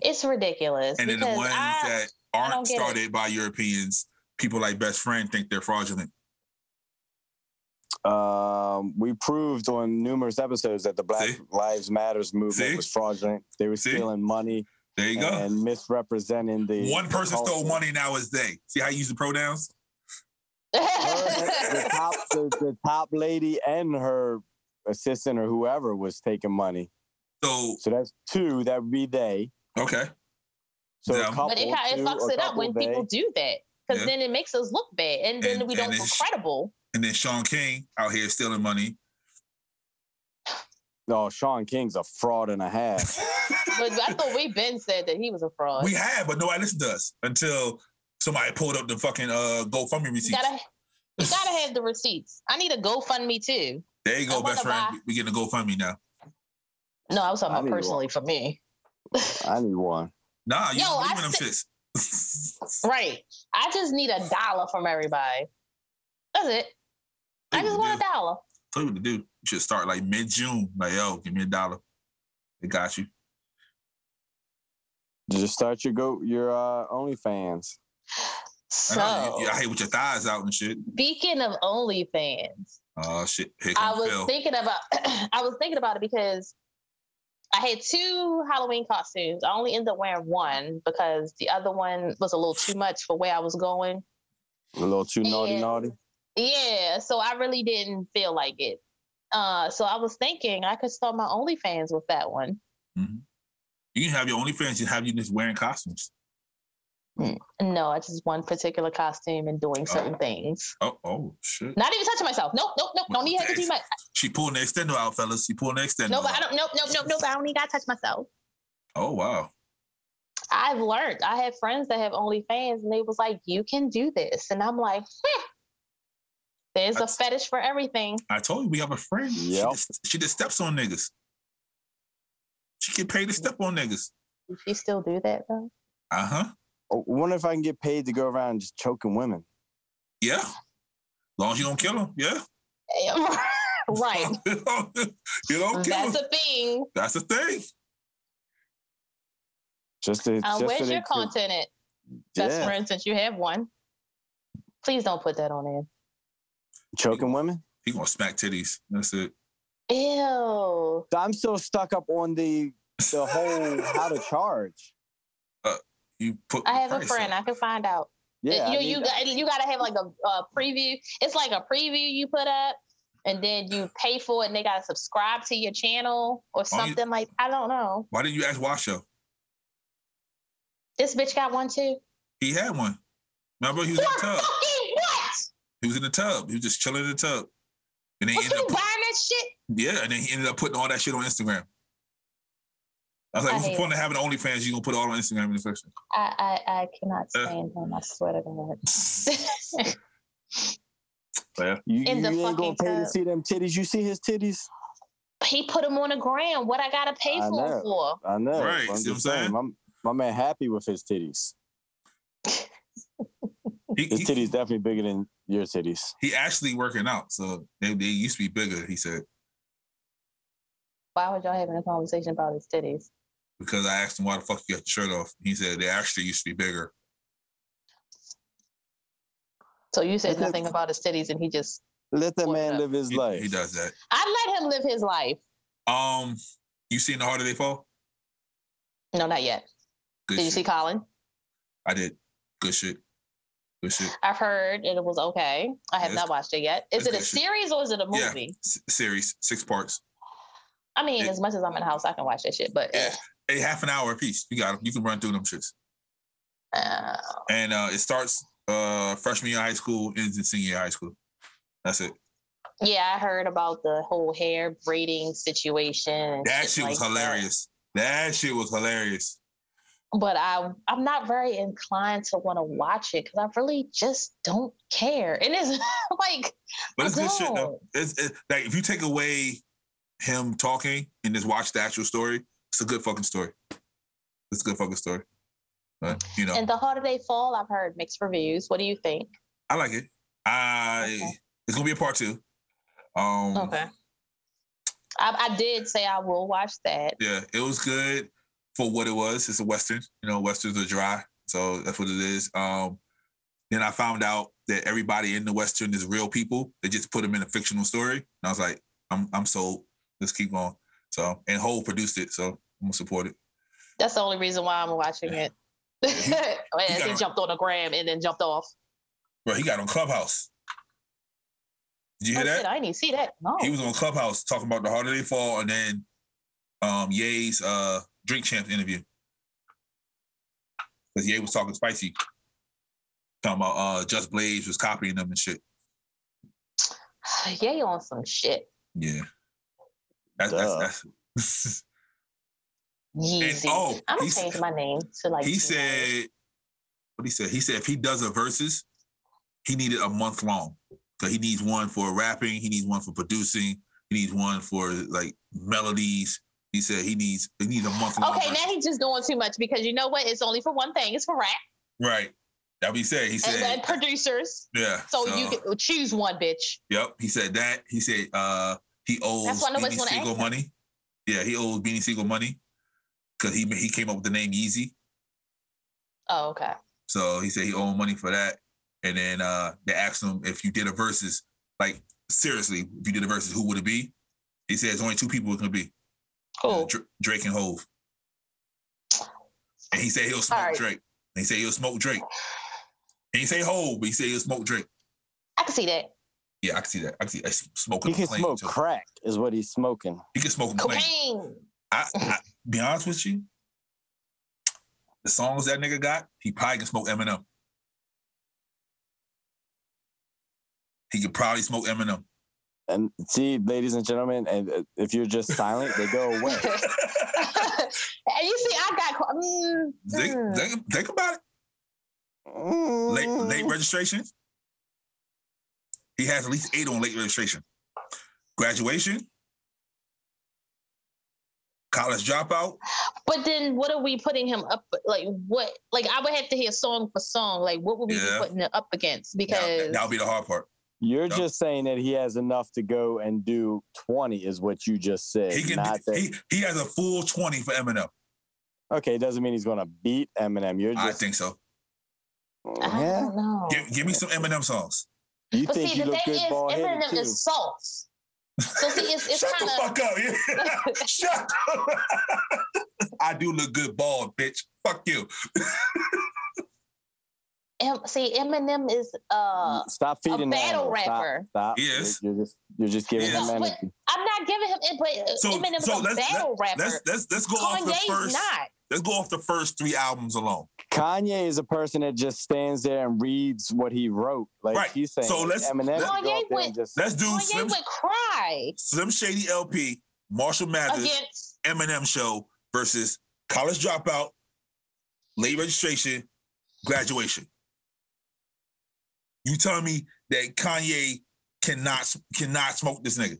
Speaker 3: It's ridiculous.
Speaker 2: And then the
Speaker 3: because
Speaker 2: ones
Speaker 3: I-
Speaker 2: that
Speaker 3: don't
Speaker 2: aren't
Speaker 3: get it.
Speaker 2: started by Europeans, people like Best Friend think they're fraudulent.
Speaker 4: Um, we proved on numerous episodes that the Black
Speaker 2: See?
Speaker 4: Lives Matters movement
Speaker 2: See?
Speaker 4: was fraudulent. They were
Speaker 2: See?
Speaker 4: stealing money
Speaker 2: There you go.
Speaker 4: and misrepresenting the
Speaker 2: One person
Speaker 4: the
Speaker 2: stole
Speaker 4: culture.
Speaker 2: money, now it's they. See how you use the pronouns?
Speaker 4: Her- the top the, the top lady and her assistant or whoever was taking money.
Speaker 2: So,
Speaker 4: So that's two. That would be they.
Speaker 2: okay.
Speaker 4: So
Speaker 2: Yeah.
Speaker 4: a couple,
Speaker 3: but it, kind-
Speaker 4: two,
Speaker 3: it fucks
Speaker 4: a
Speaker 3: it up
Speaker 4: couple
Speaker 3: when
Speaker 4: they.
Speaker 3: people do that because
Speaker 2: Yeah.
Speaker 3: then it makes us look bad and then
Speaker 2: And-
Speaker 3: we
Speaker 2: and
Speaker 3: don't look
Speaker 2: it's-
Speaker 3: credible
Speaker 2: And then Sean King out here stealing money.
Speaker 4: No, Oh, Sean King's a fraud and a half.
Speaker 3: but i thought we Ben said that he was a fraud
Speaker 2: we have, but nobody listened to us until somebody pulled up the fucking uh, GoFundMe
Speaker 3: you
Speaker 2: receipt.
Speaker 3: gotta you gotta have the receipts i need a gofundme too
Speaker 2: There you
Speaker 3: I
Speaker 2: go,
Speaker 3: wanna
Speaker 2: Best Friend.
Speaker 3: buy-
Speaker 2: We getting a GoFundMe now.
Speaker 3: no i was talking
Speaker 4: I
Speaker 3: about
Speaker 4: need
Speaker 3: personally for me
Speaker 4: I need one.
Speaker 2: Nah, you
Speaker 3: Yo,
Speaker 2: don't
Speaker 3: I
Speaker 2: believe in them shits.
Speaker 3: right i just need a dollar from everybody that's it i
Speaker 2: Tell you
Speaker 3: just
Speaker 2: what
Speaker 3: want
Speaker 2: to
Speaker 3: a dollar
Speaker 2: do. Tell you what to do. You should start like mid June. Like, yo, give me a dollar. They got you.
Speaker 4: Just start your go your uh, OnlyFans.
Speaker 2: I, know,
Speaker 3: so
Speaker 2: you, you, I hate with your thighs out and shit.
Speaker 3: speaking of onlyfans
Speaker 2: Oh shit! Here
Speaker 3: I
Speaker 2: come
Speaker 3: was
Speaker 2: Phil.
Speaker 3: thinking about I was thinking about it because I had two Halloween costumes. I only ended up wearing one because the other one was a little too much for where I was going.
Speaker 4: A little too naughty,
Speaker 3: Yeah.
Speaker 4: naughty.
Speaker 3: Yeah, so I really didn't feel like it. Uh, so I was thinking I could start my OnlyFans with that one.
Speaker 2: Mm-hmm. You can have your OnlyFans just have you just wearing costumes.
Speaker 3: No, I just one particular costume and doing certain things.
Speaker 2: Oh, oh shit.
Speaker 3: Not even touching myself. Nope, nope, nope. Don't need to be my.
Speaker 2: She pulling the extender out, fellas. She pulling the extender
Speaker 3: Nope, I
Speaker 2: out.
Speaker 3: don't. Nope, nope, nope, nope. I only got to touch myself.
Speaker 2: Oh wow.
Speaker 3: I've learned. I have friends that have OnlyFans, and they was like, "You can do this," and I'm like, "Hmm." "There's a
Speaker 2: That's-
Speaker 3: fetish for everything."
Speaker 2: I told you we have a friend. She
Speaker 4: Yep.
Speaker 2: just, she just steps on niggas. She get paid to step on niggas.
Speaker 3: Does she still do that though?
Speaker 2: Uh huh.
Speaker 4: I wonder Oh, if I can get paid to go around just choking women.
Speaker 2: Yeah. As long as you don't kill them. Yeah.
Speaker 3: right. Mm,
Speaker 2: you don't kill
Speaker 3: That's
Speaker 2: them.
Speaker 3: a thing.
Speaker 2: That's the thing.
Speaker 4: Just to,
Speaker 3: Uh,
Speaker 4: just so
Speaker 3: where's
Speaker 4: they
Speaker 3: your
Speaker 4: could-
Speaker 3: content at? That's
Speaker 4: yeah,
Speaker 3: for instance, you have one. Please don't put that on there.
Speaker 4: choking women.
Speaker 2: He gonna smack titties. That's it.
Speaker 3: Ew.
Speaker 4: So I'm still stuck up on the the whole how to charge.
Speaker 2: You put.
Speaker 3: I
Speaker 2: the
Speaker 3: have a
Speaker 2: price
Speaker 3: friend.
Speaker 2: up.
Speaker 3: I can find out.
Speaker 4: Yeah, I
Speaker 3: Uh, you
Speaker 4: mean,
Speaker 3: you got you gotta have like a, a preview. It's like a preview you put up, and then you pay for it, and they gotta subscribe to your channel
Speaker 2: Oh,
Speaker 3: or
Speaker 2: you-
Speaker 3: something like. I don't know.
Speaker 2: Why didn't you ask Washo?
Speaker 3: This bitch got one too.
Speaker 2: He had one. Remember, he was in
Speaker 3: For
Speaker 2: the tub.
Speaker 3: fucking what?
Speaker 2: He was in the tub. He was just chilling in the tub. And then he
Speaker 3: Was
Speaker 2: ended
Speaker 3: you
Speaker 2: up,
Speaker 3: buying that shit?
Speaker 2: yeah, and then he ended up putting all that shit on Instagram. I was like,
Speaker 3: I
Speaker 2: what's the
Speaker 3: hate
Speaker 2: point of having OnlyFans? You gonna put it all on Instagram in the first
Speaker 3: I I, I cannot
Speaker 2: Uh.
Speaker 3: stand him. I swear to God. in
Speaker 4: you, you
Speaker 3: the
Speaker 4: ain't gonna
Speaker 3: fucking
Speaker 4: pay to
Speaker 3: tub.
Speaker 4: see them titties. You see his titties?
Speaker 3: he put him on the ground. What I gotta pay
Speaker 4: I
Speaker 3: for
Speaker 4: know.
Speaker 3: him for?
Speaker 4: I know.
Speaker 2: Right, see what
Speaker 4: just
Speaker 2: I'm saying?
Speaker 4: My, my man happy with his titties.
Speaker 2: He,
Speaker 4: His
Speaker 2: he,
Speaker 4: titties definitely bigger than your titties.
Speaker 2: he actually working out, so they, they used to be bigger. He said
Speaker 3: Why was y'all having a conversation about his titties?
Speaker 2: because I asked him why the fuck you got your shirt off. He said they actually used to be bigger.
Speaker 3: So you said
Speaker 4: Okay.
Speaker 3: nothing about his titties, and he just.
Speaker 4: Let that
Speaker 3: What
Speaker 4: man
Speaker 3: the-
Speaker 4: live his
Speaker 2: He,
Speaker 4: life.
Speaker 2: he does that.
Speaker 3: I let him live his life.
Speaker 2: Um, you seen the harder they fall?
Speaker 3: No, not yet.
Speaker 2: Good
Speaker 3: Did you
Speaker 2: shit.
Speaker 3: see Colin?
Speaker 2: I did. Good shit. Good shit.
Speaker 3: I've heard and it was okay. I have
Speaker 2: it's-
Speaker 3: not watched it yet.
Speaker 2: it's
Speaker 3: Is it a
Speaker 2: good shit.
Speaker 3: series or is it a
Speaker 2: Yeah.
Speaker 3: movie?
Speaker 2: S- series six parts.
Speaker 3: I mean,
Speaker 2: It-
Speaker 3: as much as I'm in the house, I can watch that shit. But
Speaker 2: Yeah. Hey, half an hour a piece. You got 'em. You can run through them shits.
Speaker 3: uh,
Speaker 2: And uh, it starts uh, freshman year of high school, ends in senior year of high school. That's it.
Speaker 3: yeah, I heard about the whole hair braiding situation. and
Speaker 2: That shit was
Speaker 3: like
Speaker 2: hilarious. that shit was hilarious.
Speaker 3: But I, I'm not very inclined to want to watch it because I really just don't care. And it's like,
Speaker 2: But
Speaker 3: I
Speaker 2: it's good shit though. It's, it, like if you take away him talking and just watch the actual story, it's a good fucking story. It's a good fucking story. But, you know,
Speaker 3: and the harder they fall, I've heard mixed reviews. What do you think?
Speaker 2: I like it. I
Speaker 3: Okay.
Speaker 2: it's gonna be a part two. Um,
Speaker 3: I, I did say I will watch that.
Speaker 2: yeah, it was good for what it was. It's a western. You know, westerns are dry, so that's what it is. Um, then I found out that everybody in the western is real people. They just put them in a fictional story, and I was like, I'm I'm sold. Let's keep going. So and Hole produced it, so I'm gonna support it.
Speaker 3: That's the only reason why I'm watching it. As he
Speaker 2: gotta-
Speaker 3: jumped on the gram and then jumped off.
Speaker 2: Bro, he got on Clubhouse. Did you hear
Speaker 3: Oh, shit,
Speaker 2: that?
Speaker 3: I didn't even see that. No.
Speaker 2: He was on Clubhouse talking about the harder they fall, and then um Ye's uh drink champs interview. Because Ye was talking spicy. Talking about uh Just Blaze was copying them and shit.
Speaker 3: yeah, you on some shit.
Speaker 2: Yeah. That's
Speaker 4: Duh.
Speaker 2: that's, that's
Speaker 3: Yeezy.
Speaker 2: oh, he
Speaker 3: I'm gonna
Speaker 2: s-
Speaker 3: change my name to like.
Speaker 2: he
Speaker 3: Yeezy.
Speaker 2: said what he said. He said if he does a versus, he needed a month long. So he needs one for rapping, he needs one for producing, he needs one for like melodies. He said he needs he needs a month long.
Speaker 3: Okay,
Speaker 2: versus.
Speaker 3: now he's just doing too much because you know what? It's only for one thing. It's for rap
Speaker 2: Right. That what he said. He
Speaker 3: and
Speaker 2: said,
Speaker 3: then producers.
Speaker 2: yeah.
Speaker 3: So, you can choose one, bitch.
Speaker 2: Yep. He said that. He said uh he owes
Speaker 3: why nobody's
Speaker 2: Beanie
Speaker 3: wanna ask
Speaker 2: Siegel
Speaker 3: him.
Speaker 2: money. Yeah, he owes Beanie Siegel money because he he came up with the name Yeezy.
Speaker 3: Oh, okay.
Speaker 2: So he said he owed money for that. And then uh they asked him if you did a versus, like seriously, if you did a versus, who would it be? He said it's only two people it can be.
Speaker 3: Who?
Speaker 2: Dra- Drake and Hove. And he said he'll smoke
Speaker 3: Alright.
Speaker 2: Drake. And he said he'll smoke Drake. He didn't say Hove, but he said he'll smoke Drake.
Speaker 3: I can see that.
Speaker 2: Yeah, I can see that. I can see that. smoking.
Speaker 4: He can
Speaker 2: the plane,
Speaker 4: smoke
Speaker 2: too.
Speaker 4: crack, is what he's smoking.
Speaker 2: He can smoke a plane.
Speaker 3: Cocaine.
Speaker 2: I, I be honest with you, the songs that nigga got, he probably can smoke Eminem. He could probably smoke Eminem.
Speaker 4: And see, ladies and gentlemen, and uh, if you're just silent, they go away.
Speaker 3: and you see, I got. qu- Mm,
Speaker 2: think,
Speaker 3: mm.
Speaker 2: think, think about it. Late,
Speaker 4: Hmm.
Speaker 2: late registration. He has at least eight on late registration. Graduation. College dropout.
Speaker 3: But then, what are we putting him up? Like what? Like I would have to hear song for song. Like what would we
Speaker 2: Yeah.
Speaker 3: be putting it up against?
Speaker 2: Now,
Speaker 3: Because
Speaker 2: that'll be the hard part.
Speaker 4: You're
Speaker 2: Yep.
Speaker 4: just saying that he has enough to go and do 20, is what you just said.
Speaker 2: He can.
Speaker 4: not that,
Speaker 2: He, he has a full twenty for Eminem.
Speaker 4: okay, it doesn't mean he's going to beat Eminem. You're just,
Speaker 2: I think so.
Speaker 3: I
Speaker 4: yeah.
Speaker 3: don't know.
Speaker 2: Give, give me some Eminem songs.
Speaker 4: You
Speaker 3: Oh, but
Speaker 4: think
Speaker 3: see,
Speaker 4: you
Speaker 3: the
Speaker 4: look
Speaker 3: thing
Speaker 4: good
Speaker 3: is,
Speaker 4: ball headed
Speaker 3: Eminem
Speaker 4: too.
Speaker 3: is sauce. So see, it's, it's
Speaker 2: Shut
Speaker 3: kind
Speaker 2: the
Speaker 3: of
Speaker 2: fuck up. Yeah. Shut up. I do look good bald, bitch. Fuck you.
Speaker 3: em, see Eminem is uh.
Speaker 4: stop feeding the
Speaker 3: battle
Speaker 4: animal. Stop,
Speaker 3: rapper.
Speaker 4: Stop.
Speaker 2: Yes.
Speaker 4: You're, you're just you're just giving
Speaker 2: Yes.
Speaker 4: him
Speaker 3: No,
Speaker 4: energy.
Speaker 3: I'm not giving him input.
Speaker 2: So-
Speaker 3: Eminem's
Speaker 2: so
Speaker 3: a
Speaker 2: let's-
Speaker 3: battle
Speaker 2: Let's
Speaker 3: rapper.
Speaker 2: let's let's go off the
Speaker 3: Kanye's
Speaker 2: first.
Speaker 3: not.
Speaker 2: Let's go off the first three albums alone.
Speaker 4: Kanye is a person that just stands there and reads what he wrote. Like
Speaker 2: Right.
Speaker 4: he's saying.
Speaker 2: So
Speaker 4: like,
Speaker 2: let's-
Speaker 4: Eminem
Speaker 2: let's-
Speaker 4: could go out there and
Speaker 3: Kanye
Speaker 4: just
Speaker 2: Let's do
Speaker 3: Kanye
Speaker 2: Slim,
Speaker 3: would cry
Speaker 2: Slim Shady LP, Marshall Mathers,
Speaker 3: against.
Speaker 2: Eminem Show versus College Dropout, Late Registration, Graduation. You tell me that Kanye cannot cannot smoke this nigga.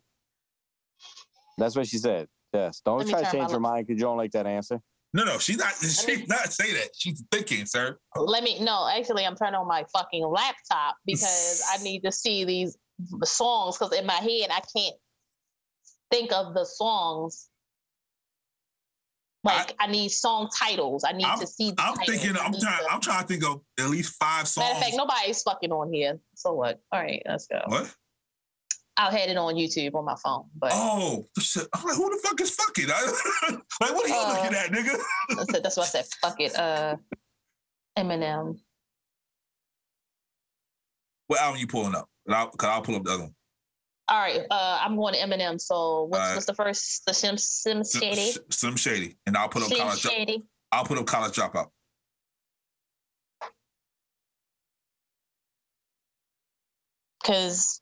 Speaker 4: That's what she said. Yes. Don't
Speaker 3: Let me
Speaker 4: try to
Speaker 3: turn my
Speaker 4: change your
Speaker 3: lips.
Speaker 4: mind because you don't like that answer.
Speaker 2: No, no, she's not. She's not say that. She's thinking, sir.
Speaker 3: Let me no. Actually, I'm turning on my fucking laptop because I need to see these songs. Because in my head, I can't think of the songs. Like I, need song titles. I need
Speaker 2: I'm-
Speaker 3: to see. The
Speaker 2: I'm
Speaker 3: titles.
Speaker 2: thinking.
Speaker 3: I
Speaker 2: I'm
Speaker 3: need
Speaker 2: trying.
Speaker 3: to-
Speaker 2: I'm trying to think of at least five songs.
Speaker 3: Matter of fact, nobody's fucking on here. So what? All right, let's go.
Speaker 2: What?
Speaker 3: I'll had it on YouTube on my phone. But
Speaker 2: Oh, shit. I'm like, who the fuck is fucking? I, like, what are you
Speaker 3: Uh,
Speaker 2: looking at, nigga?
Speaker 3: I said- that's why I said fuck it. Uh, Eminem.
Speaker 2: What album you pulling up? And I'll, Cause I'll pull up the other one.
Speaker 3: All right, uh, I'm going to Eminem. So what's,
Speaker 2: Alright.
Speaker 3: what's the first? The Sim Sim
Speaker 2: Slim
Speaker 3: Shady.
Speaker 2: Sh- Slim Shady, and I'll put up
Speaker 3: Slim
Speaker 2: college. Dro-
Speaker 3: Shady.
Speaker 2: I'll put up college dropout.
Speaker 3: Because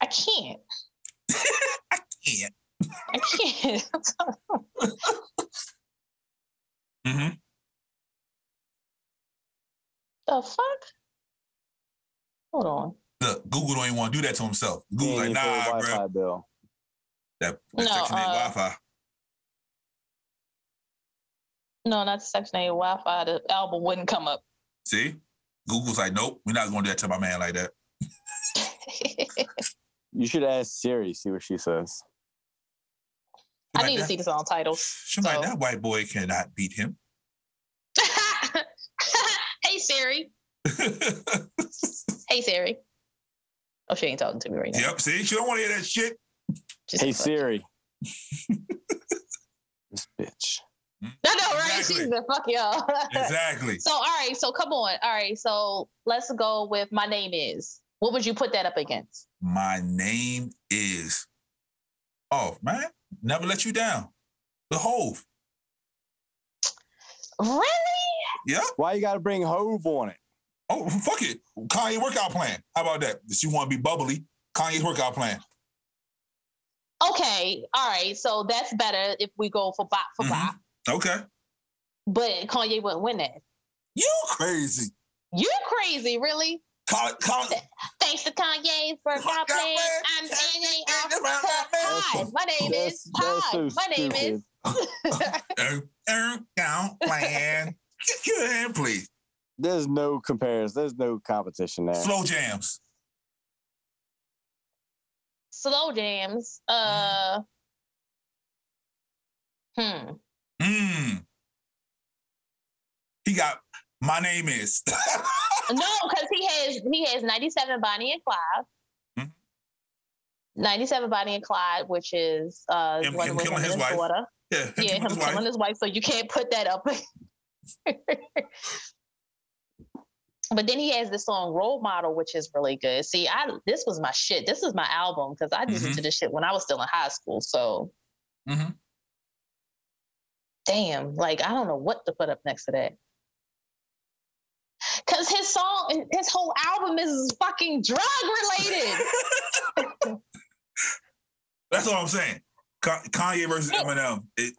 Speaker 3: I can't.
Speaker 2: Yeah.
Speaker 3: I can't.
Speaker 2: hmm
Speaker 3: the fuck? Hold on.
Speaker 2: Look, Google don't even want to do that to himself. Google
Speaker 4: Paying
Speaker 2: like,
Speaker 4: you for
Speaker 2: nah, bro.
Speaker 4: your Wi-Fi bill.
Speaker 2: That
Speaker 3: No,
Speaker 2: section eight
Speaker 3: uh,
Speaker 2: Wi-Fi.
Speaker 3: No, not the Section 8 Wi Fi. The album wouldn't come up.
Speaker 2: See, Google's like, nope, we're not going to do that to my man like that.
Speaker 4: You should ask Siri, see what she says.
Speaker 3: I
Speaker 2: Like
Speaker 3: need to
Speaker 2: that.
Speaker 3: see the song title.
Speaker 2: She like,
Speaker 3: so-
Speaker 2: that white boy cannot beat him.
Speaker 3: hey, Siri. Hey, Siri. Oh, she ain't talking to me right now.
Speaker 2: yep. See, she don't want to hear that shit.
Speaker 3: She's
Speaker 4: Hey
Speaker 3: like, fuck.
Speaker 4: Siri. this bitch.
Speaker 3: I know, right?
Speaker 2: Exactly.
Speaker 3: She's the fuck y'all.
Speaker 2: Exactly.
Speaker 3: So, all right. So, come on. All right. So, let's go with my name is. What would you put that up against?
Speaker 2: My name is. Oh man, never let you down. The Hove.
Speaker 3: Really?
Speaker 2: Yep.
Speaker 4: Why you gotta bring Hove on it?
Speaker 2: Oh fuck it. Kanye workout plan. How about that? If you want to be bubbly, Kanye's workout plan.
Speaker 3: Okay. All right. So, that's better if we go for bop for
Speaker 2: Mhm.
Speaker 4: Mm-hmm.
Speaker 3: bop.
Speaker 2: Okay.
Speaker 3: But Kanye wouldn't win that.
Speaker 2: You crazy.
Speaker 3: You crazy, really?
Speaker 2: Con- Con-
Speaker 3: Thanks to Kanye for God
Speaker 2: Workout
Speaker 3: playing.
Speaker 2: plan.
Speaker 3: I'm hanging out. Hi,
Speaker 2: That's-
Speaker 3: my name is.
Speaker 4: that's
Speaker 3: Hi,
Speaker 4: so
Speaker 3: my name
Speaker 4: stupid.
Speaker 3: is.
Speaker 2: Er- Workout plan. Get your hand, please.
Speaker 4: There's no comparison. There's no competition there.
Speaker 2: Slow jams.
Speaker 3: Slow jams. Uh. Hmm.
Speaker 2: Mm. He got my name is.
Speaker 3: No, because he has he has ninety seven Bonnie and Clyde.
Speaker 2: Mhm.
Speaker 3: 97 Bonnie and Clyde, which is uh,
Speaker 2: Him-
Speaker 3: Wonder
Speaker 2: him
Speaker 3: Woman
Speaker 2: killing his
Speaker 3: and
Speaker 2: wife.
Speaker 3: Florida.
Speaker 2: Yeah, him
Speaker 3: Yeah,
Speaker 2: killing
Speaker 3: him
Speaker 2: his
Speaker 3: killing
Speaker 2: wife.
Speaker 3: his wife, so you can't put that up. but then he has this song "Role Model," which is really good. See, I this was my shit. This is my album because I listened
Speaker 2: Mhm.
Speaker 3: to this shit when I was still in high school. So,
Speaker 2: Mhm.
Speaker 3: damn, like I don't know what to put up next to that. Cause his song, and his whole album is fucking drug related.
Speaker 2: That's all I'm saying. Ka- Kanye versus Eminem. It,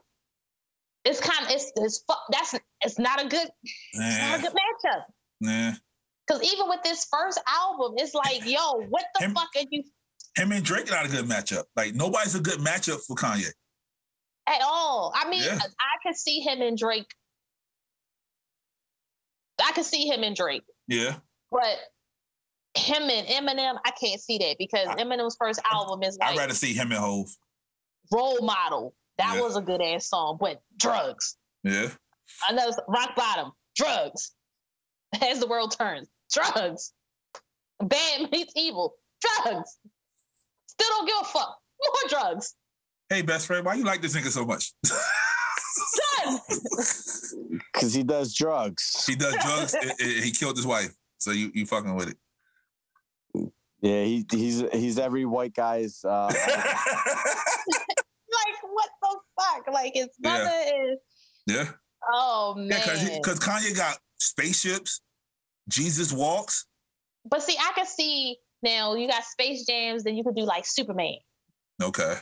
Speaker 3: it's kind of it's, it's fu- that's it's not a good it's not a
Speaker 2: nah,
Speaker 3: good matchup.
Speaker 2: nah.
Speaker 3: Because even with this first album, it's like, yo, what the
Speaker 2: Him-
Speaker 3: fuck are you
Speaker 2: Him and Drake not a good matchup. Like nobody's a good matchup for Kanye.
Speaker 3: at all? I mean,
Speaker 2: Yeah.
Speaker 3: I, I could see him and Drake. I could see him and Drake,
Speaker 2: Yeah.
Speaker 3: but him and Eminem, I can't see that because
Speaker 2: I-
Speaker 3: Eminem's first album is
Speaker 2: I'd
Speaker 3: like
Speaker 2: rather see him and Hove.
Speaker 3: role model. That
Speaker 2: Yeah.
Speaker 3: was a good ass song, but drugs.
Speaker 2: Yeah.
Speaker 3: Another s- rock bottom, drugs. As the world turns, drugs. Bad meets evil, drugs. Still don't give a fuck. More drugs.
Speaker 2: Hey, best friend, why you like this nigga so much?
Speaker 3: drugs.
Speaker 4: because he does drugs.
Speaker 2: he does drugs. and- and he killed his wife. So you you fucking with it.
Speaker 4: Yeah, he, he's he's every white guy's. Uh,
Speaker 3: Like what the fuck? Like his
Speaker 2: Yeah.
Speaker 3: mother is.
Speaker 2: yeah.
Speaker 3: Oh man.
Speaker 2: Yeah, cause, he- cause Kanye got spaceships, Jesus walks.
Speaker 3: but see, I can see now. You got Space Jams, then you could do like Superman.
Speaker 2: Okay.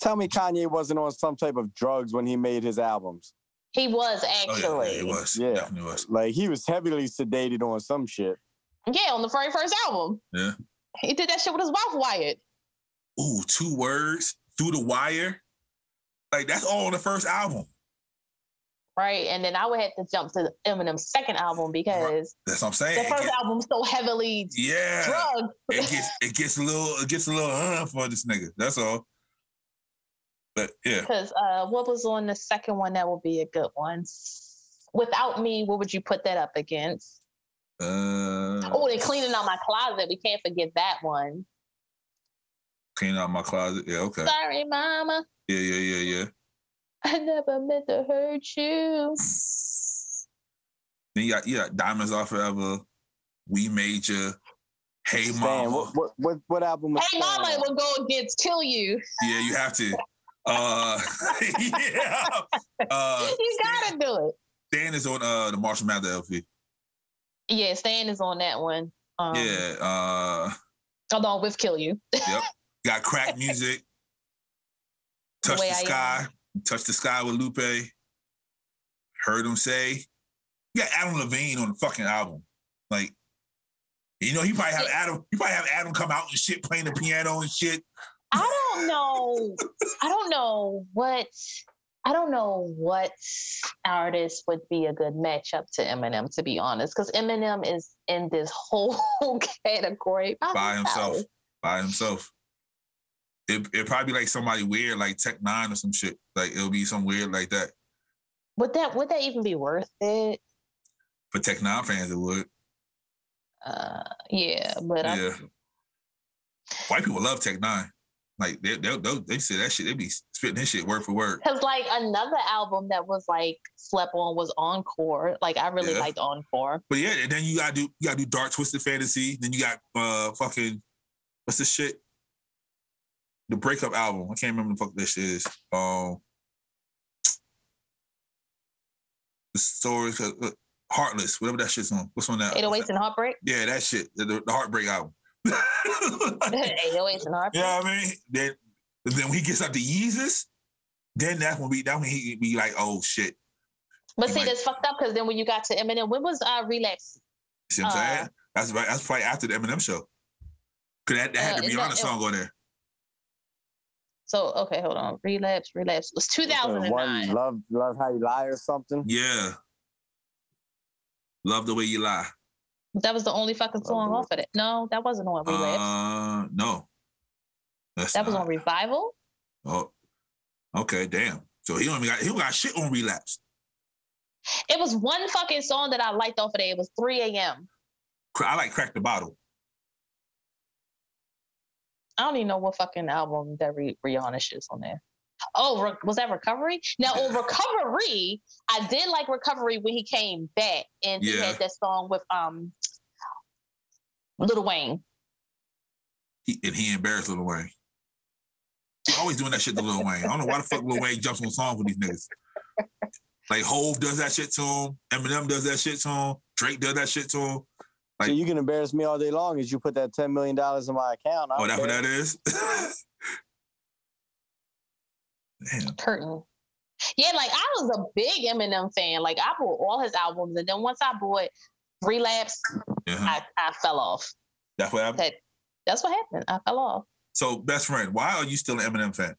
Speaker 4: tell me, Kanye wasn't on some type of drugs when he made his albums.
Speaker 3: He was
Speaker 2: Oh,
Speaker 3: actually.
Speaker 2: yeah, yeah, it was.
Speaker 4: Yeah.
Speaker 2: Definitely was.
Speaker 4: Like he was heavily sedated on some shit.
Speaker 3: Yeah, on the very first album.
Speaker 2: Yeah.
Speaker 3: He did that shit with his mouth wired.
Speaker 2: Ooh, two words through the wire. Like that's all on the first album.
Speaker 3: Right, and then I would have to jump to Eminem's second album because
Speaker 2: That's what I'm
Speaker 3: the
Speaker 2: saying. It
Speaker 3: first
Speaker 2: get-
Speaker 3: album's so heavily
Speaker 2: yeah.
Speaker 3: drugged.
Speaker 2: It gets it gets a little it gets a little uh for this nigga. That's all. But yeah.
Speaker 3: Because uh, what was on the second one that would be a good one? Without me, what would you put that up against?
Speaker 2: Uh
Speaker 3: Oh, they're cleaning out my closet. We can't forget that one.
Speaker 2: clean out my closet. Yeah, okay.
Speaker 3: Sorry, mama.
Speaker 2: Yeah, yeah, yeah, yeah.
Speaker 3: I never meant to hurt you.
Speaker 2: Then you got you got Diamonds Are Forever, We Made Ya, Hey
Speaker 4: Stan,
Speaker 2: Mama.
Speaker 4: what, what what what album was?
Speaker 3: Hey,
Speaker 4: Stan
Speaker 3: mama,
Speaker 4: on?
Speaker 3: will go against kill you.
Speaker 2: Yeah, you have to. Uh yeah. Uh
Speaker 3: You gotta do it.
Speaker 2: Dan is on uh the Marshall Mathers LP.
Speaker 3: Yeah, Stan is on that one. Um,
Speaker 2: Yeah. Uh
Speaker 3: Along with kill you.
Speaker 2: got crack music.
Speaker 3: The
Speaker 2: Touch the,
Speaker 3: Way I
Speaker 2: sky. Touch the sky with Lupe. Heard him say. You got Adam Levine on the fucking album. Like, you know, he probably have Adam, you probably have Adam come out and shit playing the piano and shit.
Speaker 3: I don't know. I don't know what. I don't know what artist would be a good matchup to Eminem, to be honest, because Eminem is in this whole category
Speaker 2: By himself. by himself. It it probably be like somebody weird, like Tech Nine or some shit. Like it'll be some weird like that.
Speaker 3: Would that would that even be worth it?
Speaker 2: For Tech Nine fans, it would.
Speaker 3: Uh, yeah, but I,
Speaker 2: Yeah. White people love Tech Nine. Like they they they, they say that shit. They be spitting this shit word for word.
Speaker 3: Because like another album that was like slept on was Encore. Like I really
Speaker 2: Yeah.
Speaker 3: liked Encore.
Speaker 2: But yeah, and then you gotta do you gotta do Dark Twisted Fantasy. Then you got uh fucking what's this shit? The breakup album. I can't remember the fuck this shit is. Um The story uh, Heartless, whatever that shit's on. What's on that?
Speaker 3: 808s and Heartbreak.
Speaker 2: Yeah, that shit. The, the Heartbreak album. you know what
Speaker 3: 808s and Heartbreak.
Speaker 2: I mean? Then then when he gets up to Yeezus, then that's when we that when he be like, oh shit.
Speaker 3: But
Speaker 2: you
Speaker 3: see,
Speaker 2: might-
Speaker 3: that's fucked up because then when you got to Eminem, when was uh Relax?
Speaker 2: See what I'm
Speaker 3: Uh,
Speaker 2: saying? That's right. That's probably after the Eminem show. Cause that, that
Speaker 3: Uh,
Speaker 2: had to
Speaker 3: it's
Speaker 2: be
Speaker 3: not-
Speaker 2: on a song on there.
Speaker 3: So okay, hold on. Relapse, relapse. It was two thousand
Speaker 4: Uh,
Speaker 3: and
Speaker 4: One
Speaker 3: nine.
Speaker 4: love love how you lie or something.
Speaker 2: Yeah. Love the way you lie.
Speaker 3: That was the only fucking song off of it. No, that wasn't on Relapse.
Speaker 2: Uh, no. That's
Speaker 3: that was
Speaker 2: not-
Speaker 3: on Revival.
Speaker 2: Oh, okay. Damn. So he only got he don't got shit on relapse.
Speaker 3: It was one fucking song that I liked off of there. It was 3 a.m.
Speaker 2: Cra- I like crack the bottle.
Speaker 3: I don't even know what fucking album that Re- Rihanna shit is on there. Oh, Re- was that Recovery? Now, on Recovery, I did like Recovery when he came back and he
Speaker 2: Yeah.
Speaker 3: had that song with um Little Wayne.
Speaker 2: He, and he embarrassed Lil Wayne. Always doing that shit to Lil Wayne. I don't know why the fuck Lil Wayne jumps on songs with these niggas. Like Hove does that shit to him. Eminem does that shit to him. Drake does that shit to him.
Speaker 4: so you can embarrass me all day long as you put that ten million dollars in my account. I
Speaker 2: Oh,
Speaker 4: don't
Speaker 2: that's what
Speaker 4: care.
Speaker 2: that is. Damn.
Speaker 3: curtain. Yeah, like I was a big Eminem fan. Like I bought all his albums, and then once I bought Relapse,
Speaker 2: Yeah.
Speaker 3: I, I fell off.
Speaker 2: Uh-huh. That's what happened.
Speaker 3: That's what happened. I fell off.
Speaker 2: So, best friend, why are you still an Eminem fan?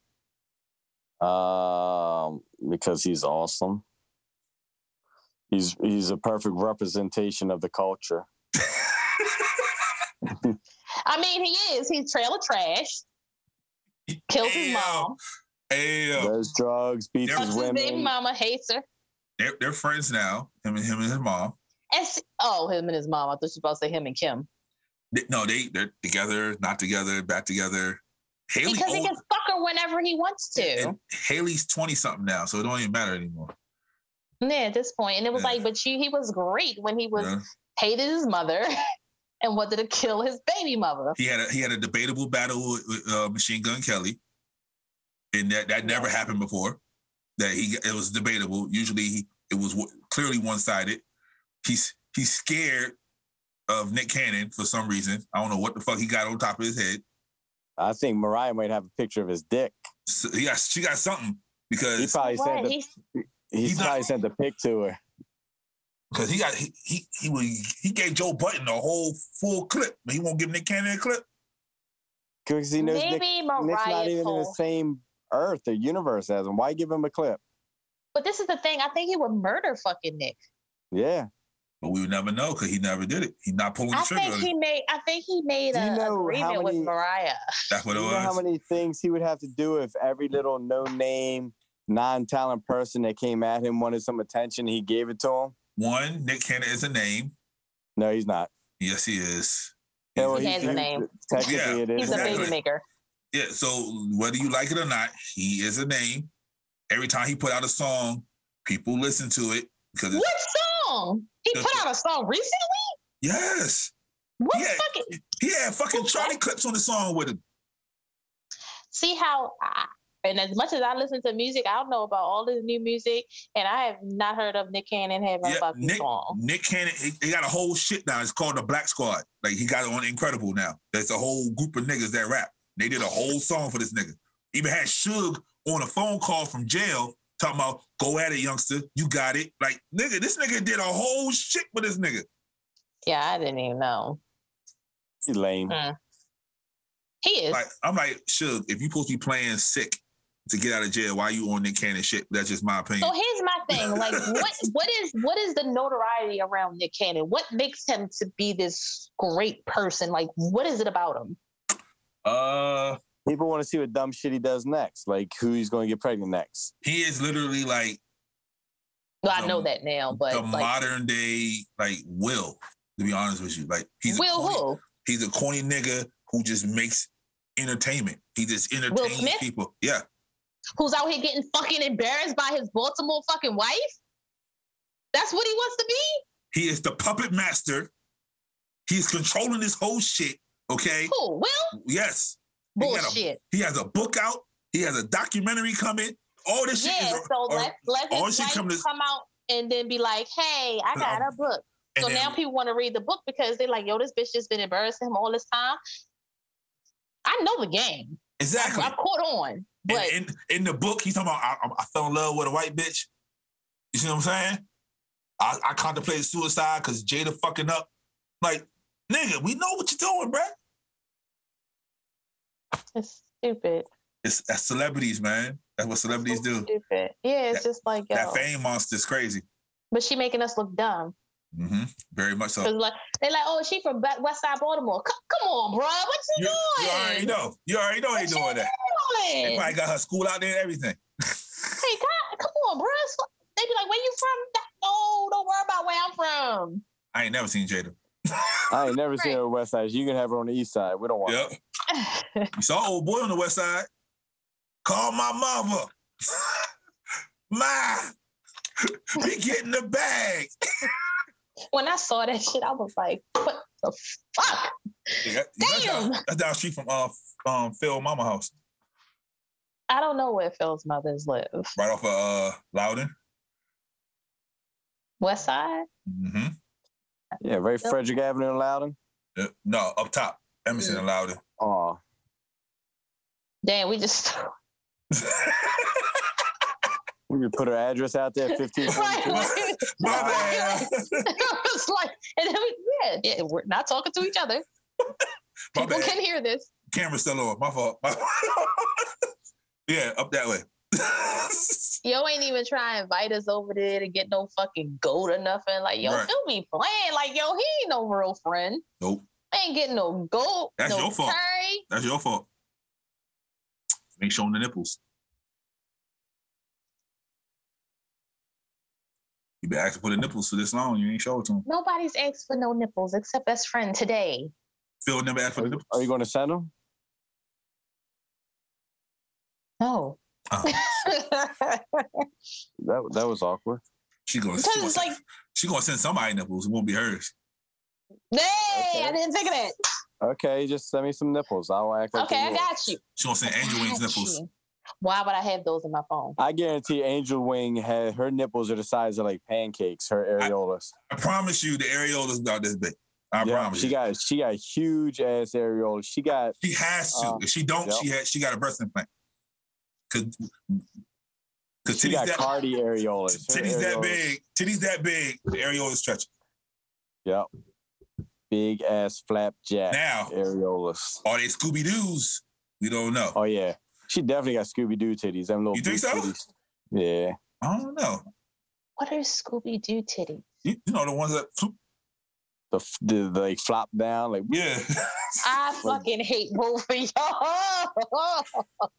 Speaker 4: Um, because he's awesome. He's he's a perfect representation of the culture.
Speaker 3: I mean, he is. He's trailer trash. Kills his
Speaker 2: Ew.
Speaker 3: mom.
Speaker 2: Hey,
Speaker 4: Does drugs, beats
Speaker 2: That's
Speaker 4: his
Speaker 3: Fucks his baby
Speaker 4: women.
Speaker 3: mama. Hates her.
Speaker 2: they're, they're friends now. Him and him and his mom.
Speaker 3: And s- oh, him and his mom. I thought you were about to say him and Kim
Speaker 2: They- no, they they're together, not together, back together. Haley
Speaker 3: because he can fuck her whenever he wants to.
Speaker 2: and Haley's twenty something now, so it don't even matter anymore.
Speaker 3: yeah, at this point, and it was
Speaker 2: Yeah.
Speaker 3: like, but you, he was great when he was
Speaker 2: Yeah.
Speaker 3: hated his mother, and wanted to kill his baby mother.
Speaker 2: He had a he had a debatable battle with, with uh, Machine Gun Kelly, and that that never happened before. That he it was debatable. Usually he, it was w- clearly one sided. He's he's scared of Nick Cannon for some reason. I don't know what the fuck he got on top of his head.
Speaker 4: I think Mariah might have a picture of his dick.
Speaker 2: So he got she got something
Speaker 4: He
Speaker 2: because
Speaker 4: probably sent
Speaker 3: Right,
Speaker 4: the
Speaker 3: he's
Speaker 4: he
Speaker 2: He's not-
Speaker 4: probably sent the pic to her.
Speaker 2: because he got he he he, was, he gave Joe Button a whole full clip, but he won't give Nick Cannon a clip.
Speaker 4: Because he knows Nick,
Speaker 3: Maybe
Speaker 4: Nick's not
Speaker 3: Mariah
Speaker 4: even in the
Speaker 3: told.
Speaker 4: same earth or universe as him. Why give him a clip?
Speaker 3: But this is the thing. I think he would murder fucking Nick.
Speaker 4: Yeah.
Speaker 2: But we would never know because he never did it. He's not pulling the
Speaker 3: I
Speaker 2: trigger.
Speaker 3: think
Speaker 2: on it.
Speaker 3: he made. I think he made
Speaker 4: Do you
Speaker 3: an
Speaker 4: know how
Speaker 3: agreement with
Speaker 4: many-
Speaker 3: Mariah.
Speaker 2: That's what it
Speaker 4: You know how
Speaker 2: was.
Speaker 4: many things he would have to do if every little no name, non talent person that came at him wanted some attention, he gave it to him?
Speaker 2: One, Nick Cannon is a name.
Speaker 4: No, he's not.
Speaker 2: Yes, he is.
Speaker 4: No,
Speaker 3: He
Speaker 4: he's-
Speaker 3: has a
Speaker 4: he's-
Speaker 3: name.
Speaker 4: Technically,
Speaker 2: Yeah,
Speaker 4: it is.
Speaker 3: He's a
Speaker 2: Exactly.
Speaker 3: baby maker.
Speaker 2: Yeah. So whether you like it or not, he is a name. Every time he put out a song, people listen to it because
Speaker 3: What
Speaker 2: it's,
Speaker 3: song? He
Speaker 2: Yeah.
Speaker 3: put out a song recently.
Speaker 2: yes,
Speaker 3: What
Speaker 2: Yeah.
Speaker 3: fucking?
Speaker 2: he had fucking Charlie clips on the song with him.
Speaker 3: See how? I, and as much as I listen to music, I don't know about all this new music, and I have not heard of Nick Cannon having a
Speaker 2: Yeah,
Speaker 3: fucking
Speaker 2: Nick-
Speaker 3: song.
Speaker 2: Nick Cannon, he, he got a whole shit now. It's called the Black Squad. Like he got it on Incredible now. There's a whole group of niggas that rap. They did a whole song for this nigga. Even had Suge on a phone call from jail talking about go at it, youngster. You got it. Like nigga, this nigga did a whole shit with this nigga.
Speaker 3: Yeah, I didn't even know.
Speaker 4: He's lame.
Speaker 3: Mm. He is.
Speaker 2: like I'm like, Suge, if you supposed to be playing sick to get out of jail, why you on Nick Cannon shit? That's just my opinion.
Speaker 3: So here's my thing. Like what what is what is the notoriety around Nick Cannon? What makes him to be this great person? Like what is it about him?
Speaker 2: uh
Speaker 4: People want to see what dumb shit he does next, like who he's going to get pregnant next.
Speaker 2: he is literally like
Speaker 3: Well, I
Speaker 2: The-
Speaker 3: know that now, but
Speaker 2: the
Speaker 3: like
Speaker 2: modern day like Will, to be honest with you. Like he's a
Speaker 3: Will
Speaker 2: corny,
Speaker 3: who?
Speaker 2: he's a corny nigga who just makes entertainment. He just entertains
Speaker 3: Smith?
Speaker 2: people. Yeah.
Speaker 3: Who's out here getting fucking embarrassed by his Baltimore fucking wife? That's what he wants to be?
Speaker 2: He is the puppet master. He's controlling this whole shit. Okay.
Speaker 3: Who? Will?
Speaker 2: Yes. He got a-
Speaker 3: Bullshit.
Speaker 2: He has a book out. He has a documentary coming. All this shit
Speaker 3: Yeah,
Speaker 2: is
Speaker 3: so
Speaker 2: or-
Speaker 3: let's let
Speaker 2: all
Speaker 3: his
Speaker 2: she
Speaker 3: wife
Speaker 2: come
Speaker 3: come,
Speaker 2: to-
Speaker 3: out and then be like, hey, I got a book.
Speaker 2: and
Speaker 3: So
Speaker 2: then-
Speaker 3: now people want to read the book because they're like, yo, this bitch just been embarrassing him all this time. I know the game.
Speaker 2: exactly.
Speaker 3: I caught on. But
Speaker 2: in, in in the book, he's talking about I, I- I fell in love with a white bitch. You see what I'm saying? I, I contemplated suicide because Jada fucking up. Like, nigga, we know what you're doing, bruh.
Speaker 3: it's stupid.
Speaker 2: It's that's celebrities, man. That's what celebrities do.
Speaker 3: Stupid. Yeah, it's just like yo.
Speaker 2: That fame monster's crazy.
Speaker 3: But she making us look dumb.
Speaker 2: hmm Very much so.
Speaker 3: 'Cause like they're like, oh, she from back West Side Baltimore. C- come on, bro. What you,
Speaker 2: You, you already
Speaker 3: doing?
Speaker 2: know. You already know they
Speaker 3: What you
Speaker 2: doing that. They
Speaker 3: doing?
Speaker 2: probably got her school out there and everything.
Speaker 3: hey, God, come on, bro. They be like, where you from? No, don't worry about where I'm from.
Speaker 2: I ain't never seen Jada.
Speaker 4: I ain't never seen her on the West Side. You can have her on the East Side. We don't want. her.
Speaker 2: Yep. You saw old boy on the west side. Call my mama. Ma, we get in the bag.
Speaker 3: When I saw that shit, I was like, what the fuck?
Speaker 2: Yeah, That's down,
Speaker 3: Damn.
Speaker 2: that's down the street from uh, um, Phil Mama House,
Speaker 3: I don't know where Phil's mothers live.
Speaker 2: right off of uh, Loudon.
Speaker 3: West Side?
Speaker 2: hmm
Speaker 4: Yeah, right.
Speaker 3: Yep.
Speaker 4: Frederick Avenue in Loudon.
Speaker 2: No, up top, Emerson and Loudon.
Speaker 4: Oh,
Speaker 3: Damn, we just
Speaker 4: we could put her address out there. Fifteen.
Speaker 3: right, like,
Speaker 2: my bad,
Speaker 3: it's like, and then we, yeah, yeah, we're not talking to each other.
Speaker 2: my
Speaker 3: People
Speaker 2: bad.
Speaker 3: can hear this.
Speaker 2: Camera's still on. My fault. yeah, up that way.
Speaker 3: Yo ain't even try to invite us over there to get no fucking goat or nothing. Like, yo,
Speaker 2: Right.
Speaker 3: Phil be playing. Like, yo, he ain't no real friend.
Speaker 2: nope,
Speaker 3: Ain't getting no goat.
Speaker 2: That's
Speaker 3: no
Speaker 2: your fault.
Speaker 3: curry.
Speaker 2: that's your fault. Ain't showing the nipples. You been asking for the nipples for this long. You ain't showing it to him.
Speaker 3: Nobody's asked for no nipples except best friend today.
Speaker 2: Phil never asked for the nipples.
Speaker 4: Are you going to send them?
Speaker 3: No.
Speaker 2: Oh.
Speaker 4: That that was awkward.
Speaker 2: She gonna, she
Speaker 3: Because
Speaker 2: gonna,
Speaker 3: it's like,
Speaker 2: send, she gonna send somebody nipples. It won't be hers.
Speaker 3: hey, I
Speaker 4: Okay.
Speaker 3: didn't think of that.
Speaker 4: Okay, just send me some nipples. I'll act like
Speaker 3: Okay,
Speaker 4: they're
Speaker 3: I
Speaker 4: yours.
Speaker 3: got you.
Speaker 2: She gonna send Angel Wings
Speaker 3: Got
Speaker 2: nipples.
Speaker 3: you. Why would I have those in my phone?
Speaker 4: I guarantee Angel Wing had her nipples are the size of like pancakes. Her
Speaker 2: I-
Speaker 4: areolas.
Speaker 2: I promise you, the areola's about this big. I
Speaker 4: Yeah,
Speaker 2: promise.
Speaker 4: She
Speaker 2: you.
Speaker 4: got she got huge ass areolas. She got
Speaker 2: She has to.
Speaker 4: Uh,
Speaker 2: if she don't,
Speaker 4: yep.
Speaker 2: she had she got a breast implant. Cause, cause
Speaker 4: she
Speaker 2: titties
Speaker 4: got
Speaker 2: that
Speaker 4: Cardi areolas. Her
Speaker 2: titties that
Speaker 4: areolas,
Speaker 2: big, titties that big, the areola is stretching.
Speaker 4: big ass flapjack
Speaker 2: Now,
Speaker 4: areolas.
Speaker 2: are they Scooby Doo's? We don't know.
Speaker 4: Oh yeah, she definitely got Scooby Doo titties. Them little
Speaker 2: You think
Speaker 4: big
Speaker 2: so?
Speaker 4: titties. Yeah,
Speaker 2: I don't know.
Speaker 3: What are Scooby Doo titties?
Speaker 2: You, you know the ones that floop.
Speaker 4: the, f- the, the like flop down like
Speaker 2: yeah.
Speaker 3: I fucking hate both of y'all.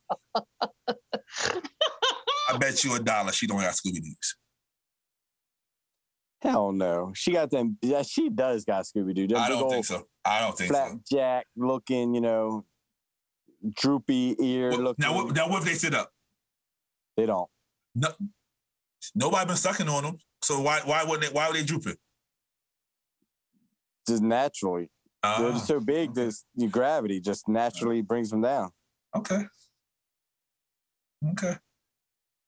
Speaker 2: I bet you a dollar she don't got Scooby Doo's.
Speaker 4: hell no. She got them. Yeah, she does got Scooby Doo.
Speaker 2: I don't think so. I don't think so.
Speaker 4: Flapjack looking, you know, droopy ear
Speaker 2: What-
Speaker 4: looking.
Speaker 2: now, what, now what if they sit up?
Speaker 4: they don't.
Speaker 2: Nobody been sucking on them. So why why wouldn't they, why were they drooping?
Speaker 4: Just naturally, they're
Speaker 2: Ah,
Speaker 4: just so big.
Speaker 2: okay. Ah.
Speaker 4: that your gravity just naturally brings them down.
Speaker 2: okay. Okay.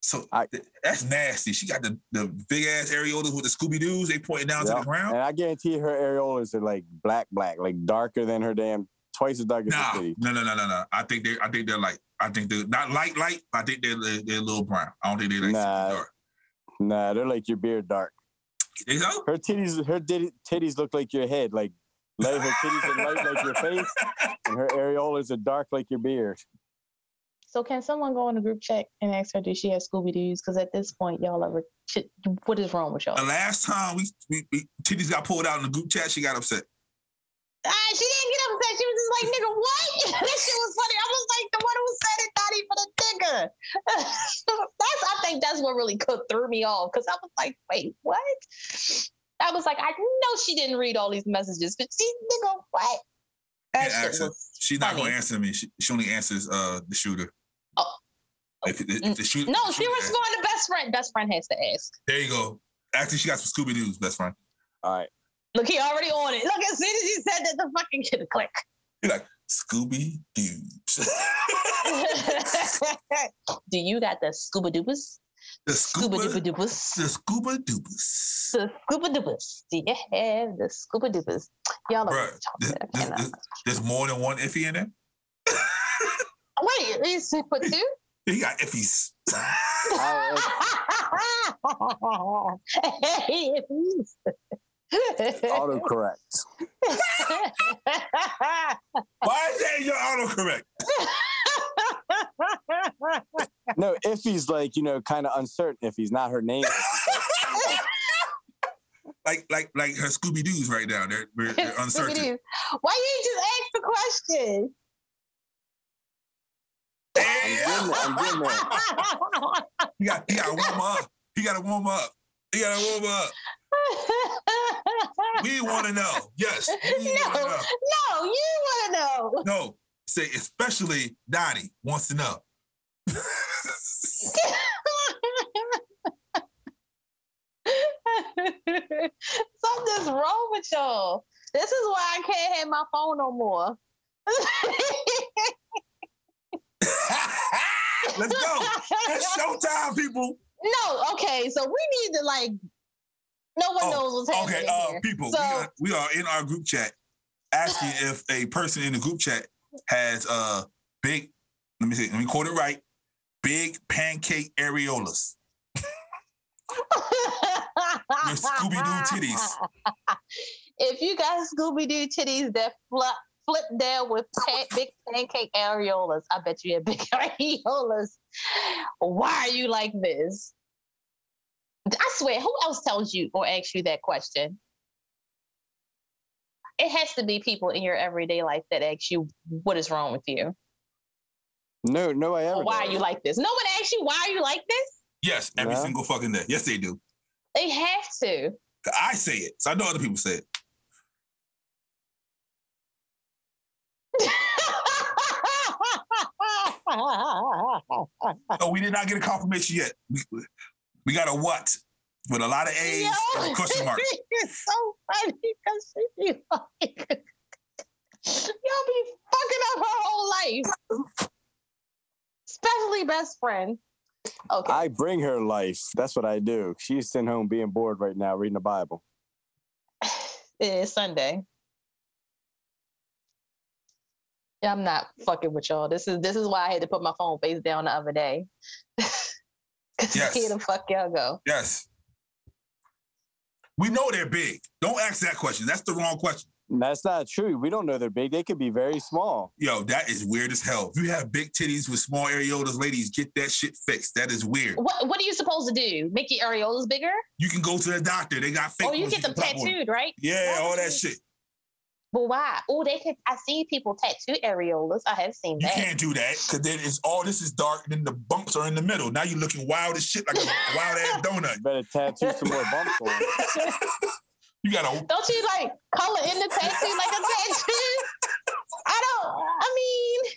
Speaker 2: So
Speaker 4: I-
Speaker 2: th- that's nasty. She got the, the big ass areolas with the Scooby Doo's. They pointing down to
Speaker 4: Yeah.
Speaker 2: the ground.
Speaker 4: And I guarantee her areolas are like black, black, like darker than her damn, twice as dark as
Speaker 2: Nah,
Speaker 4: the
Speaker 2: no,
Speaker 4: titty.
Speaker 2: no, no, no, no. I think they I think they're like I think they're not light light. I think they're they're, they're a little brown. I don't think they're like
Speaker 4: Nah.
Speaker 2: super dark.
Speaker 4: Nah, they're like your beard dark.
Speaker 2: They know?
Speaker 4: Her titties, her diddy- titties look like your head. Like, like her titties are light like your face, and her areolas are dark like your beard.
Speaker 3: So can someone go in the group chat and ask her, does she have Scooby Doo's? Because at this point, y'all are shit, what is wrong with y'all?
Speaker 2: The last time we, we, we titties got pulled out in the group chat, she got upset.
Speaker 3: Ah, she didn't get upset. She was just like, nigga, what? that shit was funny. I was like, the one who said it, not even a nigga. that's I think that's what really co- threw me off because I was like, wait, what? I was like, I know she didn't read all these messages, but she nigga, what? That
Speaker 2: Yeah,
Speaker 3: shit
Speaker 2: actually,
Speaker 3: was
Speaker 2: She's not
Speaker 3: funny.
Speaker 2: gonna answer me. She, she only answers uh the shooter.
Speaker 3: Oh.
Speaker 2: If, if, if the shoot,
Speaker 3: No,
Speaker 2: the
Speaker 3: she
Speaker 2: shooter-
Speaker 3: responded to best friend. Best friend has to ask.
Speaker 2: There you go. Actually, she got some Scooby Doo's best friend.
Speaker 4: All right,
Speaker 3: Look, he already on it. Look, as soon as he said that, the fucking kid click.
Speaker 2: You're like Scooby Doo's.
Speaker 3: Do you got the scuba doobas?
Speaker 2: the
Speaker 3: Scuba
Speaker 2: scuba,
Speaker 3: dooba doobas.
Speaker 2: the scuba doobas.
Speaker 3: The scuba doobas. Do you have the scuba doobas? Y'all are
Speaker 2: Bruh, this-
Speaker 3: chocolate.
Speaker 2: this- this- There's more than one iffy in there.
Speaker 3: Wait, is it for two?
Speaker 2: He got iffies.
Speaker 4: I, autocorrect.
Speaker 2: Why is that your autocorrect?
Speaker 4: No, if he's like you know, kind of uncertain. If he's not her name,
Speaker 2: like like like her Scooby Doo's right now. They're, they're, they're uncertain.
Speaker 3: Scooby-Doo. Why you ain't just ask the question?
Speaker 2: Damn,
Speaker 4: getting it. I'm getting
Speaker 2: you got you got to warm up. You got to warm up. You got to warm up. We want to know. Yes, we
Speaker 3: No.
Speaker 2: want to know.
Speaker 3: no, you want to know.
Speaker 2: No, Say, especially Donnie wants to know.
Speaker 3: Something's wrong with y'all. This is why I can't have my phone no more.
Speaker 2: Let's go. It's showtime, people.
Speaker 3: no, okay, so we need to like. No one
Speaker 2: Oh,
Speaker 3: knows what's happening
Speaker 2: Okay, uh,
Speaker 3: here.
Speaker 2: people,
Speaker 3: So-
Speaker 2: we, are, we are in our group chat asking if a person in the group chat has uh big. Let me see. Let me quote it right. Big pancake areolas. With Scooby-Doo titties.
Speaker 3: If you got Scooby Doo titties that flip flip down with pa- big pancake areolas, I bet you have big areolas. Why are you like this? I swear, who else tells you or asks you that question? It has to be people in your everyday life that ask you what is wrong with you
Speaker 4: No, no, I ever.
Speaker 3: or Oh, why
Speaker 4: did.
Speaker 3: are you like this. No one asks you why are you like this.
Speaker 2: Yes, every
Speaker 4: Yeah.
Speaker 2: single fucking day. Yes, they do.
Speaker 3: They have to.
Speaker 2: I say it, so I know other people say it. Oh, we did not get a confirmation yet. We, we got a what with a lot of A's and a question mark.
Speaker 3: It's so funny because she be like, y'all be fucking up her whole life. Especially best friend. Okay.
Speaker 4: I bring her life. That's what I do. She's sitting home being bored right now, reading the Bible.
Speaker 3: it is Sunday. Yeah, I'm not fucking with y'all. This is this is why I had to put my phone face down the other day. Cause
Speaker 2: Yes.
Speaker 3: I hear the fuck y'all go.
Speaker 2: Yes. We know they're big. Don't ask that question. That's the wrong question.
Speaker 4: That's not true. We don't know they're big. They could be very small.
Speaker 2: Yo, that is weird as hell. If you have big titties with small areolas, ladies, get that shit fixed. That is weird.
Speaker 3: What what are you supposed to do? Make your areolas bigger?
Speaker 2: You can go to the doctor. They got fake.
Speaker 3: oh, you
Speaker 2: ones
Speaker 3: get them
Speaker 2: can pop on.
Speaker 3: tattooed, right?
Speaker 2: Yeah,
Speaker 3: Why
Speaker 2: all
Speaker 3: would
Speaker 2: that
Speaker 3: you-
Speaker 2: shit.
Speaker 3: But why? Oh, they can. I see people tattoo areolas. I have seen
Speaker 2: You
Speaker 3: that.
Speaker 2: can't do that because then it's all this is dark. And then the bumps are in the middle. Now you're looking wild as shit, like a wild ass donut.
Speaker 4: You better tattoo some more bumps on. it.
Speaker 2: You gotta.
Speaker 3: Don't you like color in the tattoo like a tattoo? I don't. I mean,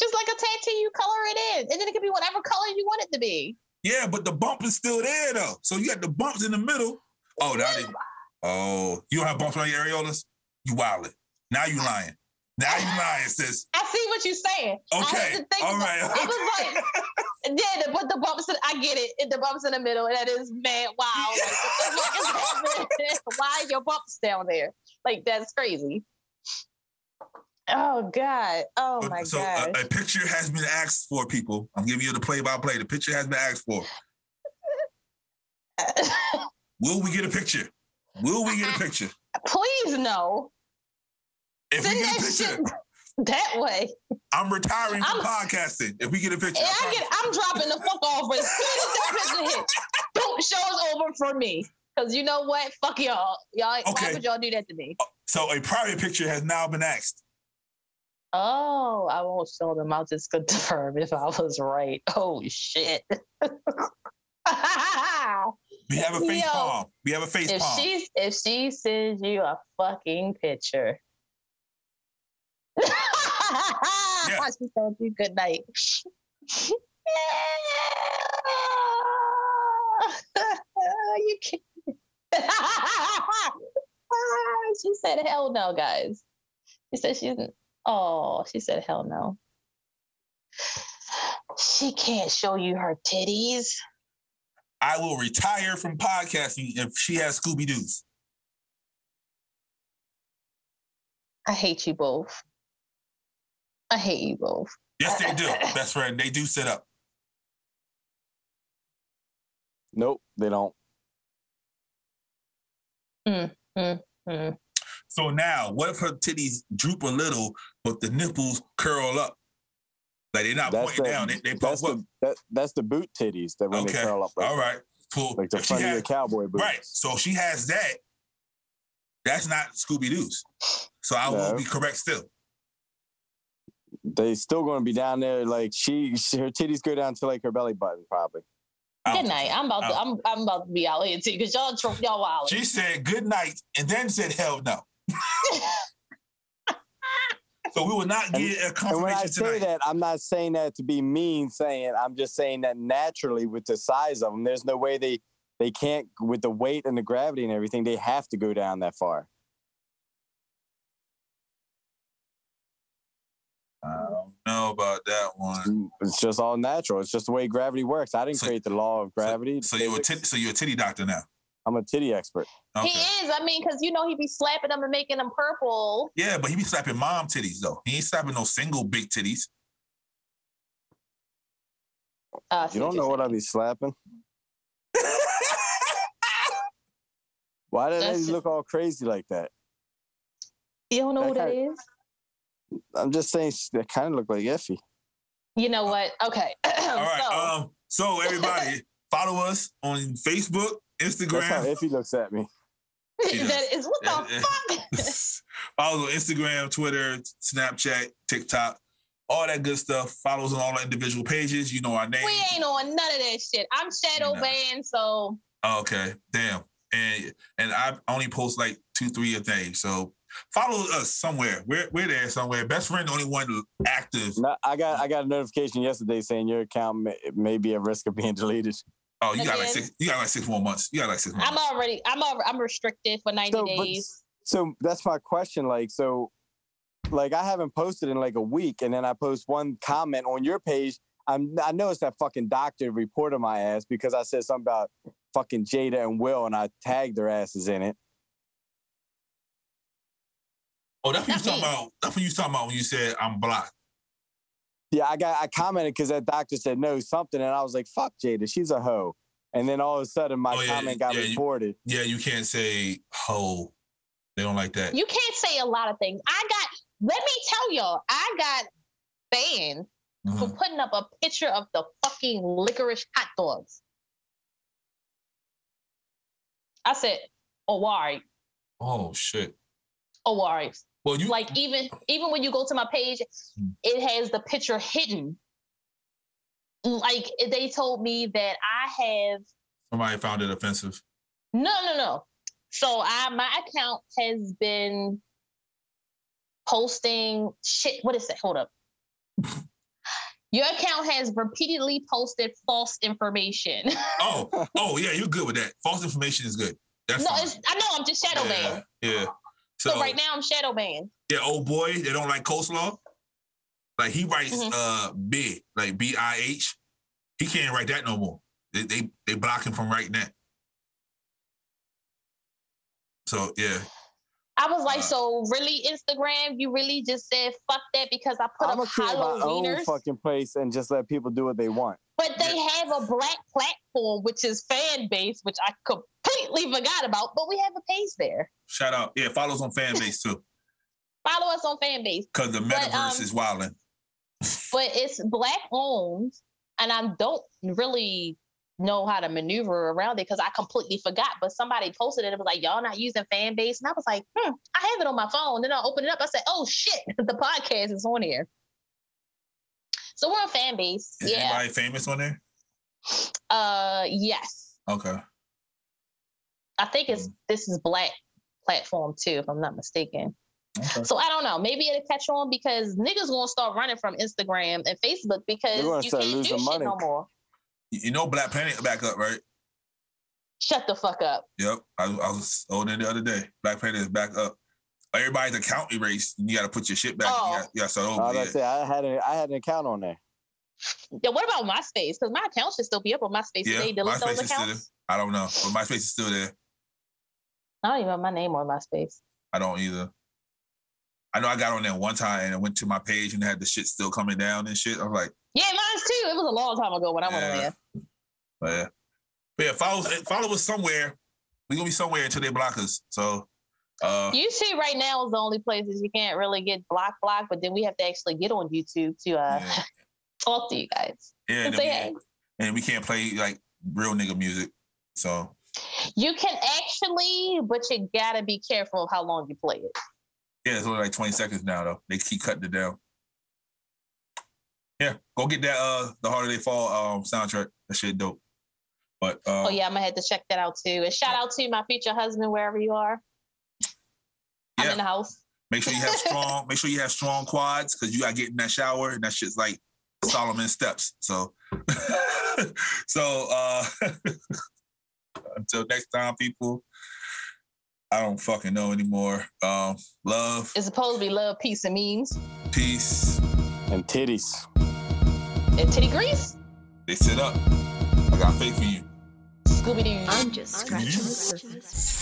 Speaker 3: just like a tattoo, you color it in, and then it can be whatever color you want it to be.
Speaker 2: Yeah, but the bump is still there though. So you got the bumps in the middle. Oh, now they, oh, you don't have bumps on your areolas. You wildin'. Now you lying. Now you lying, sis.
Speaker 3: I see what you're saying. I had
Speaker 2: Okay,
Speaker 3: to think
Speaker 2: all
Speaker 3: about-
Speaker 2: right.
Speaker 3: I was like, yeah, the, but the bumps. In, I get it. The bumps in the middle, and that is mad. Wow, like, what the fuck is happening? Why are your bumps down there? Like that's crazy. Oh God. Oh
Speaker 2: So-
Speaker 3: my
Speaker 2: so uh,
Speaker 3: God.
Speaker 2: A, a picture has been asked for, people. I'm giving you the play-by-play. The picture has been asked for. Will we get a picture? Will we get a picture?
Speaker 3: Please no.
Speaker 2: If we
Speaker 3: Send
Speaker 2: get a
Speaker 3: that
Speaker 2: picture,
Speaker 3: shit that way.
Speaker 2: I'm retiring from
Speaker 3: I'm-
Speaker 2: podcasting. If we get a picture,
Speaker 3: And I
Speaker 2: promise.
Speaker 3: get, I'm dropping the fuck off as soon as that picture hits. Boom, show's over for me. Cause you know what? Fuck y'all. Y'all,
Speaker 2: Okay.
Speaker 3: why would y'all do that to me?
Speaker 2: so a private picture has now been asked.
Speaker 3: Oh, I won't show them. I'll just confirm if I was right. Oh shit.
Speaker 2: We have a face
Speaker 3: Yo.
Speaker 2: palm. We have a face
Speaker 3: if
Speaker 2: palm.
Speaker 3: she if she sends you a fucking picture. She's gonna do good night. you can't. she said hell no, guys. She said she's oh, she said hell no. She can't show you her titties.
Speaker 2: I will retire from podcasting if she has Scooby Doo's.
Speaker 3: I hate you both. I hate you both.
Speaker 2: Yes, they do. Best friend, they do sit up.
Speaker 4: Nope, they don't.
Speaker 3: Mm.
Speaker 2: So now, what if her titties droop a little, but the nipples curl up? Like they're not
Speaker 4: That's
Speaker 2: pointing
Speaker 4: the,
Speaker 2: down. They, they
Speaker 4: that's
Speaker 2: pop up.
Speaker 4: the that, that's the boot titties that when
Speaker 2: Okay.
Speaker 4: they curl up. Like,
Speaker 2: All right. Cool.
Speaker 4: like the
Speaker 2: If she
Speaker 4: front of
Speaker 2: has-
Speaker 4: your cowboy boots.
Speaker 2: Right. So she has that. That's not Scooby Doo's. So I will
Speaker 4: No.
Speaker 2: be correct still.
Speaker 4: They still going to be down there. Like she, she, her titties go down to like her belly button, probably.
Speaker 2: I don't
Speaker 3: Good night.
Speaker 2: think
Speaker 3: I'm about to. I'm I'm about to be out here too because y'all tro- y'all
Speaker 2: so.
Speaker 3: wild.
Speaker 2: She said good night and then said hell no. So we will not get a
Speaker 4: And when I
Speaker 2: confirmation
Speaker 4: say
Speaker 2: tonight.
Speaker 4: that, I'm not saying that to be mean. Saying I'm just saying that naturally with the size of them, there's no way they they can't with the weight and the gravity and everything. They have to go down that far.
Speaker 2: I don't know about that one.
Speaker 4: It's just all natural. It's just the way gravity works. I didn't
Speaker 2: So-
Speaker 4: create the law of gravity.
Speaker 2: So you're a
Speaker 4: physics.
Speaker 2: tit- so you're a titty doctor now.
Speaker 4: I'm a titty expert.
Speaker 2: Okay.
Speaker 3: He is. I mean, because you know he be slapping them and making them purple.
Speaker 2: Yeah, but he be slapping mom titties though. He ain't slapping no single big titties.
Speaker 3: Uh,
Speaker 4: You don't know what I be slapping. Why did they
Speaker 3: That's-
Speaker 4: look all crazy like that?
Speaker 3: You don't know who
Speaker 4: That
Speaker 3: that
Speaker 4: kinda-
Speaker 3: is.
Speaker 4: I'm just saying sh- they kind of look like iffy.
Speaker 3: You know what? Okay.
Speaker 2: All right.
Speaker 3: Oh, so,
Speaker 2: um. So everybody, follow us on Facebook,
Speaker 4: That's how
Speaker 2: Instagram.
Speaker 4: iffy looks at me.
Speaker 2: yeah.
Speaker 3: that is what
Speaker 2: Yeah, yeah.
Speaker 3: the fuck.
Speaker 2: follow us on Instagram, Twitter, Snapchat, TikTok, all that good stuff. Follow us on all our individual pages. You know our name.
Speaker 3: we ain't on none of that shit. I'm shadow
Speaker 2: Nah.
Speaker 3: banned, so
Speaker 2: Okay, damn. And and I only post like two, three a day. So follow us somewhere. We're we're there somewhere. Best friend, the only one active.
Speaker 4: No, I got I got a notification yesterday saying your account may, may be at risk of being deleted.
Speaker 2: Oh, you got like
Speaker 3: Again.
Speaker 2: six. You got like six more months. You got like six more.
Speaker 3: I'm
Speaker 2: months.
Speaker 3: already I'm al- I'm restricted for 90
Speaker 4: So, but-
Speaker 3: days.
Speaker 4: So that's my question. Like, so, like, I haven't posted in like a week, and then I post one comment on your page. I'm, I know it's that fucking doctor reported my ass because I said something about fucking Jada and Will, and I tagged their asses in it.
Speaker 2: Oh, that's what you was
Speaker 3: Not
Speaker 2: talking
Speaker 3: me.
Speaker 2: about. That's what you was talking about when you said I'm blocked.
Speaker 4: Yeah, I got I commented because that doctor said no something, and I was like, "Fuck Jada, she's a hoe." And then all of a sudden, my
Speaker 2: Oh, yeah,
Speaker 4: comment got
Speaker 2: yeah, you-
Speaker 4: reported.
Speaker 2: Yeah, you can't say ho. They don't like that.
Speaker 3: You can't say a lot of things. I got let me tell y'all, I got banned for
Speaker 2: Mhm.
Speaker 3: putting up a picture of the fucking licorice hot dogs. I said, Owari,
Speaker 2: Oh shit.
Speaker 3: Owari.
Speaker 2: Well, you
Speaker 3: Oh, Like even even when you go to my page, it has the picture hidden. Like they told me that I have
Speaker 2: somebody found it offensive.
Speaker 3: No, no, no. So I my account has been posting shit. What is that? Hold up. Your account has repeatedly posted false information.
Speaker 2: Oh, oh yeah, you're good with that. False information is good. That's
Speaker 3: no,
Speaker 2: fine.
Speaker 3: it's, I know I'm just shadow
Speaker 2: yeah,
Speaker 3: banned.
Speaker 2: yeah.
Speaker 3: So, right now I'm shadow banned.
Speaker 2: that old boy they don't like coleslaw. Like he writes
Speaker 3: Mhm.
Speaker 2: uh big, like B I H. He can't write that no more. They, they they block him from writing that. So yeah,
Speaker 3: I was like,
Speaker 2: Uh,
Speaker 3: so really, Instagram, you really just said fuck that because I put
Speaker 4: I'm
Speaker 3: up
Speaker 4: gonna create
Speaker 3: hollow
Speaker 4: my own
Speaker 3: wieners.
Speaker 4: fucking place and just let people do what they want.
Speaker 3: But they have a black platform, which is fan base, which I completely forgot about. But we have a page there.
Speaker 2: shout out. Yeah, follow us on fan base too,
Speaker 3: Follow us on fan base.
Speaker 2: because the
Speaker 3: But,
Speaker 2: metaverse
Speaker 3: um,
Speaker 2: is wilding.
Speaker 3: but it's black owned and i don't really know how to maneuver around it because i completely forgot but somebody posted it and was like y'all not using fan base and i was like hmm i have it on my phone then i opened it up i said oh shit the podcast is on here so we're on fan base
Speaker 2: Is
Speaker 3: yeah
Speaker 2: anybody famous on there?
Speaker 3: uh yes
Speaker 2: Okay.
Speaker 3: i think it's
Speaker 2: Hmm.
Speaker 3: this is black platform too if i'm not mistaken
Speaker 2: okay.
Speaker 3: so i don't know maybe it'll catch on because niggas gonna start running from instagram and facebook
Speaker 4: They're gonna
Speaker 3: because you
Speaker 4: start
Speaker 3: can't do
Speaker 4: losing
Speaker 3: shit
Speaker 4: money.
Speaker 3: no more
Speaker 2: You you know Black Planet back up, right?
Speaker 3: shut the fuck up
Speaker 2: Yep. I, I was on it the other day. Black Planet is back up. Everybody's account erased. You got to put your shit back.
Speaker 3: Oh.
Speaker 2: You got, you got to start
Speaker 4: Uh,
Speaker 2: over. yeah.
Speaker 4: that's it. I had a, I had an account on there.
Speaker 3: Yeah, what about MySpace? Because my account should still be up on MySpace.
Speaker 2: Yeah,
Speaker 3: Yeah, they delete
Speaker 2: MySpace
Speaker 3: those
Speaker 2: is still
Speaker 3: accounts.
Speaker 2: I don't know, but MySpace is still there.
Speaker 3: I don't even have my name on MySpace.
Speaker 2: I don't either. I know I got on there one time and I went to my page and had the shit still coming down and shit. I'm like,
Speaker 3: Yeah, mine's too. It was a long time ago when I went
Speaker 2: Yeah.
Speaker 3: on there.
Speaker 2: but yeah, but yeah follow, follow us somewhere. We gonna be somewhere until they block us. So, uh,
Speaker 3: YouTube right now is the only places you can't really get block block, but then we have to actually get on YouTube to uh,
Speaker 2: Yeah.
Speaker 3: talk to you guys.
Speaker 2: yeah, and,
Speaker 3: 'Cause they
Speaker 2: then we, and we can't play like real nigga music. So
Speaker 3: you can actually, but you gotta be careful of how long you play it.
Speaker 2: yeah, it's only like 20 seconds now though. They keep cutting it down. Yeah, go get that uh the Harder They Fall um soundtrack. That shit dope. But um,
Speaker 3: Oh yeah, I'm gonna have to check that out too. And shout out to my future husband wherever you are. I'm
Speaker 2: Yeah.
Speaker 3: in the house.
Speaker 2: Make sure you have strong. make sure you have strong quads because you got to get in that shower and that shit's like Solomon steps. So, so uh until next time, people. I don't fucking know anymore. Um, love,
Speaker 3: It's supposed to be love, peace, and memes.
Speaker 2: peace.
Speaker 4: and titties.
Speaker 3: And titty grease.
Speaker 2: They sit up. I got faith in you.
Speaker 3: Scooby Doo.
Speaker 1: I'm just scratching the surface.